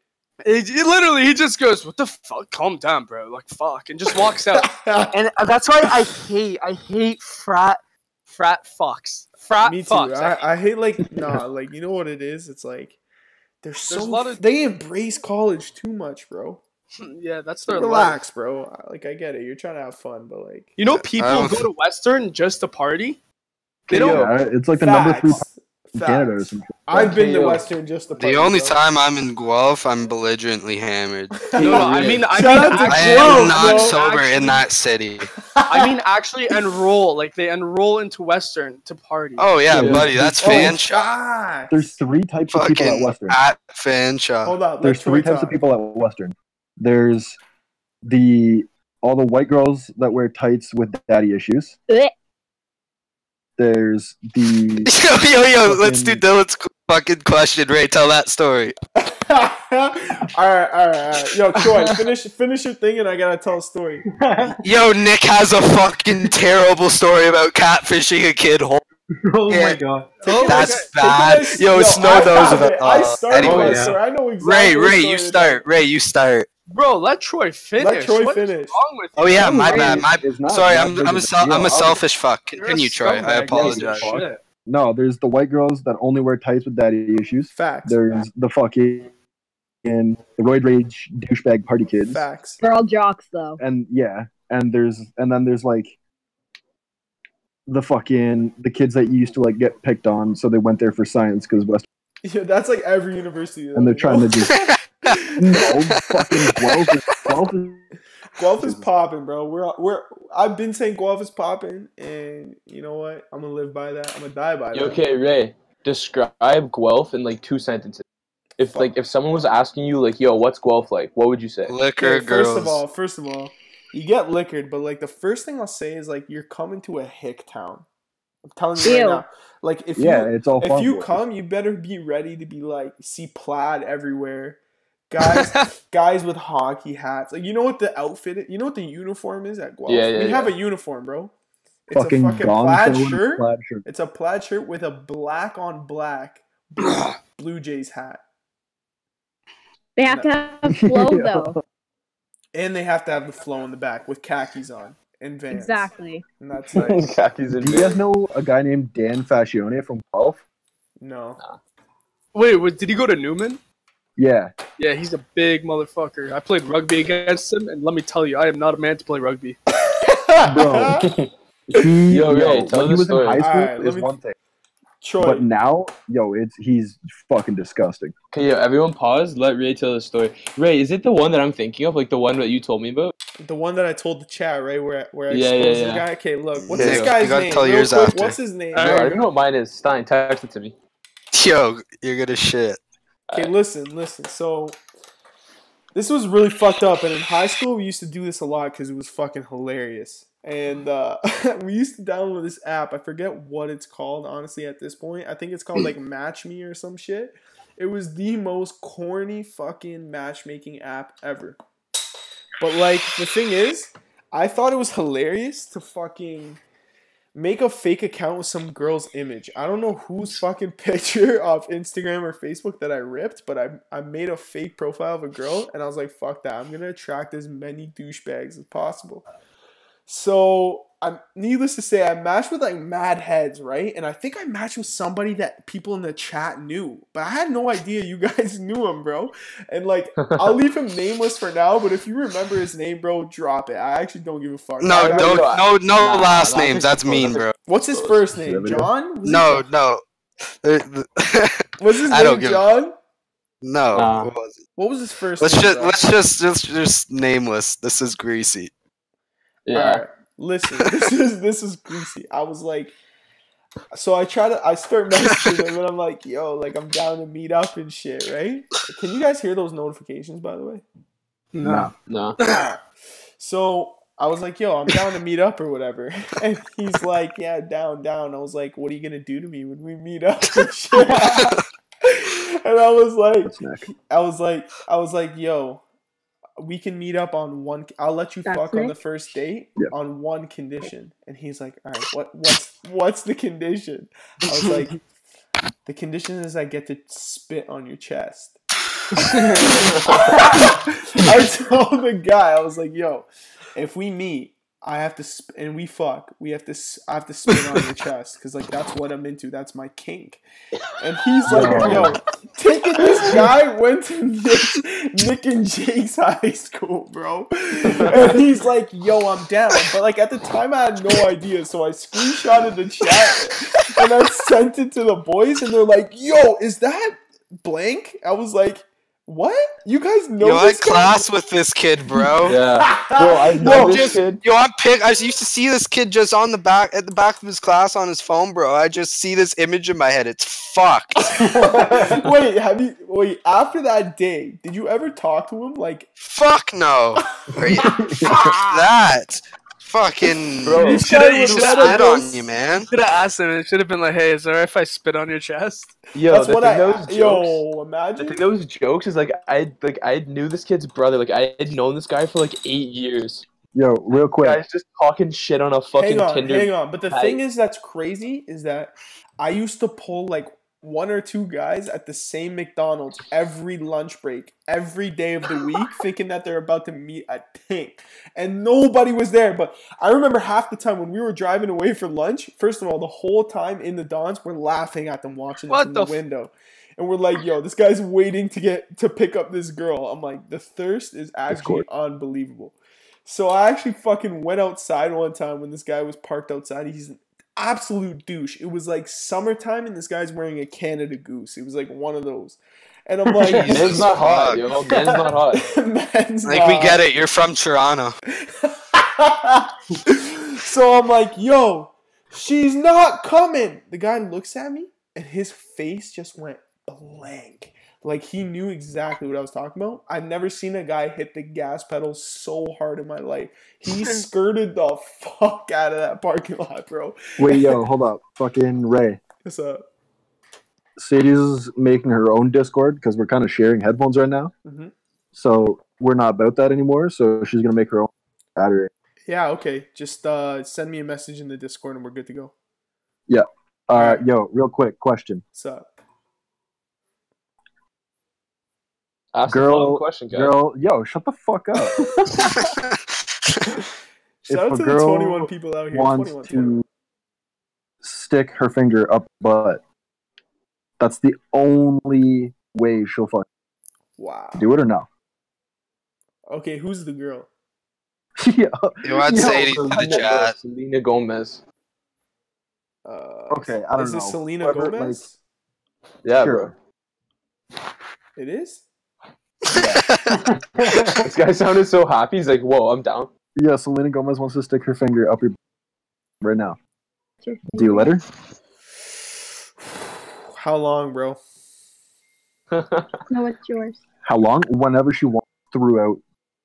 [SPEAKER 8] He, he literally he just goes, what the fuck? Calm down, bro. Like fuck, and just walks out. and uh, that's why I hate I hate frat frat fucks frat
[SPEAKER 2] Me too.
[SPEAKER 8] fucks.
[SPEAKER 2] I, I hate like nah, like you know what it is? It's like they're so
[SPEAKER 8] a lot of-
[SPEAKER 2] they embrace college too much, bro.
[SPEAKER 8] yeah, that's their life.
[SPEAKER 2] Relax, bro. I- Like I get it. You're trying to have fun, but like
[SPEAKER 8] You know, people
[SPEAKER 4] don't-
[SPEAKER 8] go to Western just to party. They
[SPEAKER 2] Yo,
[SPEAKER 8] don't.
[SPEAKER 3] Yeah, it's like the number three
[SPEAKER 2] facts,
[SPEAKER 3] in
[SPEAKER 2] facts.
[SPEAKER 3] Canada or something.
[SPEAKER 2] I've been to
[SPEAKER 5] Yo.
[SPEAKER 2] Western just to
[SPEAKER 4] The only time I'm in Guelph, I'm belligerently hammered.
[SPEAKER 8] No, no, I mean, I
[SPEAKER 2] Shout
[SPEAKER 8] mean,
[SPEAKER 2] out to
[SPEAKER 8] actually,
[SPEAKER 4] I
[SPEAKER 2] Guelph,
[SPEAKER 4] am not
[SPEAKER 2] bro.
[SPEAKER 4] sober
[SPEAKER 8] actually,
[SPEAKER 4] in that city.
[SPEAKER 8] I mean, actually enroll. Like they enroll into Western to party.
[SPEAKER 4] Oh yeah,
[SPEAKER 3] Yeah.
[SPEAKER 4] buddy, that's
[SPEAKER 2] Oh,
[SPEAKER 4] fan shop.
[SPEAKER 2] fuck.
[SPEAKER 3] There's three types of people at Oh,
[SPEAKER 4] Fucking
[SPEAKER 3] Western.
[SPEAKER 4] at fan shop.
[SPEAKER 2] Hold up.
[SPEAKER 3] There's three types of people at Western. There's the all the white girls that wear tights with daddy issues.
[SPEAKER 7] Blech.
[SPEAKER 3] There's the
[SPEAKER 4] Yo yo yo, let's do
[SPEAKER 3] Fucking-
[SPEAKER 4] Dylan's fucking question. Ray, tell that story.
[SPEAKER 2] all right, all right, all right. Yo, Troy, finish finish your thing, and I gotta tell a story.
[SPEAKER 4] Yo, Nick has a fucking terrible story about catfishing a kid. Hold
[SPEAKER 6] oh
[SPEAKER 4] Yeah.
[SPEAKER 6] my god.
[SPEAKER 2] Take it
[SPEAKER 4] That's
[SPEAKER 2] as- take it
[SPEAKER 4] bad.
[SPEAKER 2] as-
[SPEAKER 4] Yo, snow
[SPEAKER 2] I
[SPEAKER 4] those
[SPEAKER 2] have
[SPEAKER 4] with-
[SPEAKER 2] it. I
[SPEAKER 4] uh,
[SPEAKER 2] started
[SPEAKER 6] anyway.
[SPEAKER 2] my story. I know exactly.
[SPEAKER 4] Ray,
[SPEAKER 2] what
[SPEAKER 4] Ray,
[SPEAKER 2] story
[SPEAKER 4] you
[SPEAKER 2] it is.
[SPEAKER 4] start. Ray, you start.
[SPEAKER 8] Bro, let Troy finish.
[SPEAKER 2] Let Troy
[SPEAKER 8] What is
[SPEAKER 2] finish.
[SPEAKER 8] wrong with
[SPEAKER 4] Oh
[SPEAKER 8] you?
[SPEAKER 4] yeah, my
[SPEAKER 3] Ray
[SPEAKER 4] bad. My
[SPEAKER 3] is not
[SPEAKER 4] sorry.
[SPEAKER 3] that
[SPEAKER 4] I'm
[SPEAKER 3] big of
[SPEAKER 4] I'm a sel-
[SPEAKER 3] deal.
[SPEAKER 4] I'm a
[SPEAKER 3] I'll-
[SPEAKER 4] selgish fuck.
[SPEAKER 8] You're a
[SPEAKER 4] Continue, Troy. I
[SPEAKER 8] scumbag, yeah,
[SPEAKER 4] apologize.
[SPEAKER 8] you shit.
[SPEAKER 3] No, there's the white girls that only wear tights with daddy issues.
[SPEAKER 2] Facts.
[SPEAKER 3] There's the fucking and the roid rage douchebag party kids.
[SPEAKER 2] Facts.
[SPEAKER 7] They're all jocks though.
[SPEAKER 3] And yeah, and there's and then there's like the fucking the kids that used to like get picked on, so they went there for science because West
[SPEAKER 2] Yeah, that's like every university.
[SPEAKER 3] and they're
[SPEAKER 2] though.
[SPEAKER 3] trying to just no fucking Guelph is, Guelph is
[SPEAKER 2] Guelph is popping, bro. We're we're. I've been saying Guelph is popping, and you know what? I'm gonna live by that. I'm gonna die by that.
[SPEAKER 5] Okay, Ray, describe Guelph in like two sentences. If like if someone was asking you like, "Yo, what's Guelph like?" What would you say?
[SPEAKER 4] Liquor
[SPEAKER 2] Okay, First of
[SPEAKER 4] girls.
[SPEAKER 2] all, first of all, you get liquored, but like the first thing I'll say is like you're coming to a hick town. I'm telling you
[SPEAKER 7] Ew.
[SPEAKER 2] right now. Like if
[SPEAKER 3] yeah,
[SPEAKER 2] you
[SPEAKER 3] it's all
[SPEAKER 2] if
[SPEAKER 3] fun
[SPEAKER 2] you
[SPEAKER 3] boys.
[SPEAKER 2] come, you better be ready to be like see plaid everywhere. Guys, guys with hockey hats. Like you know what the outfit? Is? You know what the uniform is at Guelph?
[SPEAKER 5] Yeah, yeah,
[SPEAKER 2] we have a
[SPEAKER 5] yeah.
[SPEAKER 2] uniform, bro. It's
[SPEAKER 3] fucking,
[SPEAKER 2] a fucking
[SPEAKER 3] gone
[SPEAKER 2] plaid
[SPEAKER 3] someone,
[SPEAKER 2] shirt.
[SPEAKER 3] plaid shirt.
[SPEAKER 2] It's a plaid shirt with a black on black Blue Jays hat,
[SPEAKER 7] They have to have flow though.
[SPEAKER 2] and they have to have the flow in the back with khakis on and Vans.
[SPEAKER 7] Exactly.
[SPEAKER 2] And that's like
[SPEAKER 5] Khakis in
[SPEAKER 3] Do you guys know a guy named Dan Fascione from Guelph?
[SPEAKER 2] no.
[SPEAKER 8] Wait, wait, did he go to Newman?
[SPEAKER 3] Yeah,
[SPEAKER 8] Yeah, he's a big motherfucker. I played rugby against him, and let me tell you, I am not a man to play rugby.
[SPEAKER 3] bro. He,
[SPEAKER 5] Yo,
[SPEAKER 3] yo, when
[SPEAKER 5] Ray, tell the
[SPEAKER 3] he was
[SPEAKER 5] story.
[SPEAKER 3] in high school,
[SPEAKER 2] Alright,
[SPEAKER 3] it
[SPEAKER 2] let
[SPEAKER 3] was
[SPEAKER 2] me-
[SPEAKER 3] one thing,
[SPEAKER 2] Troy,
[SPEAKER 3] but now, yo, it's he's fucking disgusting.
[SPEAKER 5] Okay, yo, everyone pause. Let Ray tell the story. Ray, is it the one that I'm thinking of? Like the one that you told me about?
[SPEAKER 2] the one that I told the chat right where where I
[SPEAKER 5] Yeah,
[SPEAKER 2] exposed
[SPEAKER 5] yeah,
[SPEAKER 2] this
[SPEAKER 5] yeah.
[SPEAKER 2] guy. Okay, look, what's
[SPEAKER 4] Yeah,
[SPEAKER 2] this
[SPEAKER 4] you
[SPEAKER 2] guy's
[SPEAKER 4] gotta
[SPEAKER 2] name?
[SPEAKER 4] tell
[SPEAKER 2] Real
[SPEAKER 4] yours
[SPEAKER 2] quick,
[SPEAKER 4] after.
[SPEAKER 2] What's his name?
[SPEAKER 8] All
[SPEAKER 5] Yo,
[SPEAKER 8] right.
[SPEAKER 5] I don't know what mine is. Stein, text it to me.
[SPEAKER 4] Yo, you're gonna shit.
[SPEAKER 2] Okay, listen, listen. So this was really fucked up, and in high school we used to do this a lot because it was fucking hilarious. And uh, we used to download this app. I forget what it's called, honestly. At this point, I think it's called like Match Me or some shit. It was the most corny fucking matchmaking app ever. But like the thing is, I thought it was hilarious to fucking make a fake account with some girl's image. I don't know whose fucking picture off Instagram or Facebook that I ripped, but I I made a fake profile of a girl and I was like, fuck that. I'm gonna attract as many douchebags as possible. So I'm needless to say, I matched with like mad heads, right? And I think I matched with somebody that people in the chat knew, but I had no idea you guys knew him, bro. And like I'll leave him nameless for now, but if you remember his name, bro, drop it. I actually don't give a fuck.
[SPEAKER 4] No,
[SPEAKER 2] I-
[SPEAKER 4] don't. No, no
[SPEAKER 5] Nah,
[SPEAKER 4] last
[SPEAKER 5] nah,
[SPEAKER 4] names. That's
[SPEAKER 5] that's cool,
[SPEAKER 4] mean,
[SPEAKER 5] that's
[SPEAKER 4] bro.
[SPEAKER 2] What's
[SPEAKER 5] Oh,
[SPEAKER 2] his first name?
[SPEAKER 3] Yeah,
[SPEAKER 2] John? Was
[SPEAKER 4] No, no. Uh,
[SPEAKER 2] his- Was his
[SPEAKER 4] I
[SPEAKER 2] name
[SPEAKER 4] don't give a-
[SPEAKER 2] John?
[SPEAKER 4] No.
[SPEAKER 5] Nah.
[SPEAKER 4] it wasn't.
[SPEAKER 2] What was his first
[SPEAKER 4] Let's
[SPEAKER 2] name?
[SPEAKER 4] just
[SPEAKER 2] bro?
[SPEAKER 4] let's just let's just nameless. This is greasy.
[SPEAKER 5] Yeah.
[SPEAKER 2] Alright, Listen, this is this is greasy. I was like, so I try to I start messaging him and I'm like, yo, like I'm down to meet up and shit, right? Can you guys hear those notifications by the way?
[SPEAKER 3] Nah.
[SPEAKER 5] No.
[SPEAKER 2] So I was like, yo, I'm down to meet up or whatever. And he's like, yeah, down, down. I was like, what are you gonna do to me when we meet up? And, shit? and I was like,
[SPEAKER 3] That's next.
[SPEAKER 2] I was like, I was like, yo, we can meet up on one. I'll let you
[SPEAKER 7] That's
[SPEAKER 2] fuck on
[SPEAKER 7] it?
[SPEAKER 2] the first date
[SPEAKER 3] Yeah.
[SPEAKER 2] on one condition. And he's like, all right, what, what's, what's the condition? I was like, the condition is I get to spit on your chest. I told the guy, I was like, yo, if we meet, I have to sp- and we fuck. We have to. s- I have to spit on your chest because like that's what I'm into. That's my kink. And he's like, yo, taking this guy went to Nick, Nick and Jake's high school, bro. And he's like, yo, I'm down. But like at the time, I had no idea, so I screenshotted the chat and I sent it to the boys, and they're like, yo, is that blank? I was like. What? You guys know
[SPEAKER 4] Yo, I
[SPEAKER 2] this guy?
[SPEAKER 4] class with this kid, bro.
[SPEAKER 5] Yeah. Bro, I
[SPEAKER 4] Yo,
[SPEAKER 5] know this
[SPEAKER 4] just-
[SPEAKER 5] kid.
[SPEAKER 4] Yo, I pick. I used to see this kid just on the back at the back of his class on his phone, bro. I just see this image in my head. It's fucked.
[SPEAKER 2] wait, have you wait, after that day, did you ever talk to him like
[SPEAKER 4] Fuck no. Fuck that. Fucking.
[SPEAKER 5] Bro.
[SPEAKER 4] you
[SPEAKER 5] You
[SPEAKER 4] should
[SPEAKER 2] should've-
[SPEAKER 4] have
[SPEAKER 8] you should've
[SPEAKER 4] spit
[SPEAKER 2] done
[SPEAKER 4] on
[SPEAKER 2] those-
[SPEAKER 4] you, man.
[SPEAKER 8] Should have asked him. It should have been like, "Hey, is it alright if I spit on your chest?"
[SPEAKER 5] Yo,
[SPEAKER 2] that's
[SPEAKER 5] the
[SPEAKER 2] what
[SPEAKER 5] thing
[SPEAKER 2] I
[SPEAKER 5] that was jokes-
[SPEAKER 2] yo
[SPEAKER 5] The
[SPEAKER 2] imagine
[SPEAKER 5] thing that was jokes is like I like I knew this kid's brother. Like I had known this guy for like eight years.
[SPEAKER 3] Yo, real quick,
[SPEAKER 5] Guys just talking shit on a fucking
[SPEAKER 2] hang on,
[SPEAKER 5] Tinder.
[SPEAKER 2] hang on. But the
[SPEAKER 5] Like-
[SPEAKER 2] thing is that's crazy is that I used to pull like one or two guys at the same McDonald's every lunch break, every day of the week, thinking that they're about to meet a tank. And nobody was there. But I remember half the time when we were driving away for lunch, first of all, the whole time in the Dons, we're laughing at them watching it
[SPEAKER 8] What
[SPEAKER 2] from
[SPEAKER 8] the
[SPEAKER 2] the,
[SPEAKER 8] f-
[SPEAKER 2] window. and we're like, yo, this guy's waiting to get to pick up this girl. I'm like, the thirst is actually unbelievable. So I actually fucking went outside one time when this guy was parked outside. He's an absolute douche. It was like summertime and this guy's wearing a Canada goose. It was like one of those. And I'm like,
[SPEAKER 5] Man's not hot, yo. Man's not hot.
[SPEAKER 2] man's
[SPEAKER 4] Like we
[SPEAKER 2] not.
[SPEAKER 4] get it. You're from Toronto.
[SPEAKER 2] so I'm like, yo, she's not coming. The guy looks at me and his face just went blank. Like he knew exactly what I was talking about. I've never seen a guy hit the gas pedal so hard in my life. He skirted the fuck out of that parking lot, bro.
[SPEAKER 3] Wait, yo, hold up. Fucking Ray.
[SPEAKER 2] What's up?
[SPEAKER 3] Sadie's making her own Discord because we're kind of sharing headphones right now.
[SPEAKER 2] Mhm.
[SPEAKER 3] So we're not about that anymore. So she's gonna make her own Saturday.
[SPEAKER 2] Yeah, okay. Just uh, send me a message in the Discord and we're good to go.
[SPEAKER 3] Uh, yo, real quick question.
[SPEAKER 2] What's up?
[SPEAKER 5] Ask the
[SPEAKER 3] Girl-
[SPEAKER 5] fucking question, guy.
[SPEAKER 3] Girl, yo, shut the fuck up. If
[SPEAKER 2] Shout
[SPEAKER 3] a
[SPEAKER 2] out to the
[SPEAKER 3] girl
[SPEAKER 2] 21 people out here.
[SPEAKER 3] Wants
[SPEAKER 2] 21, 21.
[SPEAKER 3] to stick her finger up butt. That's the only way she'll fucking
[SPEAKER 2] Wow.
[SPEAKER 3] do it or no.
[SPEAKER 2] Okay, who's the girl?
[SPEAKER 3] yeah.
[SPEAKER 4] You want
[SPEAKER 3] Yo,
[SPEAKER 4] Sadie to the chat?
[SPEAKER 5] Selena Gomez.
[SPEAKER 2] Uh,
[SPEAKER 3] Okay, I don't
[SPEAKER 2] is
[SPEAKER 3] know.
[SPEAKER 2] this Selena
[SPEAKER 3] Whoever,
[SPEAKER 2] Gomez?
[SPEAKER 5] Yeah,
[SPEAKER 3] Sure.
[SPEAKER 2] It is?
[SPEAKER 5] bro. This guy sounded so happy. He's like, "Whoa, I'm down."
[SPEAKER 3] Yeah, Selena Gomez wants to stick her finger up your butt right now. Do you let her?
[SPEAKER 2] How long, bro?
[SPEAKER 7] No, it's yours.
[SPEAKER 3] How long? Whenever she wants throughout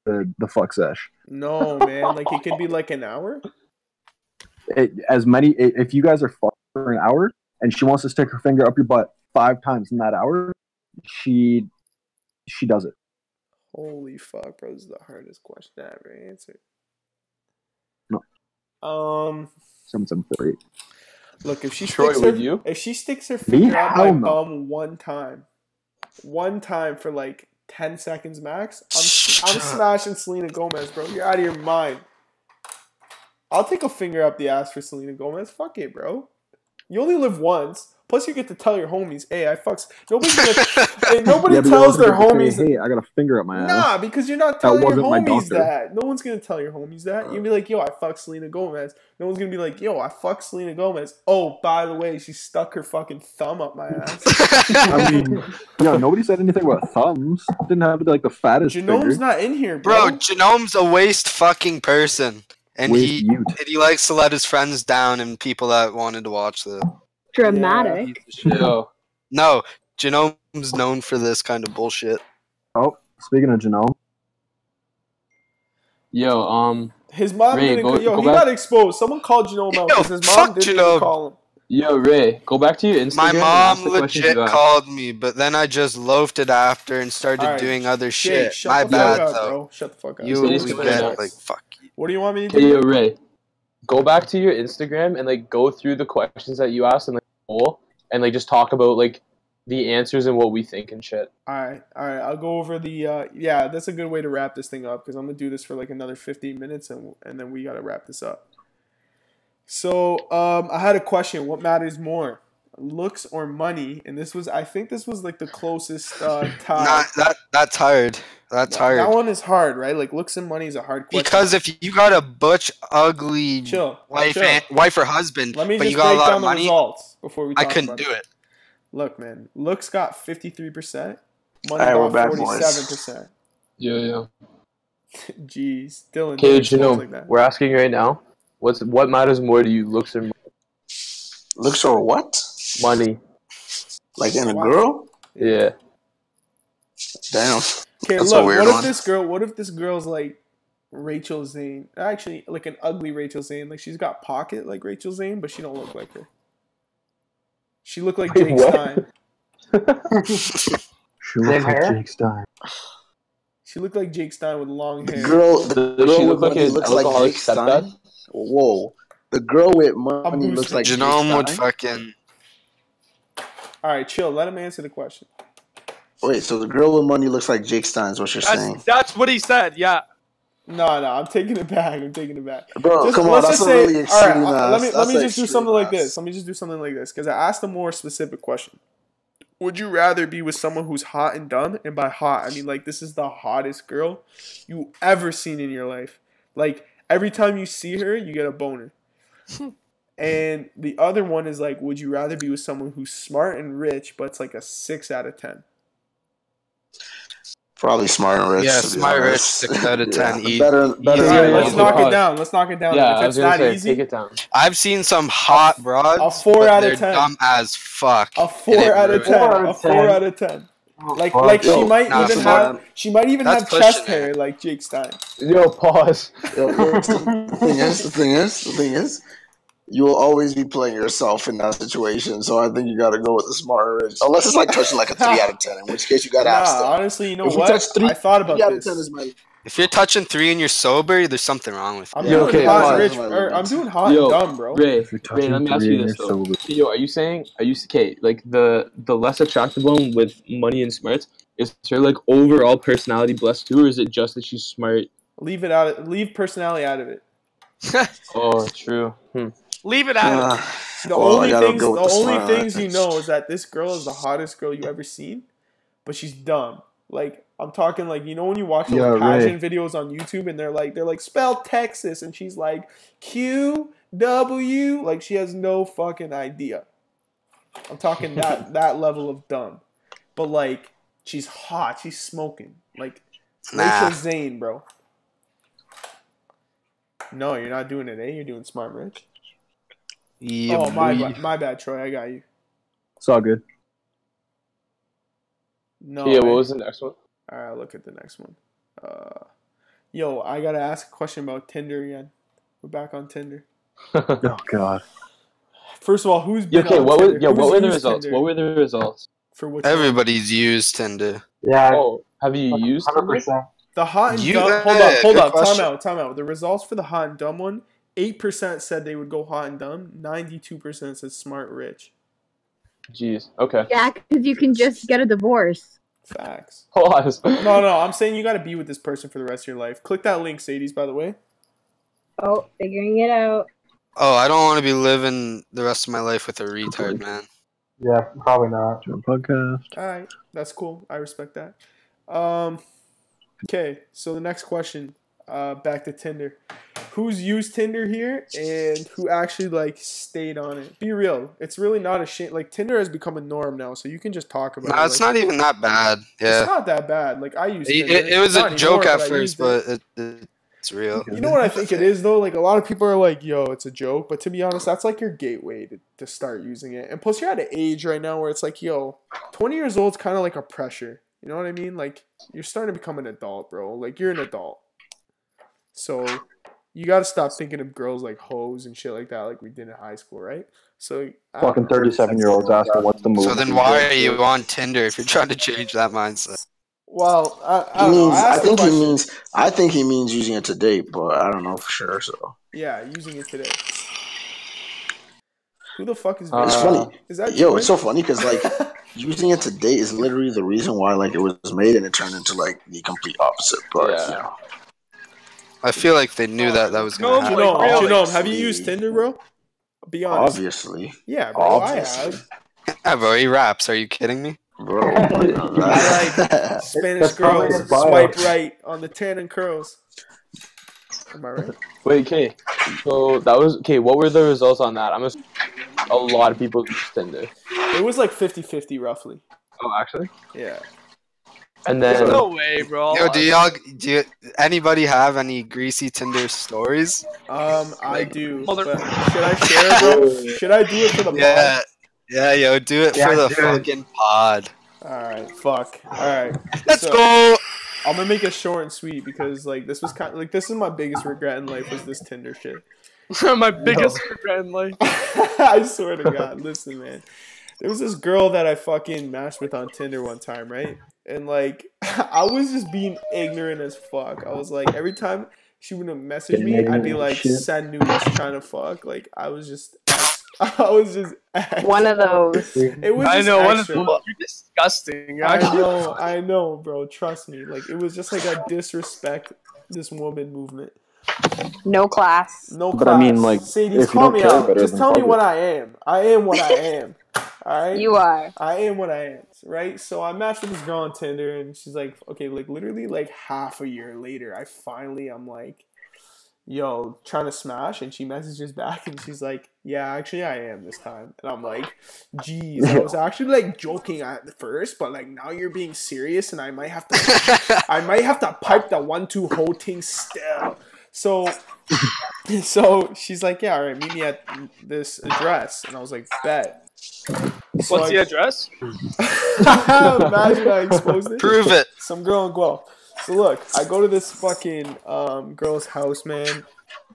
[SPEAKER 3] the, the fuck sesh.
[SPEAKER 2] No, man. Like, it could be like an hour?
[SPEAKER 3] It, as many, i if you guys are fucking for an hour and she wants to stick her finger up your butt five times in that hour, she she does it.
[SPEAKER 2] Holy fuck, bro. This is the hardest question I ever answered.
[SPEAKER 3] No.
[SPEAKER 2] Um,
[SPEAKER 3] Something for eight.
[SPEAKER 2] look, if she
[SPEAKER 5] Troy,
[SPEAKER 2] sticks her,
[SPEAKER 5] would you?
[SPEAKER 2] if she sticks her finger up my
[SPEAKER 3] Hell no.
[SPEAKER 2] bum one time, one time for like ten seconds max, I'm I'm smashing Selena Gomez, bro. You're out of your mind. I'll take a finger up the ass for Selena Gomez. Fuck it, bro. You only live once. Plus, you get to tell your homies, "Hey, I fucks." Nobody's gonna, and nobody
[SPEAKER 3] Yeah, but you
[SPEAKER 2] tells
[SPEAKER 3] also
[SPEAKER 2] their
[SPEAKER 3] get to
[SPEAKER 2] homies.
[SPEAKER 3] say, hey, I got a finger up my ass.
[SPEAKER 2] Nah, because you're not telling your
[SPEAKER 3] wasn't my
[SPEAKER 2] homies
[SPEAKER 3] doctor.
[SPEAKER 2] that. No one's gonna tell your homies that. You'd be like, "Yo, I fucked Selena Gomez." No one's gonna be like, "Yo, I fucked Selena Gomez." Oh, by the way, she stuck her fucking thumb up my ass.
[SPEAKER 3] I mean, yo, nobody said anything about thumbs. Didn't have like the fattest finger.
[SPEAKER 2] Genome's not in here,
[SPEAKER 4] Bro,
[SPEAKER 2] bro.
[SPEAKER 4] Genome's a waste fucking person. And
[SPEAKER 3] Waste
[SPEAKER 4] he
[SPEAKER 3] mute.
[SPEAKER 4] and he likes to let his friends down and people that wanted to watch the
[SPEAKER 7] Dramatic.
[SPEAKER 5] Yo,
[SPEAKER 4] No, Genome's known for this kind of bullshit.
[SPEAKER 3] Oh, speaking of Genome,
[SPEAKER 5] yo, um,
[SPEAKER 2] His mom
[SPEAKER 5] Ray,
[SPEAKER 2] didn't.
[SPEAKER 5] go-
[SPEAKER 2] yo,
[SPEAKER 5] go
[SPEAKER 2] he
[SPEAKER 5] back-
[SPEAKER 2] got exposed. Someone called Genome out
[SPEAKER 4] Yo,
[SPEAKER 2] because his mom
[SPEAKER 4] fuck
[SPEAKER 2] didn't even
[SPEAKER 4] Genome.
[SPEAKER 2] call him.
[SPEAKER 5] yo, Ray, go back to your Instagram.
[SPEAKER 4] My
[SPEAKER 5] and ask
[SPEAKER 4] mom
[SPEAKER 5] the questions
[SPEAKER 4] legit
[SPEAKER 5] you asked.
[SPEAKER 4] called me, but then I just loafed it after and started
[SPEAKER 2] Alright,
[SPEAKER 4] doing other
[SPEAKER 2] Jake,
[SPEAKER 4] shit.
[SPEAKER 2] shut
[SPEAKER 4] My
[SPEAKER 2] the
[SPEAKER 4] bad
[SPEAKER 2] fuck up,
[SPEAKER 4] though.
[SPEAKER 2] bro. Shut the fuck up.
[SPEAKER 4] You
[SPEAKER 5] It is
[SPEAKER 4] would
[SPEAKER 5] committed
[SPEAKER 4] get
[SPEAKER 5] acts.
[SPEAKER 4] like fuck you.
[SPEAKER 2] What do you want me to
[SPEAKER 5] Hey,
[SPEAKER 2] do?
[SPEAKER 5] yo, Ray, go back to your Instagram and like go through the questions that you asked and like poll and like just talk about like the answers and what we think and shit.
[SPEAKER 2] All right, all right. I'll go over the. Uh, yeah, that's a good way to wrap this thing up because I'm gonna do this for like another 15 minutes, and and then we gotta wrap this up. So, um, I had a question. What matters more, looks or money? And this was, I think, this was like the closest uh, tie.
[SPEAKER 4] Nah, that that's hard. That's hard.
[SPEAKER 2] That one is hard, right? Like looks and money is a hard question.
[SPEAKER 4] because if you got a butch, ugly
[SPEAKER 2] chill,
[SPEAKER 4] wife,
[SPEAKER 2] chill.
[SPEAKER 4] and, wife or husband,
[SPEAKER 2] Let me
[SPEAKER 4] but
[SPEAKER 2] just
[SPEAKER 4] you got a
[SPEAKER 2] break
[SPEAKER 4] lot
[SPEAKER 2] down
[SPEAKER 4] of
[SPEAKER 2] the
[SPEAKER 4] money,
[SPEAKER 2] results before we.
[SPEAKER 4] I
[SPEAKER 2] Talk
[SPEAKER 4] couldn't
[SPEAKER 2] about
[SPEAKER 4] do it.
[SPEAKER 2] Look, man, looks got 53%. Money
[SPEAKER 9] Alright, we're
[SPEAKER 2] got
[SPEAKER 9] back, boys.
[SPEAKER 2] 47%.
[SPEAKER 5] Yeah, yeah.
[SPEAKER 2] Jeez, Dylan.
[SPEAKER 5] Okay,
[SPEAKER 2] don't respond
[SPEAKER 5] Genome, we're asking you right now. What's what matters more to you, looks or
[SPEAKER 9] Looks or what?
[SPEAKER 5] money?
[SPEAKER 9] Like in a
[SPEAKER 2] Wow.
[SPEAKER 9] girl?
[SPEAKER 5] Yeah.
[SPEAKER 9] Damn.
[SPEAKER 2] Okay,
[SPEAKER 9] That's a
[SPEAKER 2] look.
[SPEAKER 9] weird
[SPEAKER 2] What if
[SPEAKER 9] one.
[SPEAKER 2] this girl? What if this girl's like Rachel Zane? Actually, like an ugly Rachel Zane. Like she's got pocket like Rachel Zane, but she don't look like her. She looked like
[SPEAKER 5] Wait,
[SPEAKER 2] Jake
[SPEAKER 5] what?
[SPEAKER 2] Stein.
[SPEAKER 3] she looks like
[SPEAKER 6] hair?
[SPEAKER 3] Jake Stein.
[SPEAKER 2] She looked like Jake Stein with long
[SPEAKER 9] The
[SPEAKER 2] hair.
[SPEAKER 9] girl, the
[SPEAKER 5] Does
[SPEAKER 9] girl
[SPEAKER 5] she look
[SPEAKER 9] with
[SPEAKER 5] like
[SPEAKER 9] money
[SPEAKER 5] an
[SPEAKER 9] looks like
[SPEAKER 5] alcoholic
[SPEAKER 9] Jake
[SPEAKER 5] stepdad?
[SPEAKER 9] Stein. Whoa. The girl with
[SPEAKER 2] I'm
[SPEAKER 9] money looks
[SPEAKER 2] boosting.
[SPEAKER 9] like Jake
[SPEAKER 4] Genome would
[SPEAKER 9] Stein?
[SPEAKER 4] fucking.
[SPEAKER 2] All right, chill. Let him answer the question.
[SPEAKER 9] Wait, so the girl with money looks like Jake Stein is what you're saying,
[SPEAKER 8] That's, that's what he said. Yeah.
[SPEAKER 2] No, no, I'm taking it back. I'm taking it back.
[SPEAKER 9] bro?
[SPEAKER 2] Just-
[SPEAKER 9] Oh, come on,
[SPEAKER 2] let's
[SPEAKER 9] that's
[SPEAKER 2] just
[SPEAKER 9] a
[SPEAKER 2] say-
[SPEAKER 9] really
[SPEAKER 2] all right,
[SPEAKER 9] extreme.
[SPEAKER 2] uh, let me
[SPEAKER 9] ass-
[SPEAKER 2] let
[SPEAKER 9] that's
[SPEAKER 2] me
[SPEAKER 9] a
[SPEAKER 2] just do
[SPEAKER 9] extreme
[SPEAKER 2] something like
[SPEAKER 9] ass.
[SPEAKER 2] this. Let me just do something like this because I asked a more specific question. Would you rather be with someone who's hot and dumb? And by hot, I mean like this is the hottest girl you ever seen in your life. Like every time you see her, you get a boner. and the other one is like, would you rather be with someone who's smart and rich, but it's like a six out of ten?
[SPEAKER 9] Probably smart and rich.
[SPEAKER 4] Yeah,
[SPEAKER 9] to be
[SPEAKER 4] smart and rich,
[SPEAKER 9] honest.
[SPEAKER 4] six out of
[SPEAKER 9] Yeah,
[SPEAKER 4] 10 each.
[SPEAKER 9] Better, better.
[SPEAKER 2] All
[SPEAKER 5] Yeah,
[SPEAKER 2] right,
[SPEAKER 5] yeah,
[SPEAKER 2] let's
[SPEAKER 5] yeah.
[SPEAKER 2] knock it
[SPEAKER 5] Hard.
[SPEAKER 2] down. Let's knock it down.
[SPEAKER 5] yeah,
[SPEAKER 2] if
[SPEAKER 5] I was
[SPEAKER 2] it's
[SPEAKER 5] gonna
[SPEAKER 2] not
[SPEAKER 5] say
[SPEAKER 2] easy,
[SPEAKER 5] take it down.
[SPEAKER 4] I've seen some hot broads.
[SPEAKER 2] a four
[SPEAKER 4] but
[SPEAKER 2] out of 10.
[SPEAKER 4] they're Dumb as fuck.
[SPEAKER 2] a
[SPEAKER 4] and it
[SPEAKER 2] four out of
[SPEAKER 4] ruins-
[SPEAKER 2] ten. A four out of ten. Like,
[SPEAKER 1] fuck.
[SPEAKER 2] like she
[SPEAKER 1] Yo,
[SPEAKER 2] might
[SPEAKER 4] nah,
[SPEAKER 2] even
[SPEAKER 4] come on.
[SPEAKER 2] have she might even
[SPEAKER 4] That's
[SPEAKER 2] have chest
[SPEAKER 4] pushing it.
[SPEAKER 2] hair like Jake Stein.
[SPEAKER 1] Yo, pause.
[SPEAKER 9] Yo, the thing is, the thing is, the thing is, you will always be playing yourself in that situation. So I think you got to go with the smarter edge, unless it's like touching like a three out of ten, in which case you got to have
[SPEAKER 2] Nah,
[SPEAKER 9] stuff.
[SPEAKER 2] honestly, you know
[SPEAKER 9] If you
[SPEAKER 2] what?
[SPEAKER 9] touch three-
[SPEAKER 2] I thought about
[SPEAKER 9] Three out of
[SPEAKER 2] this.
[SPEAKER 9] ten is my.
[SPEAKER 4] If you're touching three and you're sober, there's something wrong with you.
[SPEAKER 2] I'm
[SPEAKER 1] Yo,
[SPEAKER 2] doing
[SPEAKER 1] okay,
[SPEAKER 2] hot,
[SPEAKER 1] pause.
[SPEAKER 2] and rich, or I'm doing hot and
[SPEAKER 5] Yo,
[SPEAKER 2] dumb, bro.
[SPEAKER 5] Ray,
[SPEAKER 3] If you're
[SPEAKER 5] Ray,
[SPEAKER 3] touching
[SPEAKER 5] let me ask
[SPEAKER 3] three
[SPEAKER 5] you
[SPEAKER 3] and
[SPEAKER 5] this
[SPEAKER 3] you're
[SPEAKER 5] though.
[SPEAKER 3] sober.
[SPEAKER 5] Yo, are you saying are you okay? Like the the less attractive one with money and smarts is her like overall personality blessed too, or is it just that she's smart?
[SPEAKER 2] Leave it out. Leave personality out of it.
[SPEAKER 5] Oh, true. Hmm.
[SPEAKER 8] Leave it out.
[SPEAKER 9] Uh,
[SPEAKER 2] The
[SPEAKER 9] well, I
[SPEAKER 2] only
[SPEAKER 9] gotta
[SPEAKER 2] things, the
[SPEAKER 9] go with the
[SPEAKER 2] only
[SPEAKER 9] smile, I
[SPEAKER 2] things you
[SPEAKER 9] think.
[SPEAKER 2] know is that this girl is the hottest girl you ever seen, but she's dumb. Like I'm talking like you know when you watch those
[SPEAKER 3] Yeah, right.
[SPEAKER 2] pageant videos on YouTube and they're like they're like spell Texas and she's like Q W like she has no fucking idea. I'm talking that that level of dumb, but like she's hot, she's smoking like
[SPEAKER 4] Nah.
[SPEAKER 2] Rachel Zane, bro. No, you're not doing it, eh? You're doing smart, Rich.
[SPEAKER 4] Yeah,
[SPEAKER 2] oh my,
[SPEAKER 4] boy.
[SPEAKER 2] ba- my bad, Troy. I got you.
[SPEAKER 3] It's all good.
[SPEAKER 2] No.
[SPEAKER 5] yeah,
[SPEAKER 2] I-
[SPEAKER 5] what was the next one?
[SPEAKER 2] All right, I'll look at the next one. Uh, yo, I gotta ask a question about Tinder again. We're back on Tinder.
[SPEAKER 3] Oh god.
[SPEAKER 2] First of all, who's
[SPEAKER 5] Yeah,
[SPEAKER 2] been
[SPEAKER 5] okay,
[SPEAKER 2] on
[SPEAKER 5] what
[SPEAKER 2] Tinder?
[SPEAKER 5] was yeah,
[SPEAKER 2] Who's
[SPEAKER 5] what were the
[SPEAKER 2] used
[SPEAKER 5] results?
[SPEAKER 2] Tinder
[SPEAKER 5] What were the results?
[SPEAKER 2] for which one?
[SPEAKER 4] Everybody's used Tinder.
[SPEAKER 6] Yeah,
[SPEAKER 5] Oh, have you used?
[SPEAKER 6] hundred
[SPEAKER 5] Tinder?
[SPEAKER 6] percent.
[SPEAKER 2] the hot and
[SPEAKER 4] You-
[SPEAKER 2] dumb? Hold up,
[SPEAKER 4] yeah,
[SPEAKER 2] hold up,
[SPEAKER 4] good
[SPEAKER 2] time
[SPEAKER 4] question.
[SPEAKER 2] out, time out. The results for the hot and dumb one: eight percent said they would go hot and dumb. Ninety-two percent said smart rich.
[SPEAKER 5] Jeez. Okay.
[SPEAKER 7] Yeah, because you can just get a divorce.
[SPEAKER 2] Facts.
[SPEAKER 5] Pause.
[SPEAKER 2] No, no, I'm saying you gotta be with this person for the rest of your life. Click that link, Sadie's. By the way,
[SPEAKER 7] Oh, figuring it out.
[SPEAKER 4] Oh, I don't want to be living the rest of my life with a retard, man.
[SPEAKER 6] Yeah, probably not.
[SPEAKER 3] Doing podcast.
[SPEAKER 2] all right, that's cool. I respect that. Um, okay, so the next question, uh, back to Tinder. Who's used Tinder here and who actually like stayed on it? Be real. It's really not a shame. Like Tinder has become a norm now, so you can just talk about.
[SPEAKER 4] Nah,
[SPEAKER 2] it.
[SPEAKER 4] it's
[SPEAKER 2] like,
[SPEAKER 4] not even that bad.
[SPEAKER 2] It's
[SPEAKER 4] Yeah.
[SPEAKER 2] not that bad. Like I used.
[SPEAKER 4] It,
[SPEAKER 2] Tinder.
[SPEAKER 4] it, it was
[SPEAKER 2] Not
[SPEAKER 4] a
[SPEAKER 2] anymore,
[SPEAKER 4] joke at
[SPEAKER 2] but I used it.
[SPEAKER 4] first, but it, it, it's real.
[SPEAKER 2] You know what I think it is though? Like a lot of people are like, yo, it's a joke. But to be honest, that's like your gateway to, to start using it. And plus you're at an age right now where it's like, yo, 20 years old's kind of like a pressure. You know what I mean? Like you're starting to become an adult, bro. Like you're an adult. So you gotta stop thinking of girls like hoes and shit like that, like we did in high school, right? So I don't
[SPEAKER 3] Fucking
[SPEAKER 2] know.
[SPEAKER 3] thirty-seven year olds asking what's the move.
[SPEAKER 4] So then why are you on Tinder if you're trying to change that mindset?
[SPEAKER 2] well, I, I don't
[SPEAKER 9] He
[SPEAKER 2] know.
[SPEAKER 9] means,
[SPEAKER 2] I
[SPEAKER 9] I
[SPEAKER 2] asked the
[SPEAKER 9] think he
[SPEAKER 2] question.
[SPEAKER 9] means. I think he means using it to date, but I don't know for sure. So
[SPEAKER 2] yeah, using it today. Who the fuck is
[SPEAKER 5] Uh,
[SPEAKER 9] it's
[SPEAKER 2] Vince?
[SPEAKER 9] funny.
[SPEAKER 2] Is that
[SPEAKER 9] Yo,
[SPEAKER 2] Troy?
[SPEAKER 9] it's so funny because like using it to date is literally the reason why like it was made and it turned into like the complete opposite. But
[SPEAKER 5] Yeah.
[SPEAKER 9] you know,
[SPEAKER 4] I feel like they knew that that was
[SPEAKER 8] No,
[SPEAKER 4] going to happen.
[SPEAKER 8] Like,
[SPEAKER 2] Genome,
[SPEAKER 8] really?
[SPEAKER 2] Genome, have you used Tinder, bro? Be honest.
[SPEAKER 9] obviously,
[SPEAKER 2] Yeah, bro, I
[SPEAKER 9] obviously,
[SPEAKER 2] have.
[SPEAKER 4] Yeah, bro, he raps. Are you kidding me?
[SPEAKER 9] bro. I like
[SPEAKER 2] Spanish
[SPEAKER 6] probably
[SPEAKER 2] girls
[SPEAKER 6] his bio.
[SPEAKER 2] swipe right on the tan and curls. Am I right?
[SPEAKER 5] Wait, okay. So that was okay. What were the results on that? I'm assuming a lot of people used Tinder.
[SPEAKER 2] It was like 50-50 roughly.
[SPEAKER 5] Oh, actually.
[SPEAKER 2] Yeah.
[SPEAKER 5] And then
[SPEAKER 8] There's no way, bro.
[SPEAKER 4] Yo, do y'all? Do you, anybody have any greasy Tinder stories?
[SPEAKER 2] Um, I do.
[SPEAKER 8] Mother-
[SPEAKER 2] but should I share it, bro? Should I do it for the
[SPEAKER 4] Yeah, yeah, yo, do it
[SPEAKER 6] Yeah,
[SPEAKER 4] for the
[SPEAKER 6] do it.
[SPEAKER 4] fucking pod.
[SPEAKER 2] pod? All right, fuck. All right.
[SPEAKER 4] Let's
[SPEAKER 2] So-
[SPEAKER 4] go.
[SPEAKER 2] I'm gonna make it short and sweet because like this was kind like this is my biggest regret in life was this Tinder shit.
[SPEAKER 8] My biggest regret in life.
[SPEAKER 2] I swear to God, listen, man. There was this girl that I fucking matched with on Tinder one time, right? And like, I was just being ignorant as fuck. I was like, every time she would message me, I'd be like, send nudes, trying to fuck. Like, I was just, I was just.
[SPEAKER 7] One of those.
[SPEAKER 2] It was.
[SPEAKER 8] I
[SPEAKER 2] just
[SPEAKER 8] know. One of
[SPEAKER 2] extra.
[SPEAKER 8] them. You're disgusting. You're
[SPEAKER 2] I
[SPEAKER 8] actually,
[SPEAKER 2] know, I know, bro. Trust me. Like, it was just like a disrespect this woman movement.
[SPEAKER 7] No class.
[SPEAKER 2] No,
[SPEAKER 3] But I mean,
[SPEAKER 2] class.
[SPEAKER 3] like,
[SPEAKER 2] Sadie,
[SPEAKER 3] if you
[SPEAKER 2] call
[SPEAKER 3] don't
[SPEAKER 2] me
[SPEAKER 3] care
[SPEAKER 2] out.
[SPEAKER 3] about it,
[SPEAKER 2] Just
[SPEAKER 3] then
[SPEAKER 2] tell me
[SPEAKER 3] fuck it.
[SPEAKER 2] what I am. I am what I am. All right.
[SPEAKER 7] You are.
[SPEAKER 2] I am what I am, right? So I matched with this girl on Tinder, and she's like, okay, like literally like half a year later, I finally I'm like, yo, trying to smash, and she messages back, and she's like, yeah, actually I am this time, and I'm like, geez, I was actually like joking at first, but like now you're being serious, and I might have to I might have to pipe the one two whole thing still. So so she's like, Yeah, all right, meet me at this address. And I was like, Bet. So
[SPEAKER 8] What's
[SPEAKER 2] I-
[SPEAKER 8] the address?
[SPEAKER 2] Imagine I exposed it.
[SPEAKER 4] Prove it.
[SPEAKER 2] Some girl in Guelph. So look, I go to this fucking um, girl's house, man.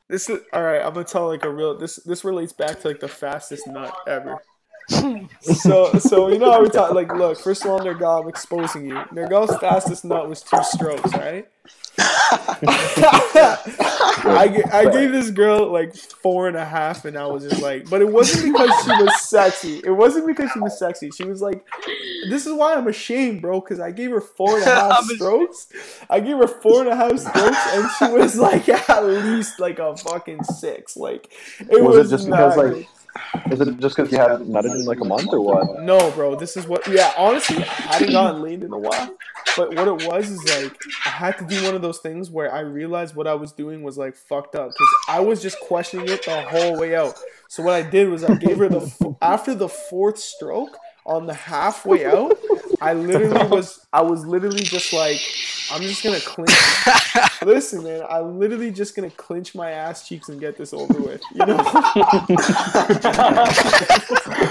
[SPEAKER 2] This is all right. I'm gonna tell like a real. This this relates back to like the fastest nut ever. so so you know how we talk like look first of all Nergal I'm exposing you Nergal's fastest nut was two strokes right I, g- I gave this girl like four and a half and I was just like but it wasn't because she was sexy it wasn't because she was sexy she was like this is why I'm ashamed bro because I gave her four and a half
[SPEAKER 8] I'm ashamed.
[SPEAKER 2] strokes I gave her four and a half strokes and she was like at least like a fucking six like it
[SPEAKER 10] Was it
[SPEAKER 2] was,
[SPEAKER 10] just because,
[SPEAKER 2] not
[SPEAKER 10] like,
[SPEAKER 2] good.
[SPEAKER 10] Is it just because you haven't nutted in like a month or what?
[SPEAKER 2] No, bro, this is what. Yeah, honestly, I hadn't gotten leaned in a while. But what it was is like I had to do one of those things where I realized what I was doing was like fucked up because I was just questioning it the whole way out. So what I did was I gave her the f- after the fourth stroke on the halfway out. I literally was I was literally just like I'm just gonna clinch. Listen, man, I'm literally just gonna clinch my ass cheeks and get this over with. You know.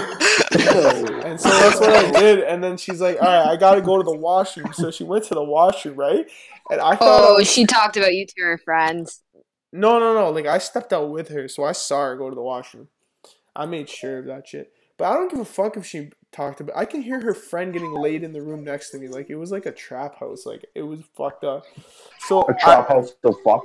[SPEAKER 2] And so that's what I did. And then she's like, all right, I got to go to the washroom. So she went to the washroom, right? And I thought, I
[SPEAKER 7] Oh,
[SPEAKER 2] was-
[SPEAKER 7] she talked about you to her friends.
[SPEAKER 2] no, no, no. Like, I stepped out with her. So I saw her go to the washroom. I made sure of that shit. But I don't give a fuck if she talked about I can hear her friend getting laid in the room next to me. Like, it was like a trap house. Like, it was fucked up. So
[SPEAKER 10] A
[SPEAKER 2] I,
[SPEAKER 10] trap house the fuck?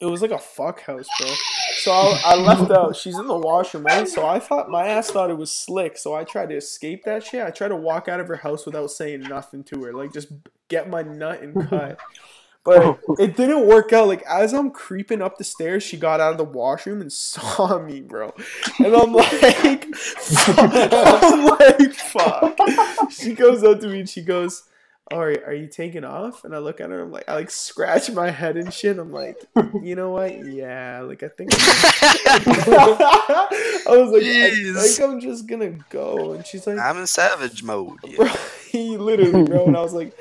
[SPEAKER 2] it was like a fuck house, bro. So I, I left out. She's in the washroom, right? So I thought my ass thought it was slick. So I tried to escape that shit. I tried to walk out of her house without saying nothing to her, like just get my nut and cut. But it didn't work out. Like as I'm creeping up the stairs, she got out of the washroom and saw me, bro. And I'm like, fuck. I'm like, fuck. She goes up to me and she goes, "All right, are you taking off?" And I look at her. I'm like, I like scratch my head and shit. I'm like, you know what? Yeah, like I think I was like, I
[SPEAKER 4] Jeez.
[SPEAKER 2] think I'm just gonna go. And she's like,
[SPEAKER 4] I'm in savage mode.
[SPEAKER 2] bro,
[SPEAKER 4] Yeah.
[SPEAKER 2] he literally, bro. And I was like,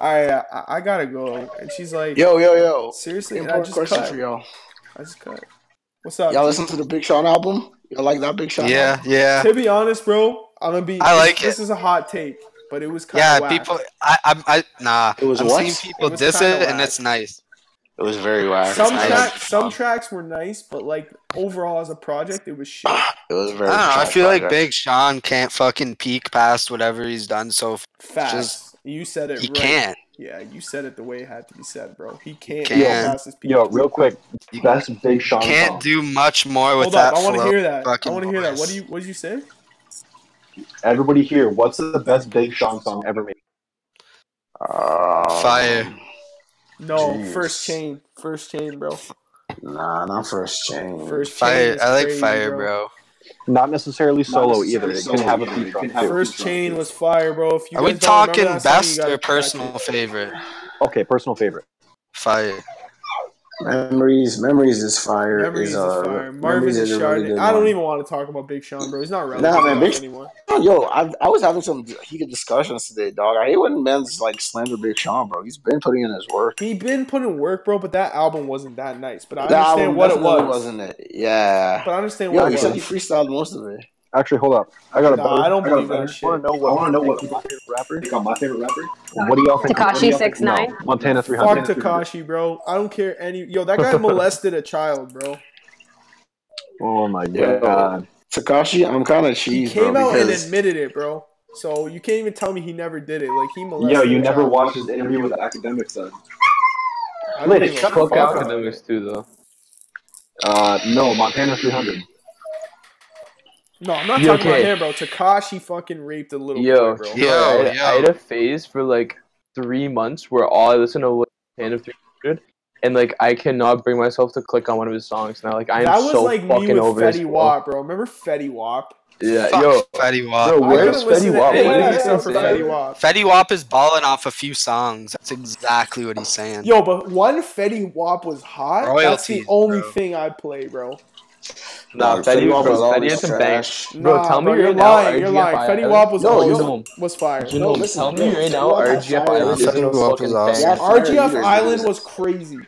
[SPEAKER 2] all right, I, I gotta go. And she's like,
[SPEAKER 9] Yo, yo, yo.
[SPEAKER 2] seriously, and I
[SPEAKER 9] Important
[SPEAKER 2] just
[SPEAKER 9] question
[SPEAKER 2] cut.
[SPEAKER 9] for y'all.
[SPEAKER 2] I just cut. What's up?
[SPEAKER 9] Y'all listen to the Big Sean album? Y'all like that Big Sean?
[SPEAKER 4] Yeah, yeah.
[SPEAKER 2] To be honest, bro, I'm gonna be.
[SPEAKER 4] I like
[SPEAKER 2] this, This is a hot take, but it was kind of
[SPEAKER 4] Yeah,
[SPEAKER 2] whack.
[SPEAKER 4] people. I, I, I, nah.
[SPEAKER 9] It was
[SPEAKER 4] I'm
[SPEAKER 9] what?
[SPEAKER 4] seeing people
[SPEAKER 2] It was
[SPEAKER 4] diss
[SPEAKER 2] kinda
[SPEAKER 4] it, and
[SPEAKER 2] whack.
[SPEAKER 4] it's nice.
[SPEAKER 9] It was very whack.
[SPEAKER 2] Some
[SPEAKER 4] I
[SPEAKER 2] track,
[SPEAKER 4] like-
[SPEAKER 2] some tracks were nice, but like overall as a project, it was shit.
[SPEAKER 9] It was
[SPEAKER 4] I
[SPEAKER 9] very.
[SPEAKER 4] don't know. I
[SPEAKER 9] Sean
[SPEAKER 4] feel like
[SPEAKER 9] project.
[SPEAKER 4] Big Sean can't fucking peek past whatever he's done so far.
[SPEAKER 2] Facts.
[SPEAKER 4] Just-
[SPEAKER 2] you said it.
[SPEAKER 4] He
[SPEAKER 2] right.
[SPEAKER 4] can't.
[SPEAKER 2] Yeah, you said it the way it had to be said, bro. He can't.
[SPEAKER 4] can't.
[SPEAKER 2] get past his
[SPEAKER 10] Yo,
[SPEAKER 2] people.
[SPEAKER 10] real quick, best Big Sean
[SPEAKER 4] Can't
[SPEAKER 10] song.
[SPEAKER 4] do much more with
[SPEAKER 2] Hold
[SPEAKER 4] that.
[SPEAKER 2] up, I want to
[SPEAKER 4] flow
[SPEAKER 2] hear that. I
[SPEAKER 4] fucking
[SPEAKER 2] want to hear that.
[SPEAKER 4] voice.
[SPEAKER 2] What do you? What did you say?
[SPEAKER 10] Everybody here, what's the best Big Sean song ever made?
[SPEAKER 9] Um,
[SPEAKER 4] Fire.
[SPEAKER 2] No,
[SPEAKER 9] Jeez.
[SPEAKER 2] first chain, first chain, bro.
[SPEAKER 9] Nah, not first chain.
[SPEAKER 2] First chain.
[SPEAKER 4] Fire.
[SPEAKER 2] is
[SPEAKER 4] I like
[SPEAKER 2] crazy,
[SPEAKER 4] fire, bro.
[SPEAKER 3] Not necessarily solo either. It can have a
[SPEAKER 10] feature
[SPEAKER 3] feature.
[SPEAKER 10] on
[SPEAKER 3] on
[SPEAKER 10] it.
[SPEAKER 3] it.
[SPEAKER 2] First chain was fire, bro. If you
[SPEAKER 4] Are we
[SPEAKER 2] guys don't remember that
[SPEAKER 4] talking
[SPEAKER 2] song, you
[SPEAKER 4] best
[SPEAKER 2] gotta
[SPEAKER 4] or
[SPEAKER 2] check it.
[SPEAKER 4] personal favorite?
[SPEAKER 3] Okay, personal favorite.
[SPEAKER 4] Fire.
[SPEAKER 9] Memories, memories is fire.
[SPEAKER 2] Memories is fire.
[SPEAKER 9] uh, Memories
[SPEAKER 2] Marvin's and
[SPEAKER 9] is a really
[SPEAKER 2] Chardonnay.
[SPEAKER 9] good
[SPEAKER 2] I don't
[SPEAKER 9] one.
[SPEAKER 2] even want to talk about Big Sean, bro. He's not relevant
[SPEAKER 9] Nah, man,
[SPEAKER 2] to us
[SPEAKER 9] Big-
[SPEAKER 2] anymore.
[SPEAKER 9] Yo, I, I was having some heated discussions today, dog. I hate when men's like slander Big Sean, bro. He's been putting in his work.
[SPEAKER 2] He been putting work, bro, but that album wasn't that nice. But I
[SPEAKER 9] That
[SPEAKER 2] understand
[SPEAKER 9] album
[SPEAKER 2] what it
[SPEAKER 9] definitely
[SPEAKER 2] was.
[SPEAKER 9] wasn't it? Yeah.
[SPEAKER 2] But I understand
[SPEAKER 9] Yo,
[SPEAKER 2] what
[SPEAKER 9] he
[SPEAKER 2] it
[SPEAKER 9] said he
[SPEAKER 2] was.
[SPEAKER 9] freestyled most of it.
[SPEAKER 3] Actually, hold up. I got a
[SPEAKER 2] Nah,
[SPEAKER 3] better.
[SPEAKER 2] I don't
[SPEAKER 3] got a
[SPEAKER 2] believe that
[SPEAKER 3] better-
[SPEAKER 2] shit.
[SPEAKER 3] I want to know what. I want to know what my favorite rapper.
[SPEAKER 10] Pick on my favorite rapper.
[SPEAKER 3] What do y'all think?
[SPEAKER 7] Tekashi
[SPEAKER 3] what do y'all think-
[SPEAKER 7] 6ix9ine?
[SPEAKER 3] No, Montana three
[SPEAKER 2] Fuck
[SPEAKER 3] hundred.
[SPEAKER 2] Takashi, bro. I don't care any. Yo, that guy molested a child, bro.
[SPEAKER 3] Oh my
[SPEAKER 9] Yeah.
[SPEAKER 3] god.
[SPEAKER 9] Takashi, I'm kind of
[SPEAKER 2] He
[SPEAKER 9] cheesed, bro.
[SPEAKER 2] came out and
[SPEAKER 9] Because
[SPEAKER 2] admitted it, bro. So you can't even tell me he never did it. Like he molested.
[SPEAKER 10] Yo, you
[SPEAKER 2] a
[SPEAKER 10] never
[SPEAKER 2] child.
[SPEAKER 10] watched his interview with academics then?
[SPEAKER 2] I don't give a
[SPEAKER 10] Shut the
[SPEAKER 5] Fuck
[SPEAKER 2] fuck.
[SPEAKER 10] out.
[SPEAKER 5] academics too, though.
[SPEAKER 10] Uh, no, Montana 300.
[SPEAKER 2] No, I'm not
[SPEAKER 5] You
[SPEAKER 2] talking about
[SPEAKER 5] okay?
[SPEAKER 2] him, bro. Takashi fucking raped a little
[SPEAKER 5] Yo,
[SPEAKER 2] boy, bro.
[SPEAKER 5] yo, I, had, I had a phase for like three months where all I listened to was Panda 300, and like I cannot bring myself to click on one of his songs now. Like I am
[SPEAKER 2] that was
[SPEAKER 5] so
[SPEAKER 2] like me
[SPEAKER 5] fucking
[SPEAKER 2] with
[SPEAKER 5] over
[SPEAKER 2] Fetty
[SPEAKER 5] this. bro.
[SPEAKER 2] Wap, bro. Remember Fetty Wap?
[SPEAKER 5] Yeah,
[SPEAKER 4] Fuck
[SPEAKER 5] yo,
[SPEAKER 4] Fetty Wap.
[SPEAKER 5] bro,
[SPEAKER 2] I couldn't
[SPEAKER 5] where's
[SPEAKER 2] listen
[SPEAKER 5] Fetty
[SPEAKER 2] to
[SPEAKER 5] Wap?
[SPEAKER 2] anything
[SPEAKER 5] What is he
[SPEAKER 2] except for Fetty
[SPEAKER 5] saying?
[SPEAKER 2] Wap.
[SPEAKER 4] Fetty Wap is balling off a few songs. That's exactly what he's saying.
[SPEAKER 2] Yo, but one Fetty Wap was hot. That's the
[SPEAKER 4] Royalties,
[SPEAKER 2] only
[SPEAKER 4] bro.
[SPEAKER 2] thing I play, bro.
[SPEAKER 5] Nah, Fetty Wap was Fetty had some bangs. Bro,
[SPEAKER 2] Nah,
[SPEAKER 5] tell me
[SPEAKER 2] you're
[SPEAKER 5] right now,
[SPEAKER 2] lying. You're lying.
[SPEAKER 5] RGFI
[SPEAKER 2] Fetty Wap was
[SPEAKER 9] No,
[SPEAKER 2] always-
[SPEAKER 9] you
[SPEAKER 5] know.
[SPEAKER 2] was fire.
[SPEAKER 5] Janome,
[SPEAKER 9] No, listen,
[SPEAKER 5] tell me
[SPEAKER 9] bro,
[SPEAKER 5] right now,
[SPEAKER 9] Fetty Wap had
[SPEAKER 5] RGF
[SPEAKER 9] fire.
[SPEAKER 5] Island is
[SPEAKER 4] Fetty
[SPEAKER 5] no
[SPEAKER 4] Wap
[SPEAKER 5] fucking
[SPEAKER 4] is awesome.
[SPEAKER 5] bang.
[SPEAKER 9] Yeah. Fire
[SPEAKER 2] RGF
[SPEAKER 9] leaders,
[SPEAKER 2] Island
[SPEAKER 9] dude.
[SPEAKER 2] was crazy.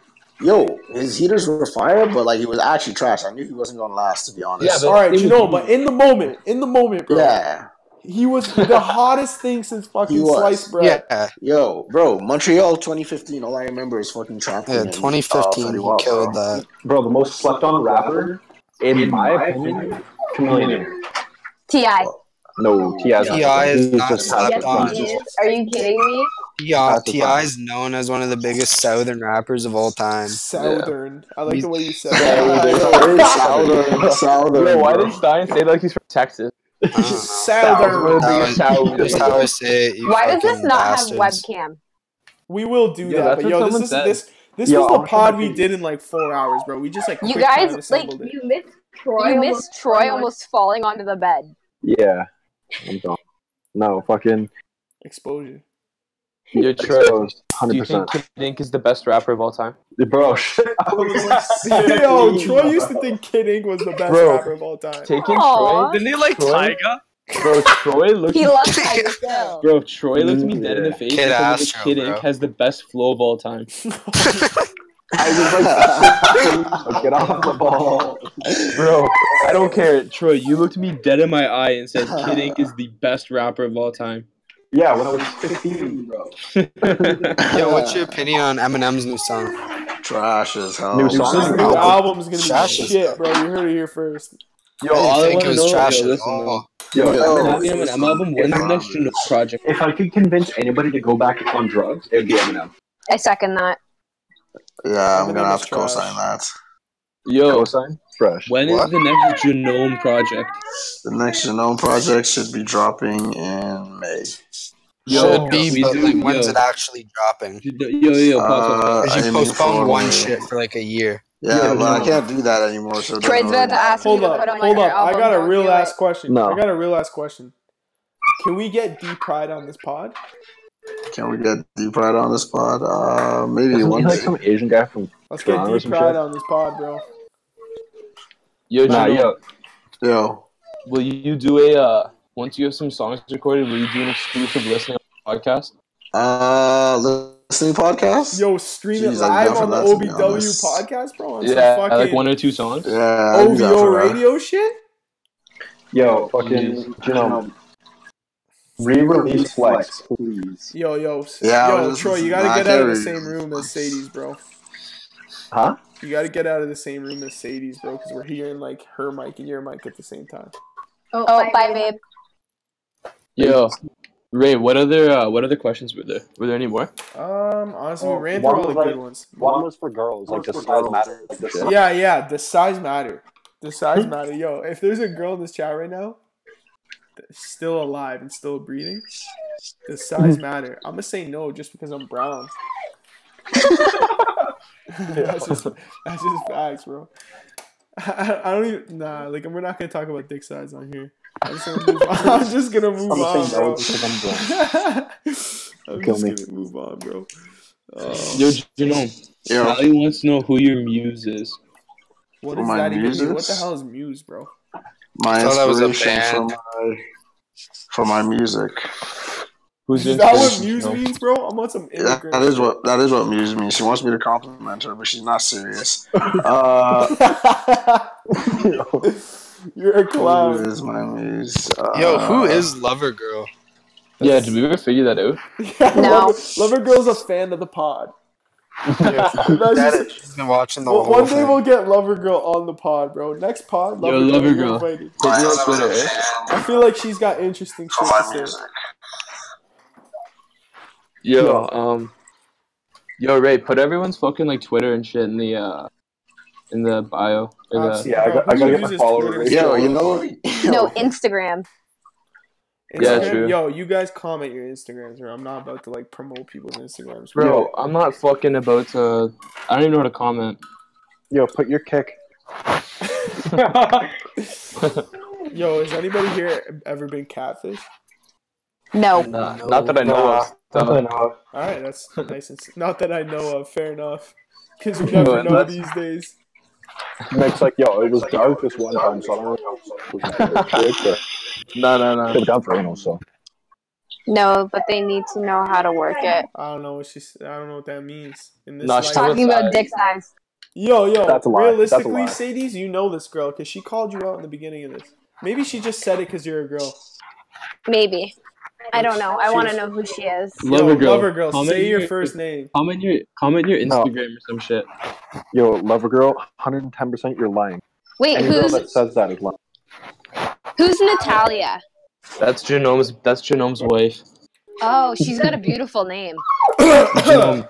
[SPEAKER 9] yo, his heaters were fire, but like he was actually trash. I knew he wasn't gonna last, to be honest.
[SPEAKER 5] Yeah,
[SPEAKER 2] All right, you know, but in the moment, in the moment, bro.
[SPEAKER 9] yeah.
[SPEAKER 2] He was the hottest thing since
[SPEAKER 9] He
[SPEAKER 2] fucking
[SPEAKER 9] was.
[SPEAKER 2] sliced bread.
[SPEAKER 4] Yeah.
[SPEAKER 9] Yo, bro, Montreal 2015. All I remember is fucking Chomp.
[SPEAKER 4] Yeah, 2015, he killed
[SPEAKER 9] bro.
[SPEAKER 4] that.
[SPEAKER 10] Bro, the most slept on rapper, in, my, opinion, Chameleon.
[SPEAKER 11] Ti.
[SPEAKER 10] No,
[SPEAKER 4] T.I. 's not- T.I. is he's not just slept
[SPEAKER 11] Yes,
[SPEAKER 4] on.
[SPEAKER 11] he is. Are you kidding me?
[SPEAKER 4] Yeah,
[SPEAKER 10] That's the
[SPEAKER 4] T.I. uh, is known as one of the biggest Southern rappers of all time.
[SPEAKER 2] Southern. I like the way you said
[SPEAKER 9] Southern. Southern. Southern.
[SPEAKER 5] Yo, why
[SPEAKER 9] bro.
[SPEAKER 5] did Stein say like he's from Texas?
[SPEAKER 2] Southern.
[SPEAKER 4] That's how, that's how I say it. you
[SPEAKER 11] Why does this
[SPEAKER 4] fucking
[SPEAKER 11] not have
[SPEAKER 4] bastards.
[SPEAKER 11] webcam?
[SPEAKER 2] We will do
[SPEAKER 5] Yeah,
[SPEAKER 2] that.
[SPEAKER 5] that's
[SPEAKER 2] But
[SPEAKER 5] what
[SPEAKER 2] yo, this
[SPEAKER 5] someone
[SPEAKER 2] is
[SPEAKER 5] said.
[SPEAKER 2] this this
[SPEAKER 10] Yo,
[SPEAKER 2] was the
[SPEAKER 10] I'm
[SPEAKER 2] pod
[SPEAKER 10] gonna
[SPEAKER 2] we
[SPEAKER 10] be-
[SPEAKER 2] did in like four hours, bro. We just like
[SPEAKER 11] You
[SPEAKER 2] quick time
[SPEAKER 11] guys, like,
[SPEAKER 2] assembled it.
[SPEAKER 11] you missed
[SPEAKER 7] Troy
[SPEAKER 11] you missed Troy almost falling onto the bed.
[SPEAKER 3] Yeah, I'm done. No, fucking
[SPEAKER 2] Exposure.
[SPEAKER 5] You're true.
[SPEAKER 3] exposed,
[SPEAKER 5] Do
[SPEAKER 3] hundred
[SPEAKER 5] you think
[SPEAKER 3] percent,
[SPEAKER 5] Kid Ink is the best rapper of all time?
[SPEAKER 3] bro. shit, I was like,
[SPEAKER 2] Yo,
[SPEAKER 3] seriously,
[SPEAKER 2] Troy used to think Kid Ink was the best
[SPEAKER 5] Bro.
[SPEAKER 2] rapper of all time.
[SPEAKER 5] Taking
[SPEAKER 11] Aw.
[SPEAKER 8] Didn't he like
[SPEAKER 5] Troy?
[SPEAKER 8] Tyga?
[SPEAKER 5] Troy, bro. Troy looked.
[SPEAKER 11] He loves Tiger still.
[SPEAKER 5] Bro, Troy looked me dead in the
[SPEAKER 3] Yeah.
[SPEAKER 5] face.
[SPEAKER 4] Kid
[SPEAKER 5] and told me that
[SPEAKER 4] Astro,
[SPEAKER 5] Kid
[SPEAKER 4] bro.
[SPEAKER 5] Ink has the best flow of all time.
[SPEAKER 3] Get off the ball.
[SPEAKER 5] Bro, I don't care. Troy, you looked me dead in my eye and said Kid Ink is the best rapper of all time.
[SPEAKER 10] Yeah, when I was 15, bro.
[SPEAKER 4] Yeah, what's your opinion on Eminem's new song?
[SPEAKER 9] Trash as hell.
[SPEAKER 10] New
[SPEAKER 2] This
[SPEAKER 10] song?
[SPEAKER 2] new
[SPEAKER 4] Album.
[SPEAKER 2] album's gonna be
[SPEAKER 4] Trash is-
[SPEAKER 2] shit, bro. You heard it here first.
[SPEAKER 4] Yo,
[SPEAKER 5] all I
[SPEAKER 4] I didn't think
[SPEAKER 5] wanna
[SPEAKER 4] it was
[SPEAKER 5] know- yo,
[SPEAKER 4] trash at
[SPEAKER 5] listen,
[SPEAKER 4] all.
[SPEAKER 10] Yo,
[SPEAKER 9] Yo,
[SPEAKER 10] Eminem-
[SPEAKER 5] Eminem
[SPEAKER 9] listen,
[SPEAKER 5] an album. When's the next
[SPEAKER 9] Eminem
[SPEAKER 5] Juno
[SPEAKER 9] is-
[SPEAKER 5] project?
[SPEAKER 10] if I could convince anybody to go back on drugs, it would be Eminem.
[SPEAKER 11] I second that.
[SPEAKER 9] Yeah, I'm
[SPEAKER 2] Eminem
[SPEAKER 9] gonna have
[SPEAKER 2] is
[SPEAKER 9] to co-sign that.
[SPEAKER 5] Yo,
[SPEAKER 3] Cosign? Fresh.
[SPEAKER 5] when is
[SPEAKER 4] What?
[SPEAKER 5] the next Genome project?
[SPEAKER 9] The next Genome project should be dropping in May.
[SPEAKER 5] Yo,
[SPEAKER 4] Should be,
[SPEAKER 5] we
[SPEAKER 4] but
[SPEAKER 5] do-
[SPEAKER 4] like, when's
[SPEAKER 5] yo.
[SPEAKER 4] it actually dropping?
[SPEAKER 5] Yo, yo, yo, pause, pause, pause.
[SPEAKER 9] Uh,
[SPEAKER 4] Because
[SPEAKER 9] I
[SPEAKER 4] you
[SPEAKER 9] mean, for
[SPEAKER 4] postponed one
[SPEAKER 9] me.
[SPEAKER 4] shit for like a year.
[SPEAKER 9] Yeah, but I can't do that anymore. So it doesn't
[SPEAKER 11] Troy's
[SPEAKER 9] really
[SPEAKER 11] about to ask me
[SPEAKER 2] Hold
[SPEAKER 11] to
[SPEAKER 2] up,
[SPEAKER 11] put him
[SPEAKER 2] hold
[SPEAKER 11] on
[SPEAKER 2] up.
[SPEAKER 11] your album.
[SPEAKER 2] I got a
[SPEAKER 11] Don't
[SPEAKER 2] real
[SPEAKER 11] do
[SPEAKER 2] ass
[SPEAKER 11] it.
[SPEAKER 2] question.
[SPEAKER 3] No.
[SPEAKER 2] I got a real ass question. Can we get D Pride on this pod?
[SPEAKER 9] Can we get deep right on this pod? Uh, maybe
[SPEAKER 3] Isn't
[SPEAKER 9] one
[SPEAKER 3] he like
[SPEAKER 9] day.
[SPEAKER 3] some Asian guy from?
[SPEAKER 2] Let's get
[SPEAKER 3] Toronto or
[SPEAKER 2] D
[SPEAKER 3] some
[SPEAKER 2] Pride
[SPEAKER 3] shit?
[SPEAKER 2] on this pod, bro.
[SPEAKER 5] Yo,
[SPEAKER 3] Nah,
[SPEAKER 5] Genome,
[SPEAKER 3] yo,
[SPEAKER 9] Yo,
[SPEAKER 5] will you do a uh, once you have some songs recorded, will you do an exclusive listening podcast?
[SPEAKER 9] uh, listening podcast.
[SPEAKER 2] Yo, stream it
[SPEAKER 9] Jeez, I'm
[SPEAKER 2] live
[SPEAKER 9] down for
[SPEAKER 2] on the
[SPEAKER 9] that, to be
[SPEAKER 2] OBW
[SPEAKER 9] honest.
[SPEAKER 2] podcast, bro. On
[SPEAKER 5] Yeah,
[SPEAKER 2] some
[SPEAKER 5] like
[SPEAKER 2] fucking
[SPEAKER 5] one or two songs.
[SPEAKER 9] Yeah, I'm down
[SPEAKER 2] OVO
[SPEAKER 9] for that.
[SPEAKER 2] radio shit.
[SPEAKER 10] Yo, fucking Genome. Re-release Flex, please.
[SPEAKER 2] Yo, yo,
[SPEAKER 9] Yeah, I
[SPEAKER 2] yo,
[SPEAKER 9] was
[SPEAKER 2] Troy,
[SPEAKER 9] just-
[SPEAKER 2] you gotta
[SPEAKER 9] nah, I
[SPEAKER 2] get out of
[SPEAKER 9] can't
[SPEAKER 2] the
[SPEAKER 9] really-
[SPEAKER 2] same room as Sadie's, bro.
[SPEAKER 10] Huh?
[SPEAKER 2] You gotta get out of the same room as Sadie's, bro, because we're hearing like her mic and your mic at the same time.
[SPEAKER 11] Oh, bye, babe.
[SPEAKER 5] Yo, Ray, what other uh, what other questions were there? Were there any more?
[SPEAKER 2] Um, honestly,
[SPEAKER 10] Oh,
[SPEAKER 2] we ran through
[SPEAKER 10] one
[SPEAKER 2] all the
[SPEAKER 10] was
[SPEAKER 2] good
[SPEAKER 10] like-
[SPEAKER 2] ones.
[SPEAKER 10] One was for girls, like the size matter. Like the size.
[SPEAKER 2] Yeah, yeah, the size matter. The size matter. Yo, if there's a girl in this chat right now that's still alive and still breathing, the size matter. I'm gonna say no just because I'm brown. that's, just, that's just facts, bro. I, I- I don't even nah. Like we're not gonna talk about dick size on here. I'm just gonna move on, I'm just gonna move
[SPEAKER 10] I'm
[SPEAKER 2] on,
[SPEAKER 10] saying no
[SPEAKER 2] bro.
[SPEAKER 10] because I'm drunk.
[SPEAKER 2] I'm
[SPEAKER 3] Kill
[SPEAKER 2] just
[SPEAKER 3] me.
[SPEAKER 2] gonna move on, bro.
[SPEAKER 5] Yo,
[SPEAKER 2] Oh,
[SPEAKER 5] Genome,
[SPEAKER 9] Yo,
[SPEAKER 5] Uh, Sally wants to know who your muse is.
[SPEAKER 2] what
[SPEAKER 9] for
[SPEAKER 2] does
[SPEAKER 9] my
[SPEAKER 2] that even mean? What the
[SPEAKER 9] muses?
[SPEAKER 2] hell is muse, bro?
[SPEAKER 9] my
[SPEAKER 4] thought that was a
[SPEAKER 9] inspiration for
[SPEAKER 4] band.
[SPEAKER 9] my for my music.
[SPEAKER 5] Who's
[SPEAKER 2] Is
[SPEAKER 5] your
[SPEAKER 2] that what
[SPEAKER 5] inspiration,
[SPEAKER 2] muse
[SPEAKER 5] Genome?
[SPEAKER 2] means, bro? I'm on some
[SPEAKER 9] Yeah,
[SPEAKER 2] immigrant.
[SPEAKER 9] that is
[SPEAKER 2] shit.
[SPEAKER 9] what that is what muse means. She wants me to compliment her, but she's not serious. Uh,
[SPEAKER 2] You're a
[SPEAKER 9] who
[SPEAKER 2] clown.
[SPEAKER 9] is my muse?
[SPEAKER 4] Yo, who
[SPEAKER 9] Uh,
[SPEAKER 4] is Lover Girl?
[SPEAKER 5] Yeah, did we ever figure that out?
[SPEAKER 2] Yeah,
[SPEAKER 11] No.
[SPEAKER 2] Lover, Lover Girl's a fan of the pod. That's
[SPEAKER 4] That
[SPEAKER 2] just-
[SPEAKER 4] is, she's been watching the
[SPEAKER 2] Well,
[SPEAKER 4] whole
[SPEAKER 2] one day
[SPEAKER 4] thing.
[SPEAKER 2] we'll get Lover Girl on the pod, bro. Next pod,
[SPEAKER 5] Yo,
[SPEAKER 2] Lover Girl.
[SPEAKER 5] Lover
[SPEAKER 2] you're
[SPEAKER 5] Girl.
[SPEAKER 2] invited.
[SPEAKER 5] Hit me on Twitter, eh?
[SPEAKER 2] I feel like she's got interesting shit to say.
[SPEAKER 5] Yo, um, yo, Ray, put everyone's fucking like Twitter and shit in the uh, in the bio. Or the,
[SPEAKER 2] Absolutely.
[SPEAKER 10] Yeah, I, got, I gotta get my follower
[SPEAKER 2] Bro, who uses
[SPEAKER 10] ratio.
[SPEAKER 9] Yo,
[SPEAKER 10] up.
[SPEAKER 9] you know, yo,
[SPEAKER 11] No, Instagram.
[SPEAKER 5] Yeah,
[SPEAKER 2] Instagram-
[SPEAKER 5] true.
[SPEAKER 2] Yo, you guys comment your Instagrams, bro. I'm not about to like promote people's Instagrams, bro.
[SPEAKER 5] bro, I'm not fucking about to. I don't even know how to comment.
[SPEAKER 3] yo, put your kick.
[SPEAKER 2] Yo, has anybody here ever been catfish?
[SPEAKER 11] No.
[SPEAKER 5] Nah, not that I know
[SPEAKER 10] Nah,
[SPEAKER 5] of. so-
[SPEAKER 10] definitely not.
[SPEAKER 2] All right, that's nice. And, s- not that I know of. Fair enough. Because you never
[SPEAKER 5] and
[SPEAKER 2] know
[SPEAKER 5] that's-
[SPEAKER 2] these days.
[SPEAKER 10] Nick's like, yo, it was dark this one time, so I don't know. if it was good, but
[SPEAKER 5] No, no, no.
[SPEAKER 3] It was down for anal, so.
[SPEAKER 11] No, but they need to know how to work it.
[SPEAKER 2] I don't know what she's. I don't know what that means in this
[SPEAKER 5] Nah,
[SPEAKER 2] life.
[SPEAKER 5] she was-
[SPEAKER 11] Talking about dick size.
[SPEAKER 2] Yo, yo.
[SPEAKER 10] That's a lie. That's a
[SPEAKER 2] Realistically,
[SPEAKER 10] lie.
[SPEAKER 2] Sadie's, you know this girl because she called you out in the beginning of this. Maybe she just said it because you're a girl.
[SPEAKER 11] Maybe. I don't know. I want to know who she is.
[SPEAKER 5] Lover girl.
[SPEAKER 2] Lover girl,
[SPEAKER 5] comment
[SPEAKER 2] say your
[SPEAKER 5] your-
[SPEAKER 2] first name.
[SPEAKER 5] Comment your comment your
[SPEAKER 10] No.
[SPEAKER 5] Instagram or some shit.
[SPEAKER 10] Yo, lover girl, 110% you're lying.
[SPEAKER 11] Wait,
[SPEAKER 10] Any girl
[SPEAKER 11] who's
[SPEAKER 10] that says that is lying.
[SPEAKER 11] who's Natalia?
[SPEAKER 5] That's Genome's that's Genome's wife.
[SPEAKER 11] Oh, she's got a beautiful name.
[SPEAKER 5] Genome,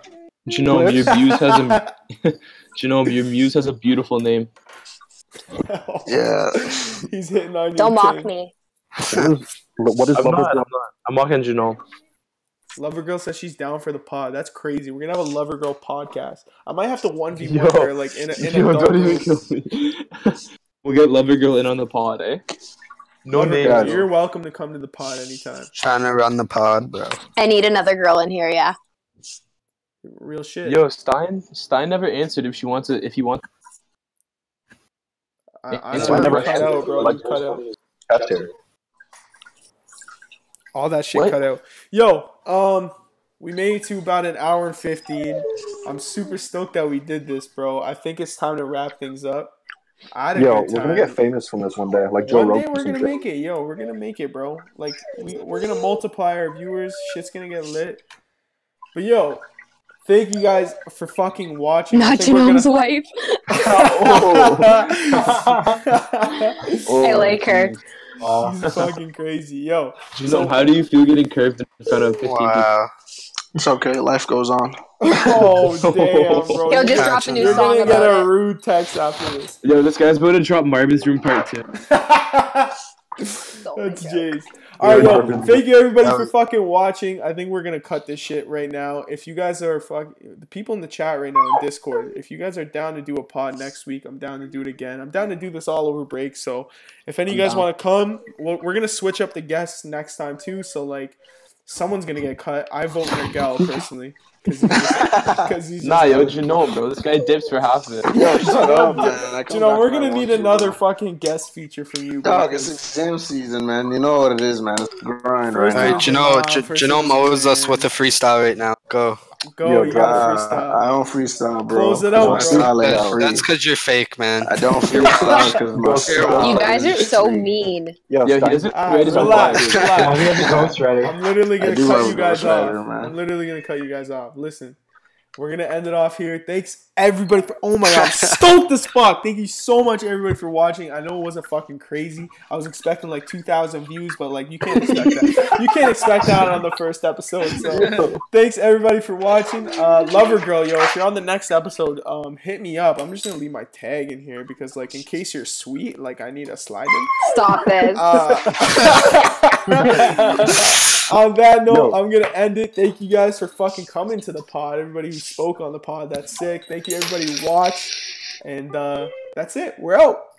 [SPEAKER 5] Genome your
[SPEAKER 11] Clips.
[SPEAKER 5] muse has a Genome, your muse has a beautiful name.
[SPEAKER 9] Yeah.
[SPEAKER 2] He's hitting on you.
[SPEAKER 11] Don't mock
[SPEAKER 2] King.
[SPEAKER 11] me.
[SPEAKER 10] What is
[SPEAKER 5] I'm
[SPEAKER 10] lover
[SPEAKER 5] not,
[SPEAKER 10] girl?
[SPEAKER 5] I'm not. I'm mocking Genome.
[SPEAKER 2] Lover girl says she's down for the pod. That's crazy. We're gonna have a lover girl podcast. I might have to one v
[SPEAKER 5] Yo.
[SPEAKER 2] one her like in a, in
[SPEAKER 5] Yo,
[SPEAKER 2] a dark
[SPEAKER 5] don't even
[SPEAKER 2] room.
[SPEAKER 5] kill me. we'll get Lover Girl in on the pod, eh? No
[SPEAKER 2] Lover
[SPEAKER 5] name.
[SPEAKER 2] girl, you're welcome to come to the pod anytime.
[SPEAKER 4] Trying to run the pod, bro.
[SPEAKER 11] I need another girl in here, yeah.
[SPEAKER 2] Real shit.
[SPEAKER 5] Yo, Stein. Stein never answered if she wants to. If he wants.
[SPEAKER 2] I, I
[SPEAKER 5] It's
[SPEAKER 2] don't know.
[SPEAKER 5] whenever
[SPEAKER 2] You cut
[SPEAKER 5] I-
[SPEAKER 2] out, bro. You
[SPEAKER 10] like-
[SPEAKER 2] cut out.
[SPEAKER 10] That's her.
[SPEAKER 2] All that shit cut out. Yo, um, we made it to about an hour and fifteen. I'm super stoked that we did this, bro. I think it's time to wrap things up. I had a
[SPEAKER 10] Yo,
[SPEAKER 2] good
[SPEAKER 10] we're
[SPEAKER 2] time.
[SPEAKER 10] gonna get famous from this one day, like Joe
[SPEAKER 2] one day
[SPEAKER 10] Rogan.
[SPEAKER 2] we're
[SPEAKER 10] and
[SPEAKER 2] gonna
[SPEAKER 10] shit.
[SPEAKER 2] make it, yo. We're gonna make it, bro. Like we we're gonna multiply our viewers. Shit's gonna get lit. But yo, thank you guys for fucking watching. I
[SPEAKER 7] Not
[SPEAKER 2] think we're
[SPEAKER 7] Genome's
[SPEAKER 2] gonna-
[SPEAKER 7] wife.
[SPEAKER 10] Oh.
[SPEAKER 11] I like her.
[SPEAKER 2] Oh, She's fucking crazy, yo.
[SPEAKER 5] Genome, how do you feel getting curved in front of 15
[SPEAKER 9] Wow. It's okay. Life goes on.
[SPEAKER 2] Oh damn, bro.
[SPEAKER 11] Yo, just drop a new
[SPEAKER 2] You're
[SPEAKER 11] song
[SPEAKER 2] gonna get
[SPEAKER 11] about
[SPEAKER 2] a
[SPEAKER 11] it.
[SPEAKER 2] rude text after this.
[SPEAKER 5] people? Yo, this guy's about to drop Marvin's Room Part 2.
[SPEAKER 2] That's Jays. All
[SPEAKER 10] Yeah,
[SPEAKER 2] right, yo,
[SPEAKER 10] Marvin.
[SPEAKER 2] thank you everybody
[SPEAKER 10] That
[SPEAKER 2] for
[SPEAKER 10] was-
[SPEAKER 2] fucking watching. I think we're gonna cut this shit right now. If you guys are fuck, the people in the chat right now in Discord, if you guys are down to do a pod next week, I'm down to do it again. I'm down to do this all over break. So if any of you
[SPEAKER 5] I'm
[SPEAKER 2] guys
[SPEAKER 5] down.
[SPEAKER 2] want to come, we're we're gonna switch up the guests next time too. So like, someone's gonna get cut. I vote Miguel personally because he's just,
[SPEAKER 5] Nah, yo, Genome, bro. This guy dips for half of it.
[SPEAKER 9] Yo, shut up, man. I come
[SPEAKER 2] you know
[SPEAKER 9] back
[SPEAKER 2] we're
[SPEAKER 9] when I
[SPEAKER 2] gonna
[SPEAKER 9] want
[SPEAKER 2] need
[SPEAKER 9] to,
[SPEAKER 2] another
[SPEAKER 9] bro.
[SPEAKER 2] fucking guest feature from you. bro.
[SPEAKER 9] Dog, it's exam season, man. You know what it is, man. It's the grind
[SPEAKER 2] First
[SPEAKER 9] right
[SPEAKER 4] Alright,
[SPEAKER 9] now.
[SPEAKER 2] Gen-
[SPEAKER 4] Genome,
[SPEAKER 2] Genome,
[SPEAKER 4] Gen-
[SPEAKER 2] first
[SPEAKER 4] Genome
[SPEAKER 2] Gen-
[SPEAKER 4] owes us with a freestyle right now. Go.
[SPEAKER 2] Go,
[SPEAKER 9] Yo,
[SPEAKER 2] you gotta
[SPEAKER 9] uh,
[SPEAKER 2] freestyle.
[SPEAKER 9] I don't freestyle, bro.
[SPEAKER 2] Close it out,
[SPEAKER 9] I
[SPEAKER 2] bro.
[SPEAKER 9] freestyle ain't
[SPEAKER 4] That-
[SPEAKER 9] free.
[SPEAKER 4] that's because you're fake, man.
[SPEAKER 9] I don't freestyle because my style
[SPEAKER 11] You guys are
[SPEAKER 9] is
[SPEAKER 11] so mean.
[SPEAKER 10] Yo,
[SPEAKER 5] Yo, he
[SPEAKER 10] Stein-
[SPEAKER 5] doesn't
[SPEAKER 2] Ah,
[SPEAKER 5] rate his own
[SPEAKER 2] relax,
[SPEAKER 5] podcast.
[SPEAKER 6] Now we
[SPEAKER 2] relax.
[SPEAKER 6] have the ghostwriter.
[SPEAKER 2] I'm literally
[SPEAKER 9] I
[SPEAKER 2] gonna
[SPEAKER 9] do
[SPEAKER 2] cut
[SPEAKER 9] love
[SPEAKER 2] you guys
[SPEAKER 9] Ghost
[SPEAKER 2] off.
[SPEAKER 9] Rider, man.
[SPEAKER 2] I'm literally gonna cut you guys off. Listen, we're gonna end it off here. Thanks everybody for. Oh my god, I'm stoked as fuck. Thank you so much everybody for watching. I know it wasn't fucking crazy. I was expecting like 2,000 views, but like you can't expect that. You can't expect that on the first episode. So thanks everybody for watching. Uh, Lover girl, yo, if you're on the next episode, um, hit me up. I'm just gonna leave my tag in here because like in case you're sweet, like I need a slide in.
[SPEAKER 11] Stop it.
[SPEAKER 2] Oh, on that note,
[SPEAKER 10] No.
[SPEAKER 2] I'm gonna end it. Thank you guys for fucking coming to the pod. Everybody who spoke on the pod, that's sick. Thank you everybody who watched, and uh, that's it. We're out.